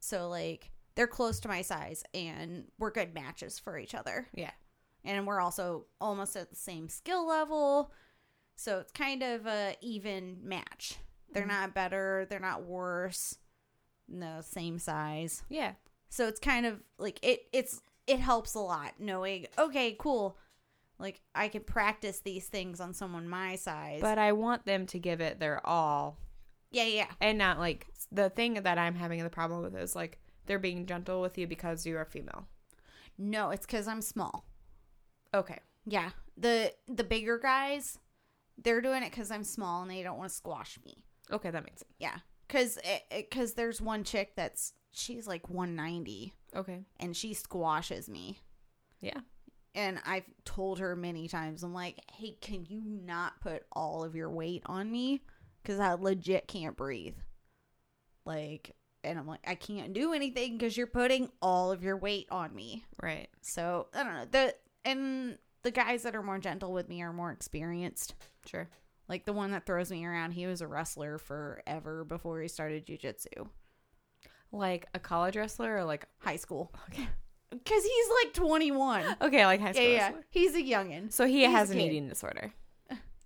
[SPEAKER 1] So like they're close to my size and we're good matches for each other.
[SPEAKER 2] Yeah.
[SPEAKER 1] And we're also almost at the same skill level. So it's kind of a even match. They're not better, they're not worse. No, same size.
[SPEAKER 2] Yeah.
[SPEAKER 1] So it's kind of like it it's it helps a lot knowing, okay, cool. Like I can practice these things on someone my size.
[SPEAKER 2] But I want them to give it their all
[SPEAKER 1] yeah, yeah.
[SPEAKER 2] and not like the thing that I'm having the problem with is like they're being gentle with you because you are female.
[SPEAKER 1] No, it's cuz I'm small.
[SPEAKER 2] Okay.
[SPEAKER 1] Yeah. The the bigger guys, they're doing it cuz I'm small and they don't want to squash me.
[SPEAKER 2] Okay, that makes sense.
[SPEAKER 1] Yeah. Cuz cuz there's one chick that's she's like 190
[SPEAKER 2] Okay.
[SPEAKER 1] and she squashes me.
[SPEAKER 2] Yeah.
[SPEAKER 1] And I've told her many times I'm like, "Hey, can you not put all of your weight on me cuz I legit can't breathe." Like and I'm like, "I can't do anything cuz you're putting all of your weight on me."
[SPEAKER 2] Right.
[SPEAKER 1] So I don't know. The and the guys that are more gentle with me are more experienced.
[SPEAKER 2] Sure.
[SPEAKER 1] Like the one that throws me around, he was a wrestler forever before he started jujitsu.
[SPEAKER 2] Like a college wrestler or like
[SPEAKER 1] High school.
[SPEAKER 2] Okay.
[SPEAKER 1] Cause he's like twenty one. (laughs)
[SPEAKER 2] Okay, like high
[SPEAKER 1] Yeah,
[SPEAKER 2] school
[SPEAKER 1] yeah.
[SPEAKER 2] wrestler.
[SPEAKER 1] He's a youngin.
[SPEAKER 2] So he
[SPEAKER 1] He's a
[SPEAKER 2] has an
[SPEAKER 1] kid.
[SPEAKER 2] eating disorder.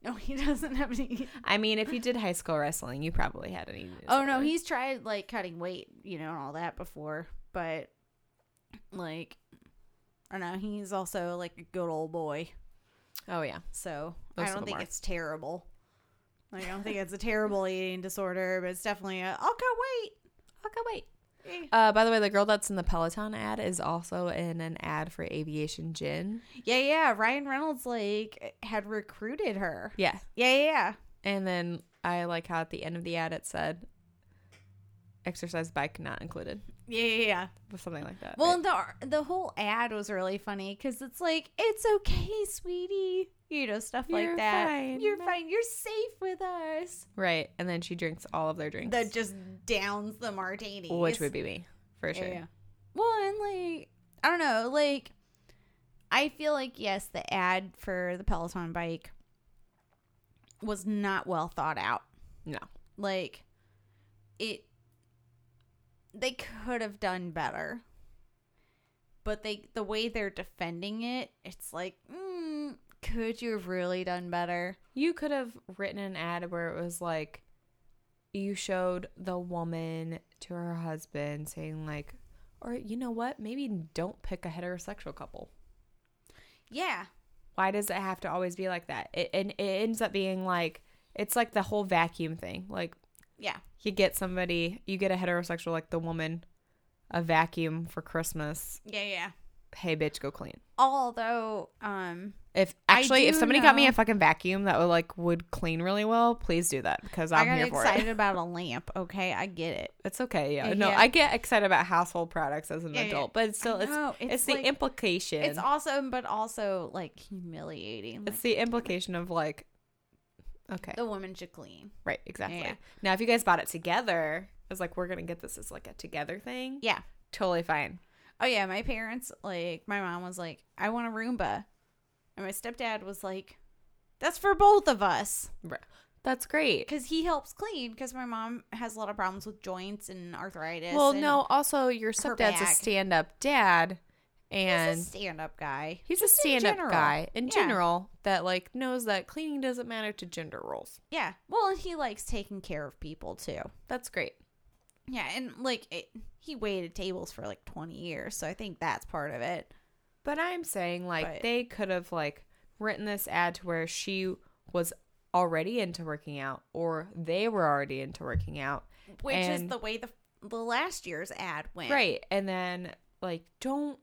[SPEAKER 1] No, he doesn't have (laughs) any
[SPEAKER 2] I mean, if you did high school wrestling, you probably had an eating disorder.
[SPEAKER 1] Oh no, he's tried like cutting weight, you know, and all that before, but like I don't know, he's also like a good old boy.
[SPEAKER 2] Oh yeah.
[SPEAKER 1] So
[SPEAKER 2] Most
[SPEAKER 1] I
[SPEAKER 2] of
[SPEAKER 1] don't
[SPEAKER 2] them
[SPEAKER 1] think
[SPEAKER 2] are.
[SPEAKER 1] it's terrible. Like, I don't think it's a (laughs) terrible eating disorder, but it's definitely a I'll cut
[SPEAKER 2] Okay, oh, wait.
[SPEAKER 1] weight.
[SPEAKER 2] Uh, by the way, the girl that's in the Peloton ad is also in an ad for Aviation Gin.
[SPEAKER 1] Yeah, yeah. Ryan Reynolds like had recruited her.
[SPEAKER 2] Yeah.
[SPEAKER 1] Yeah, yeah, yeah.
[SPEAKER 2] And then I like how at the end of the ad it said, "Exercise bike not included,"
[SPEAKER 1] Yeah, yeah, yeah.
[SPEAKER 2] or something like that.
[SPEAKER 1] Well,
[SPEAKER 2] right?
[SPEAKER 1] the the whole ad was really funny because it's like, "It's okay, sweetie," you know, stuff like
[SPEAKER 2] You're
[SPEAKER 1] that.
[SPEAKER 2] fine.
[SPEAKER 1] You're fine. You're safe with us.
[SPEAKER 2] right. And then she drinks all of their drinks,
[SPEAKER 1] That just downs the martini,
[SPEAKER 2] which would be me for sure.
[SPEAKER 1] Well, and like I don't know, like I feel like yes, the ad for the Peloton bike was not well thought out.
[SPEAKER 2] No.
[SPEAKER 1] Like it they could have done better. But they the way they're defending it, it's like, mm, could you have really done better?
[SPEAKER 2] You could have written an ad where it was like, you showed the woman to her husband saying, like, or you know what? Maybe don't pick a heterosexual couple.
[SPEAKER 1] Yeah.
[SPEAKER 2] Why does it have to always be like that? It, and it ends up being like, it's like the whole vacuum thing. Like,
[SPEAKER 1] Yeah.
[SPEAKER 2] you get somebody, you get a heterosexual, like the woman, a vacuum for Christmas.
[SPEAKER 1] Yeah, yeah.
[SPEAKER 2] Hey, bitch, go clean.
[SPEAKER 1] Although, um
[SPEAKER 2] If
[SPEAKER 1] I
[SPEAKER 2] actually, if
[SPEAKER 1] do
[SPEAKER 2] somebody got me
[SPEAKER 1] know-
[SPEAKER 2] a fucking vacuum that would like would clean really well, please do that because
[SPEAKER 1] i
[SPEAKER 2] I'm
[SPEAKER 1] got
[SPEAKER 2] here for
[SPEAKER 1] excited
[SPEAKER 2] it.
[SPEAKER 1] about a lamp, okay? I get it.
[SPEAKER 2] It's okay, yeah.
[SPEAKER 1] Yeah,
[SPEAKER 2] No,
[SPEAKER 1] yeah.
[SPEAKER 2] I get excited about household products as an
[SPEAKER 1] Yeah, yeah.
[SPEAKER 2] adult, but it's still, it's
[SPEAKER 1] know,
[SPEAKER 2] it's,
[SPEAKER 1] it's
[SPEAKER 2] the
[SPEAKER 1] like-
[SPEAKER 2] implication. It's,
[SPEAKER 1] It's awesome but also like humiliating. Like,
[SPEAKER 2] the implication of like, okay,
[SPEAKER 1] the woman should clean.
[SPEAKER 2] right, exactly.
[SPEAKER 1] yeah.
[SPEAKER 2] Now, if you guys bought it together, it's like we're gonna get this as like a together thing.
[SPEAKER 1] Yeah.
[SPEAKER 2] Totally fine.
[SPEAKER 1] Oh yeah, my parents like my mom was like, "I want a Roomba," and my stepdad was like, "That's for both of us,"
[SPEAKER 2] Right. That's great.
[SPEAKER 1] because he helps clean. Because my mom has a lot of problems with joints and arthritis.
[SPEAKER 2] Well,
[SPEAKER 1] and
[SPEAKER 2] no. Also, your stepdad's a
[SPEAKER 1] back.
[SPEAKER 2] stand-up dad, and
[SPEAKER 1] he's a stand-up guy.
[SPEAKER 2] he's a
[SPEAKER 1] Just in
[SPEAKER 2] stand-up
[SPEAKER 1] general.
[SPEAKER 2] guy in
[SPEAKER 1] Yeah.
[SPEAKER 2] general that like knows that cleaning doesn't matter to gender roles.
[SPEAKER 1] Yeah, well, and he likes taking care of people too.
[SPEAKER 2] That's great.
[SPEAKER 1] Yeah, and like it, he waited tables for like twenty years, so I think that's part of it.
[SPEAKER 2] But I'm saying like
[SPEAKER 1] But-
[SPEAKER 2] they could have like written this ad to where she was already into working out or they were already into working out.
[SPEAKER 1] Which is
[SPEAKER 2] And-
[SPEAKER 1] the way the the last year's ad went.
[SPEAKER 2] Right. And then like don't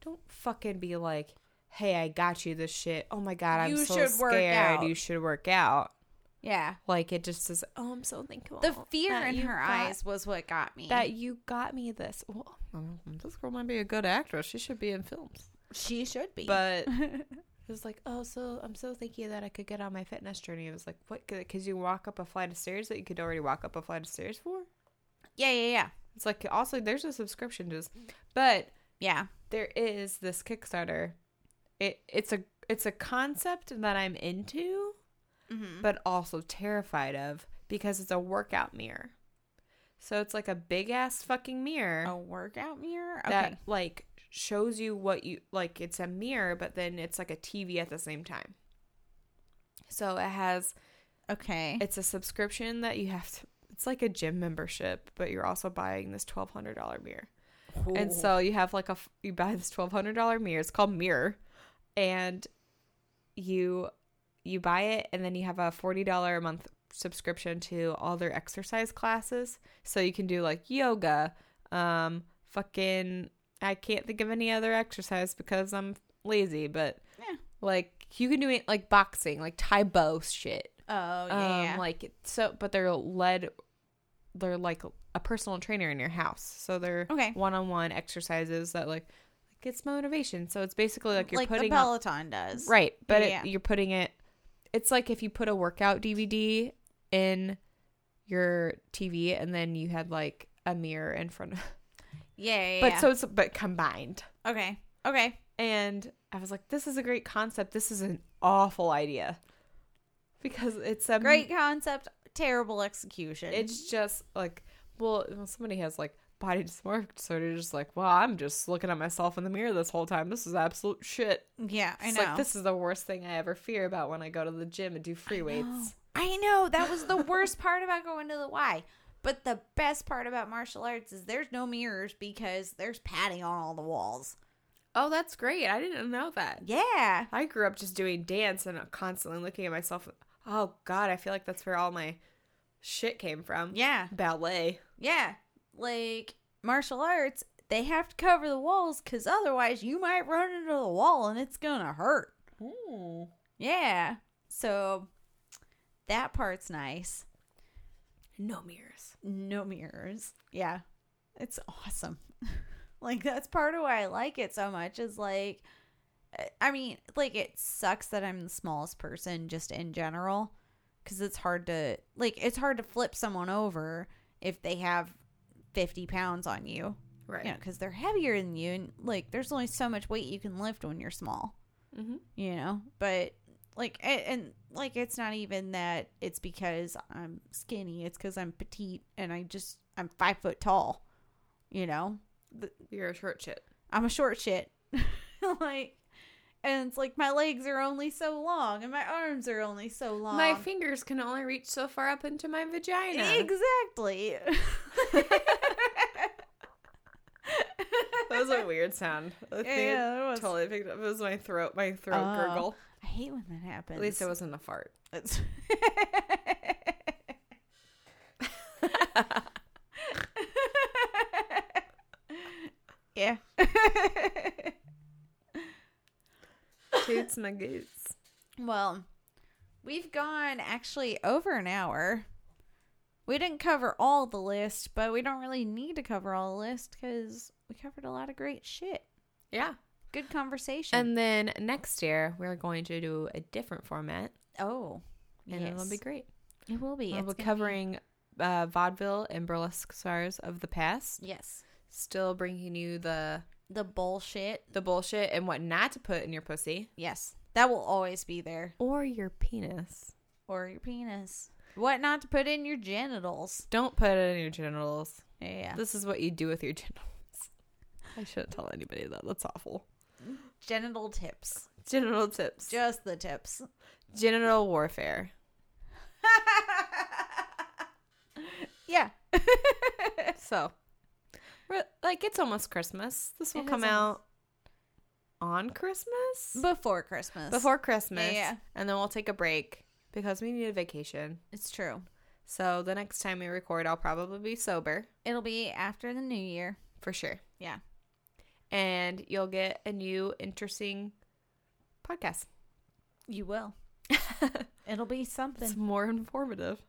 [SPEAKER 2] don't fucking be like, "Hey, I got you this shit. Oh my god, I'm
[SPEAKER 1] You
[SPEAKER 2] so
[SPEAKER 1] should work
[SPEAKER 2] scared.
[SPEAKER 1] out."
[SPEAKER 2] You should work out."
[SPEAKER 1] Yeah.
[SPEAKER 2] Like it just is, "Oh, I'm so thankful."
[SPEAKER 1] The fear
[SPEAKER 2] that
[SPEAKER 1] in
[SPEAKER 2] you
[SPEAKER 1] her
[SPEAKER 2] got-
[SPEAKER 1] eyes was what got me.
[SPEAKER 2] that you got me this. Well, um, this girl might be a good actress. She should be in films.
[SPEAKER 1] she should be.
[SPEAKER 2] But It was like, oh, so I'm so thankful that I could get on my fitness journey. It was like, what? Because you walk up a flight of stairs that you could already walk up a flight of stairs for.
[SPEAKER 1] Yeah, yeah, yeah.
[SPEAKER 2] It's like also there's a subscription to this, but
[SPEAKER 1] Yeah.
[SPEAKER 2] there is this Kickstarter. It it's a it's a concept that I'm into,
[SPEAKER 1] Mm-hmm.
[SPEAKER 2] but also terrified of because it's a workout mirror. So it's like a big ass fucking mirror
[SPEAKER 1] A workout mirror? Okay.
[SPEAKER 2] that like shows you what you like it's a mirror but then it's like a TV at the same time. So it has
[SPEAKER 1] okay.
[SPEAKER 2] it's a subscription that you have to it's like a gym membership but you're also buying this $1200 mirror and so you have like a f- you buy this $1200 mirror it's called mirror and you you buy it and then you have a $40 a month subscription to all their exercise classes so you can do like yoga um fucking i can't think of any other exercise because i'm lazy but
[SPEAKER 1] Yeah.
[SPEAKER 2] like you can do it like boxing like tai bo shit
[SPEAKER 1] oh
[SPEAKER 2] um,
[SPEAKER 1] yeah.
[SPEAKER 2] like so, but they're led. They're like a personal trainer in your house, so they're
[SPEAKER 1] Okay.
[SPEAKER 2] one-on-one exercises that like, like it's motivation. So it's basically like
[SPEAKER 1] like
[SPEAKER 2] you're
[SPEAKER 1] the
[SPEAKER 2] putting on-
[SPEAKER 1] Peloton does.
[SPEAKER 2] right, but
[SPEAKER 1] Yeah.
[SPEAKER 2] it, you're putting it. It's like if you put a workout DVD in your TV, and then you had like a mirror in front of.
[SPEAKER 1] Yeah, yeah,
[SPEAKER 2] But
[SPEAKER 1] yeah.
[SPEAKER 2] so it's but combined,
[SPEAKER 1] okay. Okay.
[SPEAKER 2] and I was like, this is a great concept. This is an awful idea. Because it's a
[SPEAKER 1] Great concept, terrible execution.
[SPEAKER 2] Um, It's just like, well, when somebody has like body dysmorphic disorder, just like, well, I'm just looking at myself in the mirror this whole time. This is absolute shit.
[SPEAKER 1] yeah, I
[SPEAKER 2] It's
[SPEAKER 1] know.
[SPEAKER 2] like this is the worst thing I ever fear about when I go to the gym and do free
[SPEAKER 1] Oh,
[SPEAKER 2] weights.
[SPEAKER 1] I know. That was the worst part about going to the Y. But the best part about martial arts is there's no mirrors because there's padding on all the walls.
[SPEAKER 2] Oh, that's great. I didn't know that.
[SPEAKER 1] Yeah.
[SPEAKER 2] I grew up just doing dance and constantly looking at myself. Oh God, I feel like that's where all my shit came from.
[SPEAKER 1] Yeah.
[SPEAKER 2] Ballet.
[SPEAKER 1] Yeah. Like martial arts, they have to cover the walls because otherwise you might run into the wall and it's going to hurt. Yeah. So that part's nice.
[SPEAKER 2] No mirrors.
[SPEAKER 1] No mirrors. Yeah. It's awesome. (laughs) like that's part of why I like it so much is like I- I mean, like it sucks that I'm the smallest person just in general cuz it's hard to like it's hard to flip someone over if they have 50 pounds on you.
[SPEAKER 2] Right.
[SPEAKER 1] You know, cuz they're heavier than you and like there's only so much weight you can lift when you're small
[SPEAKER 2] Mm-hmm.
[SPEAKER 1] you know but like and, and like it's not even that it's because i'm skinny it's because i'm petite and i just i'm five foot tall you know?
[SPEAKER 2] The, you're a short shit.
[SPEAKER 1] I'm a short shit. (laughs) like and it's like my legs are only so long and my arms are only so long.
[SPEAKER 2] My fingers can only reach so far up into my vagina. (laughs)
[SPEAKER 1] Exactly. (laughs)
[SPEAKER 2] that was a weird (laughs) sound. I think it
[SPEAKER 1] yeah, that was-
[SPEAKER 2] Totally picked up. It was my throat. My throat
[SPEAKER 1] Oh.
[SPEAKER 2] gurgle.
[SPEAKER 1] I hate when that happens.
[SPEAKER 2] At least it wasn't a fart.
[SPEAKER 1] It's- (laughs) yeah.
[SPEAKER 2] Toots my goose.
[SPEAKER 1] well, we've gone actually over an hour. We didn't cover all the list, but we don't really need to cover all the list because we covered a lot of great shit.
[SPEAKER 2] Yeah.
[SPEAKER 1] Good conversation.
[SPEAKER 2] And then next year we're going to do a different format,
[SPEAKER 1] oh,
[SPEAKER 2] and it'll
[SPEAKER 1] yes.
[SPEAKER 2] be great.
[SPEAKER 1] It will be.
[SPEAKER 2] we'll
[SPEAKER 1] It's
[SPEAKER 2] be
[SPEAKER 1] gonna
[SPEAKER 2] covering uh, vaudeville and burlesque stars of the past.
[SPEAKER 1] yes,
[SPEAKER 2] Still bringing you the
[SPEAKER 1] the bullshit.
[SPEAKER 2] the bullshit and what not to put in your pussy
[SPEAKER 1] Yes, that will always be there.
[SPEAKER 2] or your penis.
[SPEAKER 1] or your penis. What not to put in your genitals.
[SPEAKER 2] Don't put it in your genitals.
[SPEAKER 1] Yeah.
[SPEAKER 2] This is what you do with your (laughs) genitals. I shouldn't tell anybody that. That's awful.
[SPEAKER 1] Genital tips.
[SPEAKER 2] Genital tips.
[SPEAKER 1] Just the (laughs) tips.
[SPEAKER 2] Genital warfare.
[SPEAKER 1] yeah.
[SPEAKER 2] So, we're, like, it's almost Christmas. This will
[SPEAKER 1] It is
[SPEAKER 2] come
[SPEAKER 1] almost-
[SPEAKER 2] out on Christmas?
[SPEAKER 1] Before Christmas.
[SPEAKER 2] Before Christmas.
[SPEAKER 1] yeah.
[SPEAKER 2] And then we'll take a break because we need a vacation.
[SPEAKER 1] It's true.
[SPEAKER 2] So, the next time we record, I'll probably be sober
[SPEAKER 1] It'll be after the new year.
[SPEAKER 2] for sure.
[SPEAKER 1] Yeah.
[SPEAKER 2] And you'll get a new, interesting podcast.
[SPEAKER 1] You (laughs) will. It'll be
[SPEAKER 2] It's
[SPEAKER 1] something.
[SPEAKER 2] more informative.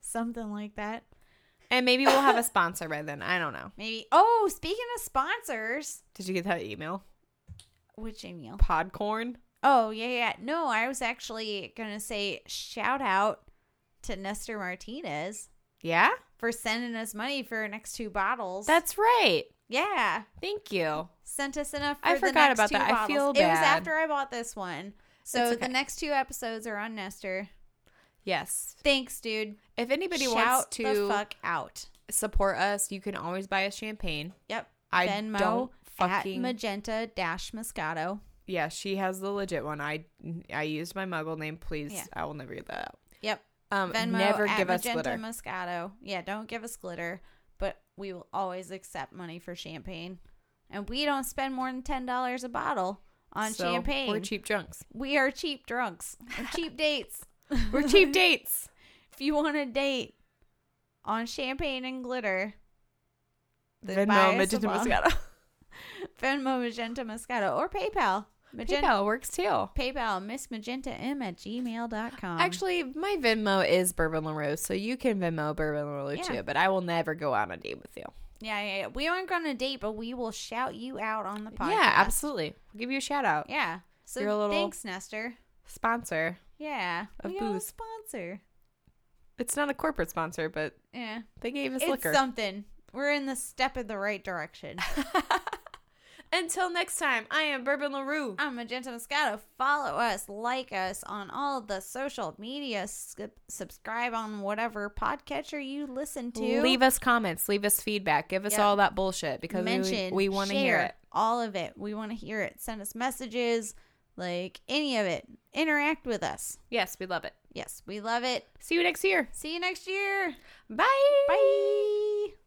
[SPEAKER 1] Something like that.
[SPEAKER 2] And maybe
[SPEAKER 1] (laughs)
[SPEAKER 2] we'll have a sponsor by then. I don't know.
[SPEAKER 1] Maybe. Oh, speaking of sponsors,
[SPEAKER 2] Did you get that email?
[SPEAKER 1] which email?
[SPEAKER 2] Podcorn.
[SPEAKER 1] Oh, yeah, yeah. No, I was actually going to say shout out to Nestor Martinez
[SPEAKER 2] Yeah?
[SPEAKER 1] for sending us money for our next two bottles.
[SPEAKER 2] That's right.
[SPEAKER 1] yeah.
[SPEAKER 2] Thank you.
[SPEAKER 1] sent us enough. For
[SPEAKER 2] I
[SPEAKER 1] the
[SPEAKER 2] forgot
[SPEAKER 1] next
[SPEAKER 2] about
[SPEAKER 1] two
[SPEAKER 2] that. I
[SPEAKER 1] Bottles.
[SPEAKER 2] feel
[SPEAKER 1] It was
[SPEAKER 2] bad.
[SPEAKER 1] after I bought this one, so
[SPEAKER 2] It's
[SPEAKER 1] the
[SPEAKER 2] okay.
[SPEAKER 1] next two episodes are on Nestor.
[SPEAKER 2] Yes.
[SPEAKER 1] Thanks, dude.
[SPEAKER 2] If anybody
[SPEAKER 1] Shout
[SPEAKER 2] wants
[SPEAKER 1] the
[SPEAKER 2] to
[SPEAKER 1] fuck out.
[SPEAKER 2] support us, you can always buy us champagne.
[SPEAKER 1] Yep.
[SPEAKER 2] I
[SPEAKER 1] Venmo
[SPEAKER 2] don't
[SPEAKER 1] at
[SPEAKER 2] fucking
[SPEAKER 1] magenta dash moscato.
[SPEAKER 2] Yeah, she has the legit one. I I used my muggle name, please.
[SPEAKER 1] Yeah.
[SPEAKER 2] I will never get that out.
[SPEAKER 1] Yep.
[SPEAKER 2] Um
[SPEAKER 1] Venmo
[SPEAKER 2] never
[SPEAKER 1] at
[SPEAKER 2] give us
[SPEAKER 1] magenta
[SPEAKER 2] glitter.
[SPEAKER 1] moscato. Yeah, don't give us glitter, but we will always accept money for champagne, and we don't spend more than ten dollars a bottle on
[SPEAKER 2] So,
[SPEAKER 1] champagne.
[SPEAKER 2] We're
[SPEAKER 1] (laughs)
[SPEAKER 2] cheap drunks.
[SPEAKER 1] We are cheap drunks, and
[SPEAKER 2] (laughs)
[SPEAKER 1] cheap dates.
[SPEAKER 2] We're
[SPEAKER 1] (laughs)
[SPEAKER 2] cheap dates.
[SPEAKER 1] if you want a date on champagne and glitter,
[SPEAKER 2] Venmo,
[SPEAKER 1] buy us a
[SPEAKER 2] Magenta
[SPEAKER 1] bottle.
[SPEAKER 2] Moscato.
[SPEAKER 1] (laughs)
[SPEAKER 2] (laughs)
[SPEAKER 1] Venmo Magenta Moscato or PayPal. Magenta
[SPEAKER 2] PayPal works too.
[SPEAKER 1] PayPal, Miss Magenta M at gmail.com.
[SPEAKER 2] Actually, my Venmo is Bourbon LaRue, so you can Venmo Bourbon LaRue
[SPEAKER 1] Yeah.
[SPEAKER 2] too, but I will never go out on a date with you.
[SPEAKER 1] yeah, yeah, yeah. We aren't going to date, but we will shout you out on the podcast.
[SPEAKER 2] Yeah, absolutely. We'll give you a shout out.
[SPEAKER 1] Yeah. So
[SPEAKER 2] You're a little-
[SPEAKER 1] thanks, Nestor.
[SPEAKER 2] Sponsor.
[SPEAKER 1] Yeah.
[SPEAKER 2] Of
[SPEAKER 1] we got a
[SPEAKER 2] booze.
[SPEAKER 1] sponsor.
[SPEAKER 2] It's not a corporate sponsor, but
[SPEAKER 1] Yeah.
[SPEAKER 2] they gave us
[SPEAKER 1] It's
[SPEAKER 2] liquor.
[SPEAKER 1] something. We're in the step in the right direction.
[SPEAKER 2] Until next time, I am Bourbon LaRue.
[SPEAKER 1] I'm Magenta Moscato. Follow us, like us on all the social media, sub- subscribe on whatever podcatcher you listen to.
[SPEAKER 2] Leave us comments, leave us feedback, give us
[SPEAKER 1] Yep.
[SPEAKER 2] all that bullshit because we-
[SPEAKER 1] mention,
[SPEAKER 2] we, want to hear
[SPEAKER 1] share,
[SPEAKER 2] it.
[SPEAKER 1] All of it. We want to hear it. Send us messages, like any of it. Interact with us.
[SPEAKER 2] Yes, we love it.
[SPEAKER 1] Yes, we love it.
[SPEAKER 2] See you next year.
[SPEAKER 1] See you next year.
[SPEAKER 2] Bye.
[SPEAKER 1] Bye.